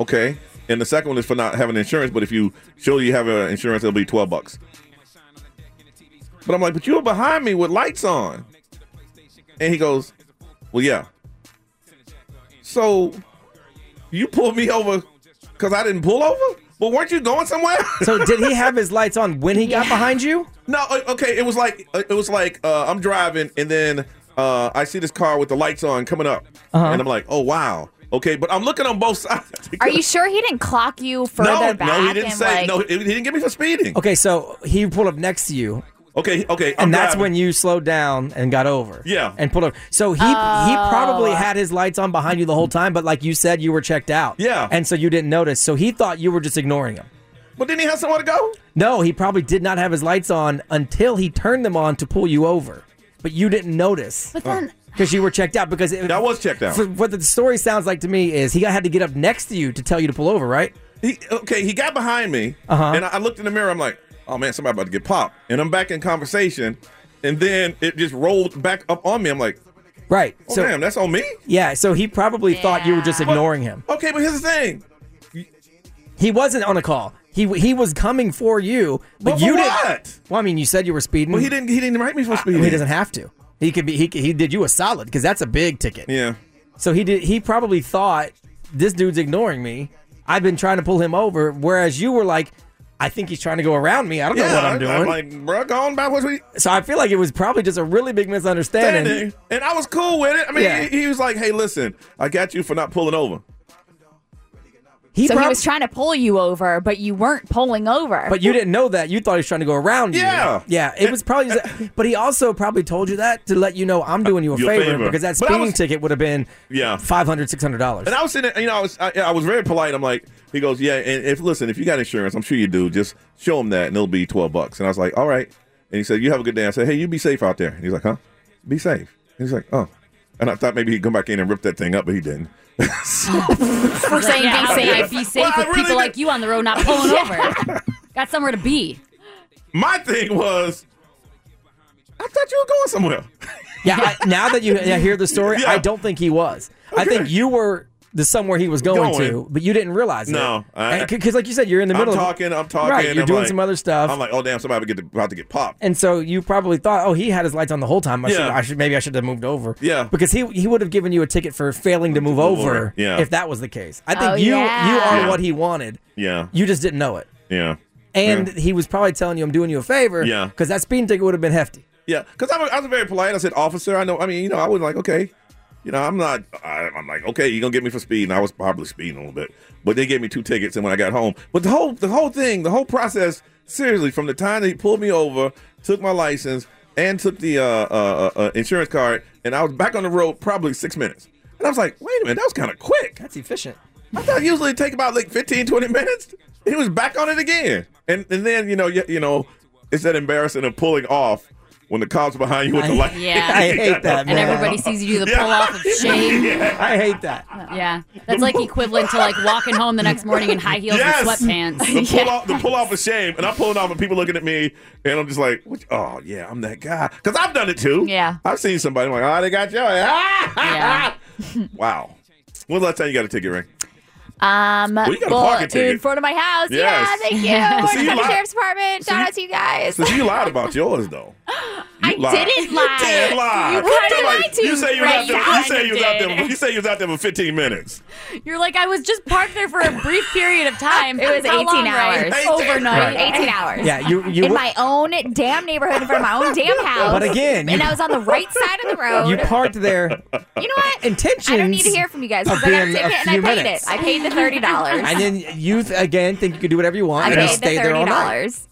S4: Okay. And the second one is for not having insurance, but if you show you have uh, insurance, it'll be 12 bucks. But I'm like, but you were behind me with lights on. And he goes, well, yeah. So you pulled me over because I didn't pull over? But weren't you going somewhere?
S2: So did he have his lights on when he got behind you?
S4: No, o- okay. It was like it was like uh, I'm driving, and then uh, I see this car with the lights on coming up,
S2: Uh-huh.
S4: and I'm like, oh wow, okay. But I'm looking on both sides.
S3: Are you sure he didn't clock you further
S4: no,
S3: back?
S4: no, he didn't
S3: and,
S4: say.
S3: like-
S4: no, he he didn't give me for speeding.
S2: Okay, so he pulled up next to you.
S4: Okay, okay, I'm
S2: and that's
S4: driving.
S2: when you slowed down and got over.
S4: Yeah.
S2: and pulled over. So he he probably had his lights on behind you the whole time, but like you said, you were checked out.
S4: Yeah,
S2: and so you didn't notice. So he thought you were just ignoring him.
S4: But didn't he have somewhere to go?
S2: No, he probably did not have his lights on until he turned them on to pull you over, but you didn't notice.
S6: But then-
S2: Because you were checked out. Because it,
S4: I was checked out.
S2: For- what the story sounds like to me is he had to get up next to you to tell you to pull over, right?
S4: He okay. He got behind me,
S2: Uh-huh.
S4: and I I looked in the mirror. I'm like, oh man, somebody about to get popped. And I'm back in conversation, and then it just rolled back up on me. I'm like,
S2: right.
S4: Oh,
S2: So-
S4: damn, that's on me.
S2: Yeah, so he probably thought you were just ignoring him.
S4: Okay, but here's the thing.
S2: He wasn't on a call. He he was coming for you, but,
S4: But for
S2: you
S4: what?
S2: didn't. Well, I mean, you said you were speeding.
S4: Well, he didn't. He didn't write me for speeding.
S2: Well, he doesn't have to. He could be. He could- he did you a solid because that's a big ticket.
S4: Yeah.
S2: So he did. He probably thought this dude's ignoring me. I've been trying to pull him over, whereas you were like, I think he's trying to go around me. I don't know
S4: Yeah,
S2: what I'm
S4: I-
S2: doing.
S4: I'm like, bro, go on back. What's we?
S2: so I feel like it was probably just a really big misunderstanding.
S4: Standing. And I was cool with it. I mean,
S2: Yeah.
S4: he, he was like, hey, listen, I got you for not pulling over.
S3: so he was trying to pull you over, but you weren't pulling over.
S2: But you didn't know that. You thought he was trying to go around you.
S4: Yeah.
S2: Yeah. It was probably. just- but he also probably told you that to let you know I'm doing you a
S4: Your
S2: favor,
S4: favor.
S2: because that
S4: But I
S2: speeding
S4: was-
S2: ticket would have been
S4: Yeah.
S2: five hundred, six hundred dollars.
S4: And I was sitting there, you know, I was I, I was very polite. I'm like, he goes, yeah, and if listen, if you got insurance, I'm sure you do, just show him that and it'll be 12 bucks. And I was like, all right. And he said, "You have a good day." I said, "Hey, you be safe out there." And he's like, "Huh? Be safe." He's like, "Oh." And I thought maybe he'd come back in and rip that thing up, but he didn't.
S6: For saying
S4: Yeah.
S6: be safe, be safe with people like you on the road not pulling over. Got somewhere to be.
S4: My thing was, I thought you were going somewhere.
S2: Yeah, I, now that you I hear the story, I don't think he was. I think you were the somewhere he was going, to,
S4: Going.
S2: but you didn't realize
S4: No, I-
S2: because like you said, you're in the
S4: I'm
S2: middle.
S4: talking.
S2: Of,
S4: I'm talking.
S2: Right, you're
S4: I'm
S2: doing
S4: like-
S2: some other stuff.
S4: I'm like, "Oh damn, somebody get to, about to get popped."
S2: and so you probably thought, oh, he had his lights on the whole time. I, should,
S4: Yeah.
S2: I should, maybe I should have moved over.
S4: Yeah.
S2: because he he would have given you a ticket for failing to move over.
S4: over, yeah.
S2: if that was the case, I think
S4: Oh,
S2: you you
S4: yeah.
S2: are
S4: Yeah.
S2: what he wanted.
S4: Yeah,
S2: You just didn't know it,
S4: yeah,
S2: and he was probably telling you, "I'm doing you a favor."
S4: Yeah.
S2: because that speeding ticket would have been hefty.
S4: yeah. Because I, was- I was very polite. I said, "Officer, I know." I mean, you know, I was like, "Okay." You know, I'm not. I, I'm like, okay, you're gonna get me for speeding. I was probably speeding a little bit, but they gave me two tickets. And when I got home, but the whole the whole thing, the whole process, seriously, from the time they pulled me over, took my license, and took the uh, uh, uh, uh, insurance card, and I was back on the road probably six minutes. And I was like, wait a minute, that was kind of quick.
S2: That's efficient.
S4: I thought usually it take about like 15, 20 minutes. He was back on it again. And and then, you know, you, you know, it's that embarrassing of pulling off when the cops behind you with the light.
S6: Yeah.
S2: I hate that,
S6: And
S2: man.
S6: everybody sees you do the pull off of shame.
S2: I hate that.
S6: Yeah, that's like equivalent to like walking home the next morning in high heels
S4: Yes!
S6: and sweatpants.
S4: The
S6: Yeah.
S4: pull off, the pull off of shame, and I'm pulling off, and people looking at me, and I'm just like, what- "Oh yeah, I'm that guy," because I've done it too.
S6: Yeah.
S4: I've seen somebody I'm like, "Oh, they got you." Ah!
S6: Yeah.
S4: Wow. When's the last time you got a ticket ring?
S3: Um,
S4: Well, you got a
S3: well,
S4: parking ticket.
S3: in front of my house.
S4: Yes.
S3: Yeah, thank
S4: Yeah.
S3: you.
S4: So you
S3: Orange County
S4: lied.
S3: Sheriff's Department. Shout out to you guys.
S4: So you lied about yours though. You
S3: I
S4: lied.
S3: didn't lie.
S4: You did lie.
S3: You
S4: What
S3: kinda
S4: the-
S3: lied to
S4: You say you was out
S6: Ray.
S4: there. You
S6: Kinda
S4: say you was out there.
S6: did.
S4: You say you was out there for 15 minutes.
S6: You're like, I was just parked there for a brief period of time.
S3: It was
S6: How
S3: 18
S6: long,
S3: hours.
S6: Ray? Overnight.
S3: Right. 18 hours.
S2: Yeah, you- you
S3: in
S2: were-
S3: my own damn neighborhood in front of my own damn house.
S2: But again, you-
S3: and I was on the right side of the road.
S2: You parked there.
S3: You know what?
S2: Intentions.
S3: I don't need to hear from you guys
S2: of
S3: because I got a
S2: being a
S3: ticket and I
S2: few
S3: paid
S2: minutes.
S3: it. I paid the thirty dollars.
S2: And then you th- again think you can do whatever you want,
S3: I
S2: and you
S3: paid
S2: stay
S3: the
S2: there all
S3: thirty
S2: night.
S3: dollars.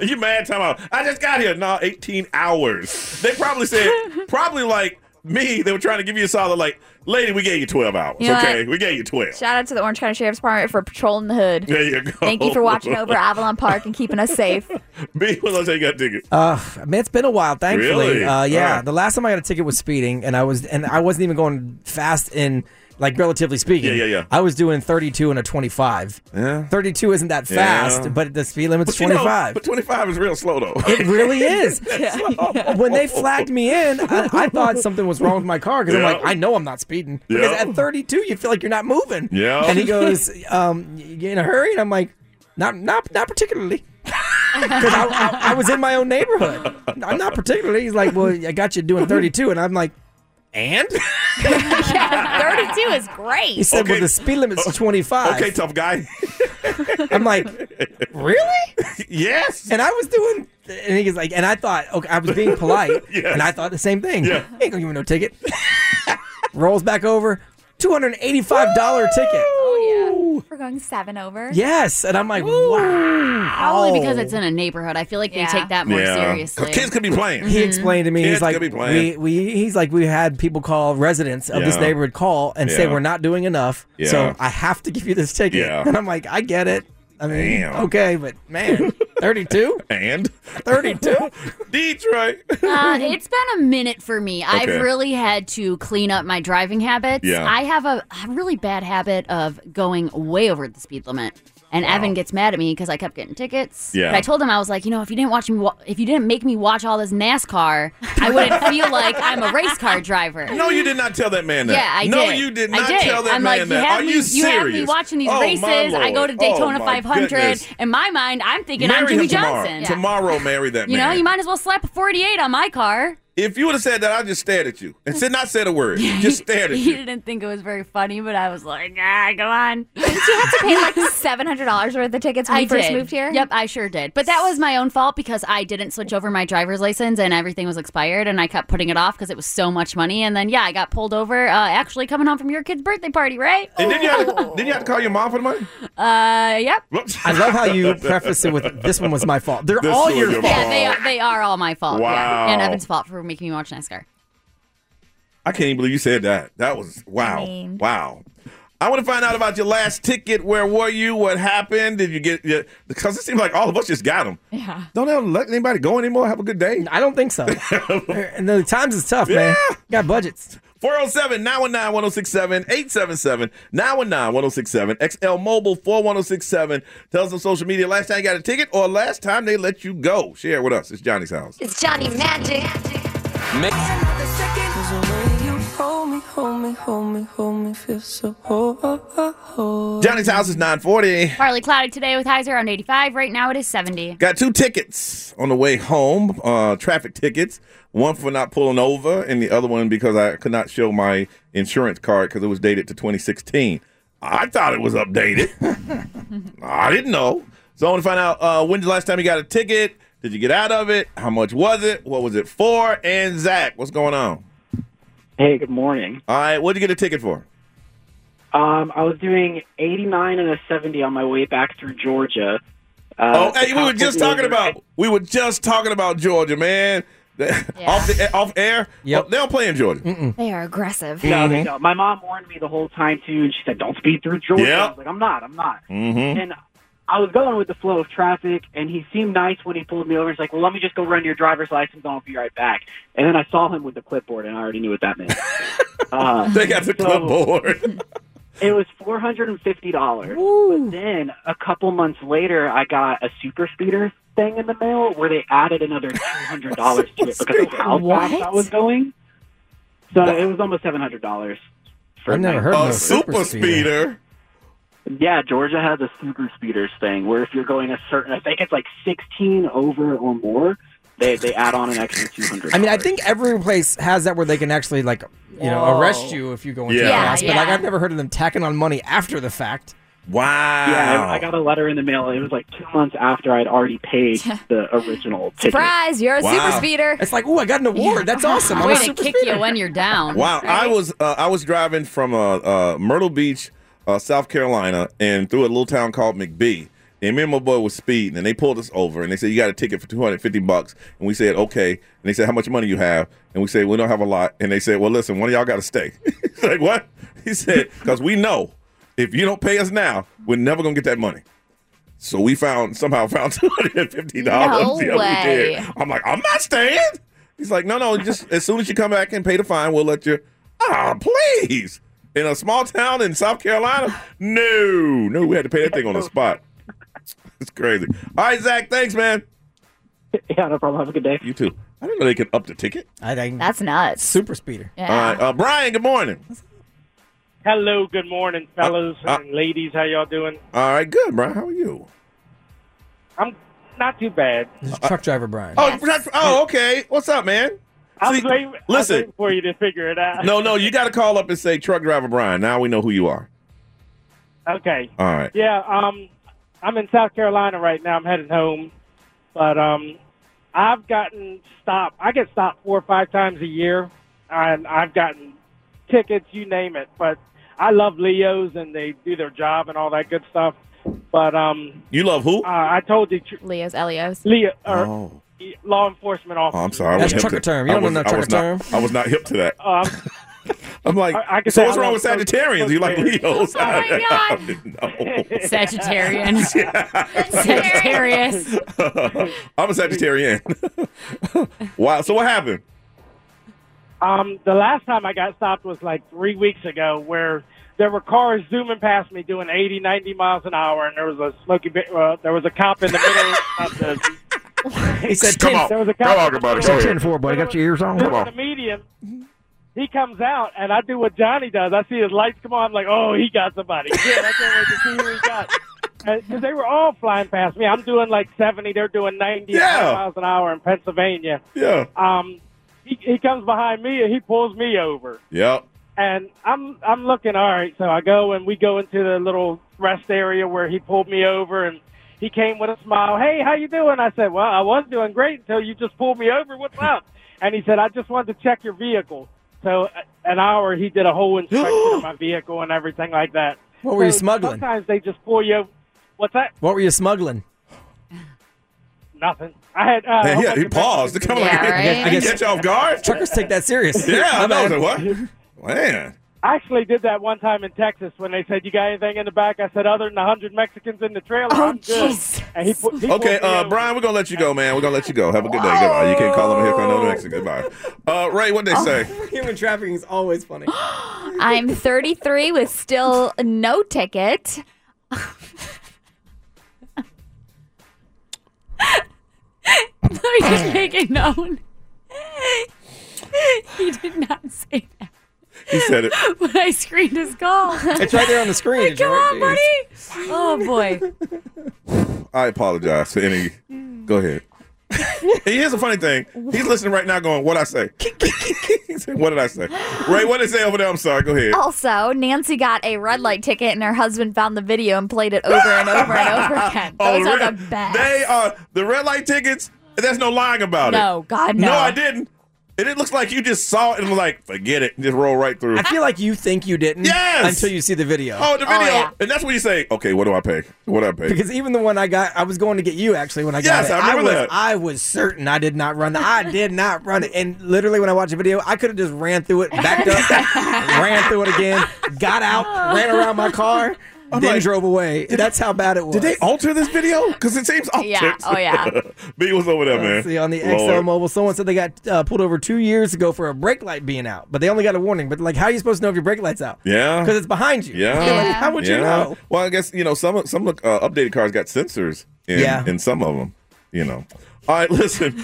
S4: And You mad? Time out. I just got here. No, 18 hours. They probably said, probably like me, they were trying to give you a solid, like, lady, we gave you 12 hours.
S3: You know
S4: okay.
S3: what?
S4: We gave you 12.
S3: Shout out to the Orange County Sheriff's Department for patrolling the hood.
S4: There you go.
S3: Thank you for watching over Avalon Park and keeping us safe.
S4: B, what's the last time you got a ticket?
S2: Uh, I mean, it's been a while, thankfully.
S4: Really? Ah.
S2: Uh, yeah,
S4: Wow.
S2: the last time I got a ticket was speeding, and I was and I wasn't even going fast in like relatively speaking.
S4: Yeah, yeah, yeah.
S2: I was doing 32 and a 25.
S4: Yeah,
S2: 32 isn't that
S4: Yeah.
S2: fast, but the speed limit's
S4: you know,
S2: 25.
S4: but 25 is real slow, though.
S2: It really is. When they flagged me in, I, I thought something was wrong with my car because
S4: Yeah.
S2: I'm like, I know I'm not speeding.
S4: Yeah.
S2: Because at 32, you feel like you're not moving.
S4: Yeah.
S2: And he goes, um, "You in a hurry?" And I'm like, "Not, not, not particularly." Because I, I, I was in my own neighborhood. I'm not particularly. He's like, "Well, I got you doing 32," and I'm like, "And?"
S3: Thirty-two is great.
S2: He said, "Well, the speed limit's 25."
S4: Okay, tough guy.
S2: I'm like, really?
S4: yes.
S2: And I was doing, and he was like, and I thought, okay, I was being polite,
S4: Yes.
S2: and I thought the same thing.
S4: Yeah.
S2: Ain't gonna give me no ticket. Rolls back over, two hundred eighty-five dollar ticket.
S3: Oh yeah, we're going seven over.
S2: Yes, and I'm like, wow.
S6: Probably because it's in a neighborhood. I feel like
S3: Yeah.
S6: they take that more
S4: Yeah.
S6: seriously.
S4: Um, Kids could be playing.
S2: He explained to me,
S4: Kids
S2: he's like,
S4: could be playing.
S2: we, we, he's like, we had people call residents of this
S4: Yeah.
S2: neighborhood call and say
S4: Yeah.
S2: we're not doing enough,
S4: Yeah.
S2: so I have to give you this ticket.
S4: Yeah.
S2: And I'm like, I get it. I mean,
S4: Damn.
S2: okay, but man, thirty-two,
S4: and
S2: thirty-two,
S4: Detroit.
S6: uh, it's been a minute for me.
S4: Okay.
S6: I've really had to clean up my driving habits.
S4: Yeah.
S6: I have a, a really bad habit of going way over the speed limit. And Evan gets mad at me because I kept getting tickets.
S3: Yeah.
S6: But I told him I was like, you know, if you didn't watch me, wa- if you didn't make me watch all this NASCAR, I wouldn't feel like I'm a race car driver.
S4: No, you did not tell that man that.
S6: Yeah, I
S4: no,
S6: did.
S4: you did
S6: I
S4: not
S6: did.
S4: tell that
S6: I'm
S4: man
S6: like,
S4: that.
S6: You have
S4: Are
S6: me,
S4: you serious?
S6: have me watching these
S4: Oh, my
S6: races. I go
S4: Lord.
S6: to Daytona
S4: Oh, my
S6: 500.
S4: goodness.
S6: In my mind, I'm thinking I'm
S4: Marry
S6: Jimmy
S4: him tomorrow.
S6: Johnson.
S4: Tomorrow, marry that
S6: You
S4: man.
S6: know, you might as well slap a 48 on my car.
S4: if you would have said that, I just stared at you and said not said a word. Just stared at
S6: He
S4: you.
S6: didn't think it was very funny, but I was like, ah, go on.
S3: you have to pay like seven hundred dollars worth of tickets when
S6: I
S3: you first
S6: did.
S3: moved here?
S6: Yep, I sure did. But that was my own fault because I didn't switch over my driver's license and everything was expired, and I kept putting it off because it was so much money. And then yeah, I got pulled over. Uh, actually, coming home from your kid's birthday party, right?
S4: And then you had to, then you had to call your mom for the money.
S6: Uh, yep.
S2: I love how you preface it with this one was my fault. They're
S4: This
S2: all
S4: was
S2: your,
S4: your
S2: fault.
S6: Yeah, they are, they are all my fault.
S4: Wow.
S6: Yeah. And Evan's fault for making me watch NASCAR.
S4: I can't even believe you said that. That was wow,
S6: mean-
S4: wow. I want to find out about your last ticket. Where were you? What happened? Did you get? yeah, Because it seems like all of us just got them.
S6: Yeah.
S4: Don't ever let anybody go anymore. Have a good day.
S2: I don't think so. and the times is tough, man. Got budgets.
S4: 407 919 1067 877 919 1067 XL Mobile 41067. Tell us on social media last time you got a ticket or last time they let you go. Share with us. It's Johnny's house.
S8: It's Johnny Magic.
S1: Another second. 'Cause the way you hold me, hold me, hold me, hold me feels so whole.
S4: Johnny's house is 940.
S6: Partly cloudy today with highs around 85. Right now it is 70.
S4: Got two tickets on the way home, uh, traffic tickets. One for not pulling over, and the other one because I could not show my insurance card because it was dated to 2016. I thought it was updated. I didn't know. So I want to find out uh, when's the last time you got a ticket? Did you get out of it? How much was it? What was it for? And Zach, what's going on?
S7: Hey, good morning.
S4: All right, what'd you get a ticket for?
S7: Um, I was doing 89 and a 70 on my way back through Georgia.
S4: oh,
S7: Uh,
S4: hey, we were
S7: the
S4: just
S7: cop
S4: talking
S7: pulled me over.
S4: about we were just talking about Georgia, man. off the off air. Oh, they don't play in Georgia.
S6: They are aggressive.
S7: No,
S2: Mm-hmm.
S7: they don't. My mom warned me the whole time too, and she said, "Don't speed through Georgia." I was like, "I'm not. I'm not."
S4: Mm-hmm.
S7: And I was going with the flow of traffic, and he seemed nice when he pulled me over. He's like, "Well, let me just go run your driver's license, and I'll be right back." And then I saw him with the clipboard, and I already knew what that meant. uh,
S4: they got the clipboard.
S7: it was four hundred and fifty dollars. But then a couple months later, I got a super speeder thing in the mail where they added another two hundred dollars to it because of how
S1: What?
S7: fast I was going. So it was almost seven hundred dollars.
S2: I've never heard of
S7: a
S2: no
S7: super
S4: speeder.
S7: Yeah, Georgia has a super speeders thing where if you're going a certain, I think it's like 16 over or more, they they add on an extra 200.
S2: I mean, I think every place has that where they can actually like you know
S7: Whoa.
S2: arrest you if you go into
S7: Yeah.
S2: the class. But like
S7: Yeah.
S2: I've never heard of them tacking on money after the fact.
S4: Wow.
S7: Yeah, I got a letter in the mail. It was like two months after I'd already paid the original ticket.
S3: Surprise, you're a super speeder.
S2: It's like, ooh, I got an award.
S20: Uh-huh.
S2: That's awesome.
S6: Way to kick you when you're down.
S4: Wow, I was uh, I was driving from uh, uh, Myrtle Beach, uh, South Carolina, and through a little town called McBee. And me and my boy was speeding, and they pulled us over, and they said you got a ticket for two hundred fifty bucks, and we said okay, and they said how much money you have, and we said we don't have a lot, and they said well listen, one of y'all got to stay. He's like what? He said because we know if you don't pay us now, we're never gonna get that money. So we found somehow found two hundred and fifty dollars.
S1: No way.
S4: I'm like, I'm not staying. He's like, no, no, just as soon as you come back and pay the fine, we'll let you. Ah, please. In a small town in South Carolina, no, no, we had to pay that thing on the spot. It's crazy. All right, Zach, thanks, man.
S7: Yeah, no problem. Have a good day.
S4: You too. I didn't know they could up the ticket.
S2: I think
S3: that's nuts.
S2: Super speeder.
S4: All right, uh, Brian. Good morning.
S20: Hello, good morning,
S4: Uh,
S20: fellas and ladies. How y'all doing?
S4: All right, good, Brian. How are you?
S20: I'm not too bad.
S2: This is truck driver Brian.
S4: Oh, Brian- oh, okay. What's up, man?
S20: I was
S4: See,
S20: waiting, I was
S4: listen.
S20: waiting for you to figure it out.
S4: No, no, you got to call up and say truck driver Brian. Now we know who you are.
S20: Okay.
S4: All right.
S20: Yeah, um, I'm in South Carolina right now. I'm heading home, but um, I've gotten stopped. I get stopped four or five times a year, and I've gotten tickets, you name it. But I love Leos, and they do their job and all that good stuff. But um,
S4: You love who?
S20: uh, I told you, tr-
S3: Leo's Elios.
S20: Leo or
S4: Oh,
S20: law enforcement
S4: Oh,
S20: officer.
S4: I'm sorry. I
S2: That's
S4: wasn't hip
S2: trucker
S4: to-
S2: term. You don't
S4: I
S2: know
S4: wasn't- I was
S2: trucker
S4: not- I was not hip to that.
S20: Um,
S4: I'm like,
S20: I- I can
S4: so
S20: say
S4: what's
S20: I
S4: wrong
S20: love
S4: with Sagittarians? You like Leos? Oh my god!
S6: Sagittarian. Sagittarius.
S4: I'm a Sagittarian. wow. So what happened?
S20: Um, the last time I got stopped was like three weeks ago, where there were cars zooming past me doing 80, 90 miles an hour, and there was a smoky. Ba- uh, there was a cop in the middle of the.
S2: He said,
S20: Come
S2: "Ten-
S20: on. There was a Come on, everybody. Go
S2: Said
S20: ahead.
S2: ten four, buddy. Got your ears on.
S20: There was a medium. He comes out, and I do what Johnny does. I see his lights come on. I'm like, oh, he got somebody. Good. I can't wait to see who he got. Because they were all flying past me. I'm doing like 70. They're doing 90
S1: Yeah.
S20: miles an hour in Pennsylvania.
S4: Yeah.
S20: Um, he, he comes behind me, and he pulls me over
S4: Yep.
S20: and I'm I'm looking all right. So I go and we go into the little rest area where he pulled me over, and he came with a smile. Hey, how you doing? I said, Well, I was doing great until you just pulled me over. What's up? And he said, I just wanted to check your vehicle. So uh, an hour he did a whole inspection of my vehicle and everything like that.
S2: What were you
S20: So
S2: smuggling?
S20: Sometimes they just pull you. What's that?
S2: What were you smuggling?
S20: Nothing. I had. Uh,
S4: yeah, he paused. Come on,
S20: Yeah,
S4: I
S20: right?
S4: guess- I guess-
S20: Catch you off guard?
S2: Truckers take that serious.
S4: Yeah, I
S2: My
S4: know. I was
S2: bad.
S4: like, what? Man.
S20: I actually did that one time in Texas when they said, "You got anything in the back?" I said, "Other than the hundred Mexicans in the trailer, I'm good." And he put, he pulled
S4: Okay,
S20: me
S4: uh,
S20: over.
S4: Brian, we're gonna let you go, man. We're gonna let you go. Have a good day. Goodbye. You can't call him here for no Mexican. Goodbye. Uh, Ray, what they
S2: Oh.
S20: Oh.
S4: say?
S2: Human trafficking is always funny.
S3: I'm 33 with still no ticket.
S6: Let me just make it known. he did not say that.
S4: He said it.
S6: But I screened his call.
S4: It's right there on the screen. Did you
S6: Come
S4: write
S6: on, buddy. Oh boy.
S4: I apologize for any.
S3: Mm.
S4: Go ahead. And Here's the funny thing. He's listening right now, going, "What I say? He said, what did I say? Ray, what did they say over there? I'm sorry. Go ahead.
S3: Also, Nancy got a red light ticket and her husband found the video and played it over and over and over again.
S4: Oh,
S3: Those are
S4: red-
S3: the best.
S4: They are the red light tickets. There's no lying about it.
S3: No, God, no.
S4: No, I didn't. And it looks like you just saw it and was like, forget it, and just roll right through.
S2: I feel like you think you didn't
S4: Yes!
S2: until you see the video.
S4: Oh, the video, and that's when you say, "Okay, what do I pay? What do I pay?"
S2: Because even the one I got, I was going to get you actually when I got
S4: Yes,
S2: it.
S4: I remember
S2: was,
S4: that.
S2: I was certain I did not run. The, I did not run it. And literally, when I watched the video, I could have just ran through it, backed up, ran through it again, got out, ran around my car, then drove away. That's how bad it was. Did they
S4: alter this video? Because it seems altered.
S2: Yeah. Oh yeah.
S4: B was over there, man.
S2: Let's Oh, see on the
S4: Lord.
S2: XL Mobile, someone said they got uh, pulled over two years ago for a brake light being out, but they only got a warning. But like, how are you supposed to know if your brake light's out?
S4: Yeah,
S2: because it's behind you.
S4: Yeah,
S2: Like, how would you
S4: Yeah.
S2: know?
S4: Well, I guess you know some some uh, updated cars got sensors. In,
S2: Yeah.
S4: in some of them, you know. All right, listen.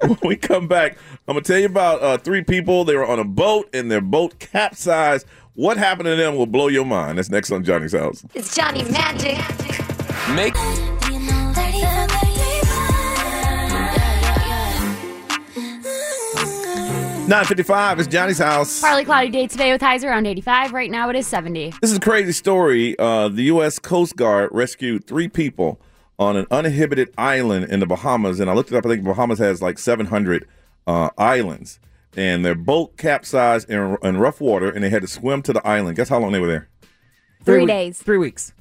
S4: when we come back, I'm gonna tell you about uh, three people. They were on a boat and their boat capsized. What happened to them will blow your mind. That's next on Johnny's house.
S5: It's Johnny Magic.
S4: Make nine fifty five. It's Johnny's house.
S6: Partly cloudy day today with highs around 85. Right now it is 70.
S4: This is a crazy story. Uh, the U.S. Coast Guard rescued three people on an uninhabited island in the Bahamas. And I looked it up. I think Bahamas has like 700 uh, islands. And their boat capsized in, in rough water, and they had to swim to the island. Guess how long they were there?
S3: Three Three days.
S2: Three weeks.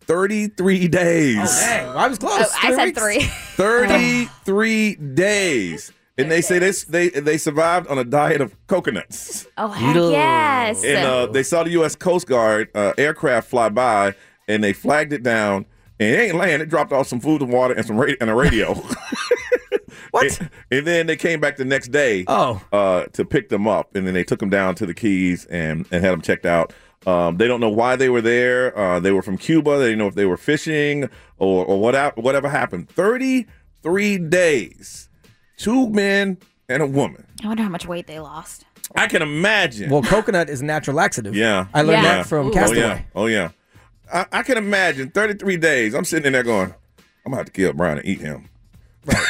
S4: 33 days.
S2: I was close.
S3: Oh, I said
S2: weeks.
S3: three.
S4: 33 days. And they say this, they, they survived on a diet of coconuts.
S3: Oh, heck yes.
S4: And uh, they saw the U.S. Coast Guard uh, aircraft fly by, and they flagged it down. And it ain't land. It dropped off some food and water and some ra- and a radio. what? And, and then they came back the next day.
S2: Oh.
S4: Uh, to pick them up, and then they took them down to the Keys and and had them checked out. Um, they don't know why they were there. Uh, they were from Cuba. They didn't know if they were fishing or or what hap- whatever happened. Thirty three days, two men and a woman.
S3: I wonder how much weight they lost.
S4: I can imagine.
S2: Well, coconut is a natural laxative.
S4: Yeah.
S2: I learned
S4: Yeah.
S2: that from
S4: Ooh.
S2: Castaway.
S4: Oh, yeah. Oh, yeah. I, I can imagine 33 days. I'm sitting in there going, I'm going to have to kill Brian and eat him.
S3: No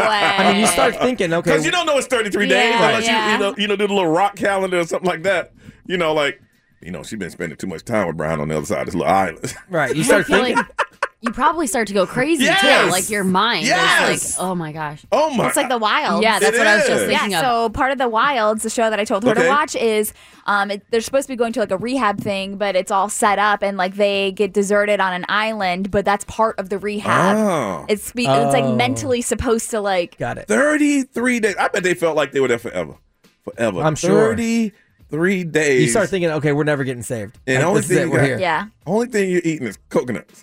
S3: way.
S2: I mean, you start thinking, okay,
S4: Because you don't know it's 33 days
S3: Yeah,
S4: unless you,
S3: yeah.
S4: you, know, you know, do the little rock calendar or something like that. You know, like, you know, she's been spending too much time with Brian on the other side of this little island.
S2: Right.
S6: I feel like you probably start to go crazy
S4: Yes.
S6: too. Like your mind
S4: Yes.
S6: is like, oh my gosh.
S4: Oh
S3: It's like the wild.
S6: Yeah, that's
S4: It
S6: what I was just
S4: is.
S6: thinking
S3: yeah,
S6: of.
S3: so part of the wilds, the show that I told her
S6: Okay.
S3: to watch is um, it, they're supposed to be going to like a rehab thing, but it's all set up and like they get deserted on an island, but that's part of the rehab.
S4: Oh.
S3: It's be- it's like
S4: Oh.
S3: mentally supposed to like
S2: got it.
S4: 33 days. I bet they felt like they were there forever. Forever.
S2: I'm sure.
S4: 33 days.
S2: You start thinking, okay, we're never getting saved.
S4: And
S2: Like,
S4: only
S2: this is
S4: thing
S2: it,
S4: you
S2: we're
S4: got-
S2: here.
S3: Yeah.
S4: Only thing you're eating is coconuts.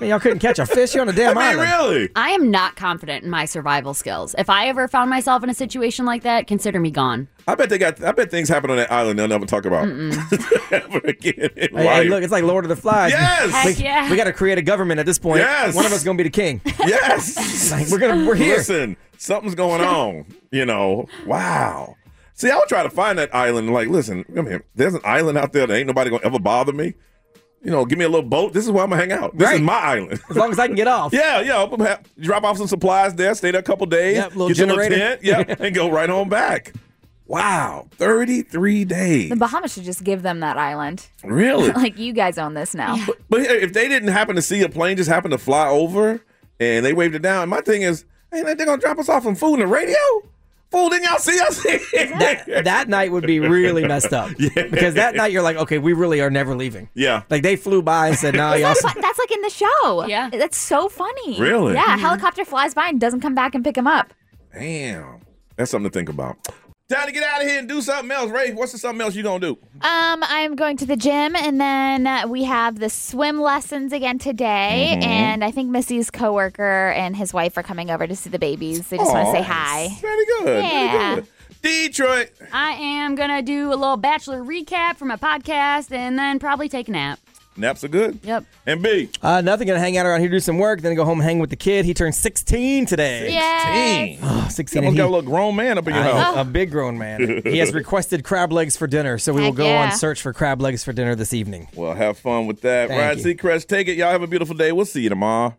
S2: Man, y'all couldn't catch a fish. You're on a damn
S4: I mean,
S2: island.
S4: really?
S6: I am not confident in my survival skills. If I ever found myself in a situation like that, consider me gone.
S4: I bet they got. I bet things happen on that island they'll never talk about ever again. in
S2: Hey, hey,
S4: life.
S2: look, it's like Lord of the Flies.
S4: Yes! Heck
S2: we,
S4: yeah.
S2: we got to create a government at this point.
S4: Yes.
S2: one of us gonna be the king.
S4: Yes,
S2: Like, we're gonna- we're here.
S4: Listen, something's going on. You know, wow. See, I would try to find that island. and Like, listen, I mean, there's an island out there that ain't nobody gonna ever bother me. You know, give me a little boat. This is where I'm gonna hang out. This is
S2: Right.
S4: my island.
S2: As long as I can get off.
S4: yeah, yeah. I'll have- Drop off some supplies there. Stay there a couple days.
S2: Yep, little
S4: get your little
S2: generator.
S4: tent. Yep, and go right on back. Wow, thirty-three days.
S3: the Bahamas should just give them that island.
S4: Really?
S3: like you guys own this now.
S4: But here, if they didn't happen to see a plane just happen to fly over and they waved it down, my thing is, ain't they gonna drop us off on food and the radio? Fool, didn't y'all see us? that,
S2: that night would be really messed up.
S4: Yeah.
S2: Because that night you're like, okay, we really are never leaving.
S4: Yeah.
S2: Like they flew by and said, nah, y'all.
S3: That's, like, that's like in the show. Yeah, that's so funny.
S4: Really?
S6: Mm-hmm.
S3: Yeah,
S4: Mhm.
S3: helicopter flies by and doesn't come back and pick him up.
S4: Damn. That's something to think about. Time to get out of here and do something else. Ray, what's the something else you gonna do?
S3: Um, I'm going to the gym, and then uh, we have the swim lessons again today.
S4: Mhm.
S3: And I think Missy's coworker and his wife are coming over to see the babies. They just want
S4: Aw,
S3: to say hi.
S4: Very good.
S3: Yeah.
S4: Very good. Detroit.
S6: I am gonna do a little bachelor recap for my podcast, and then probably take a nap.
S4: Naps are good.
S6: Yep.
S4: And B.
S2: Uh, nothing. Gonna hang out around here, do some work, then go home, hang with the kid. He turned 16 today.
S4: Yes.
S2: 16. Oh, 16.
S4: You
S2: and
S4: almost got
S2: he-
S4: a little grown man up in your
S2: I-
S4: house.
S2: A big grown man. he has requested crab legs for dinner, so we will
S4: Heck
S2: go
S4: yeah.
S2: on search for crab legs for dinner this evening.
S4: Well, have fun with that.
S2: Thank
S4: Ryan
S2: you.
S4: Seacrest, take it. Y'all have a beautiful day. We'll see you tomorrow.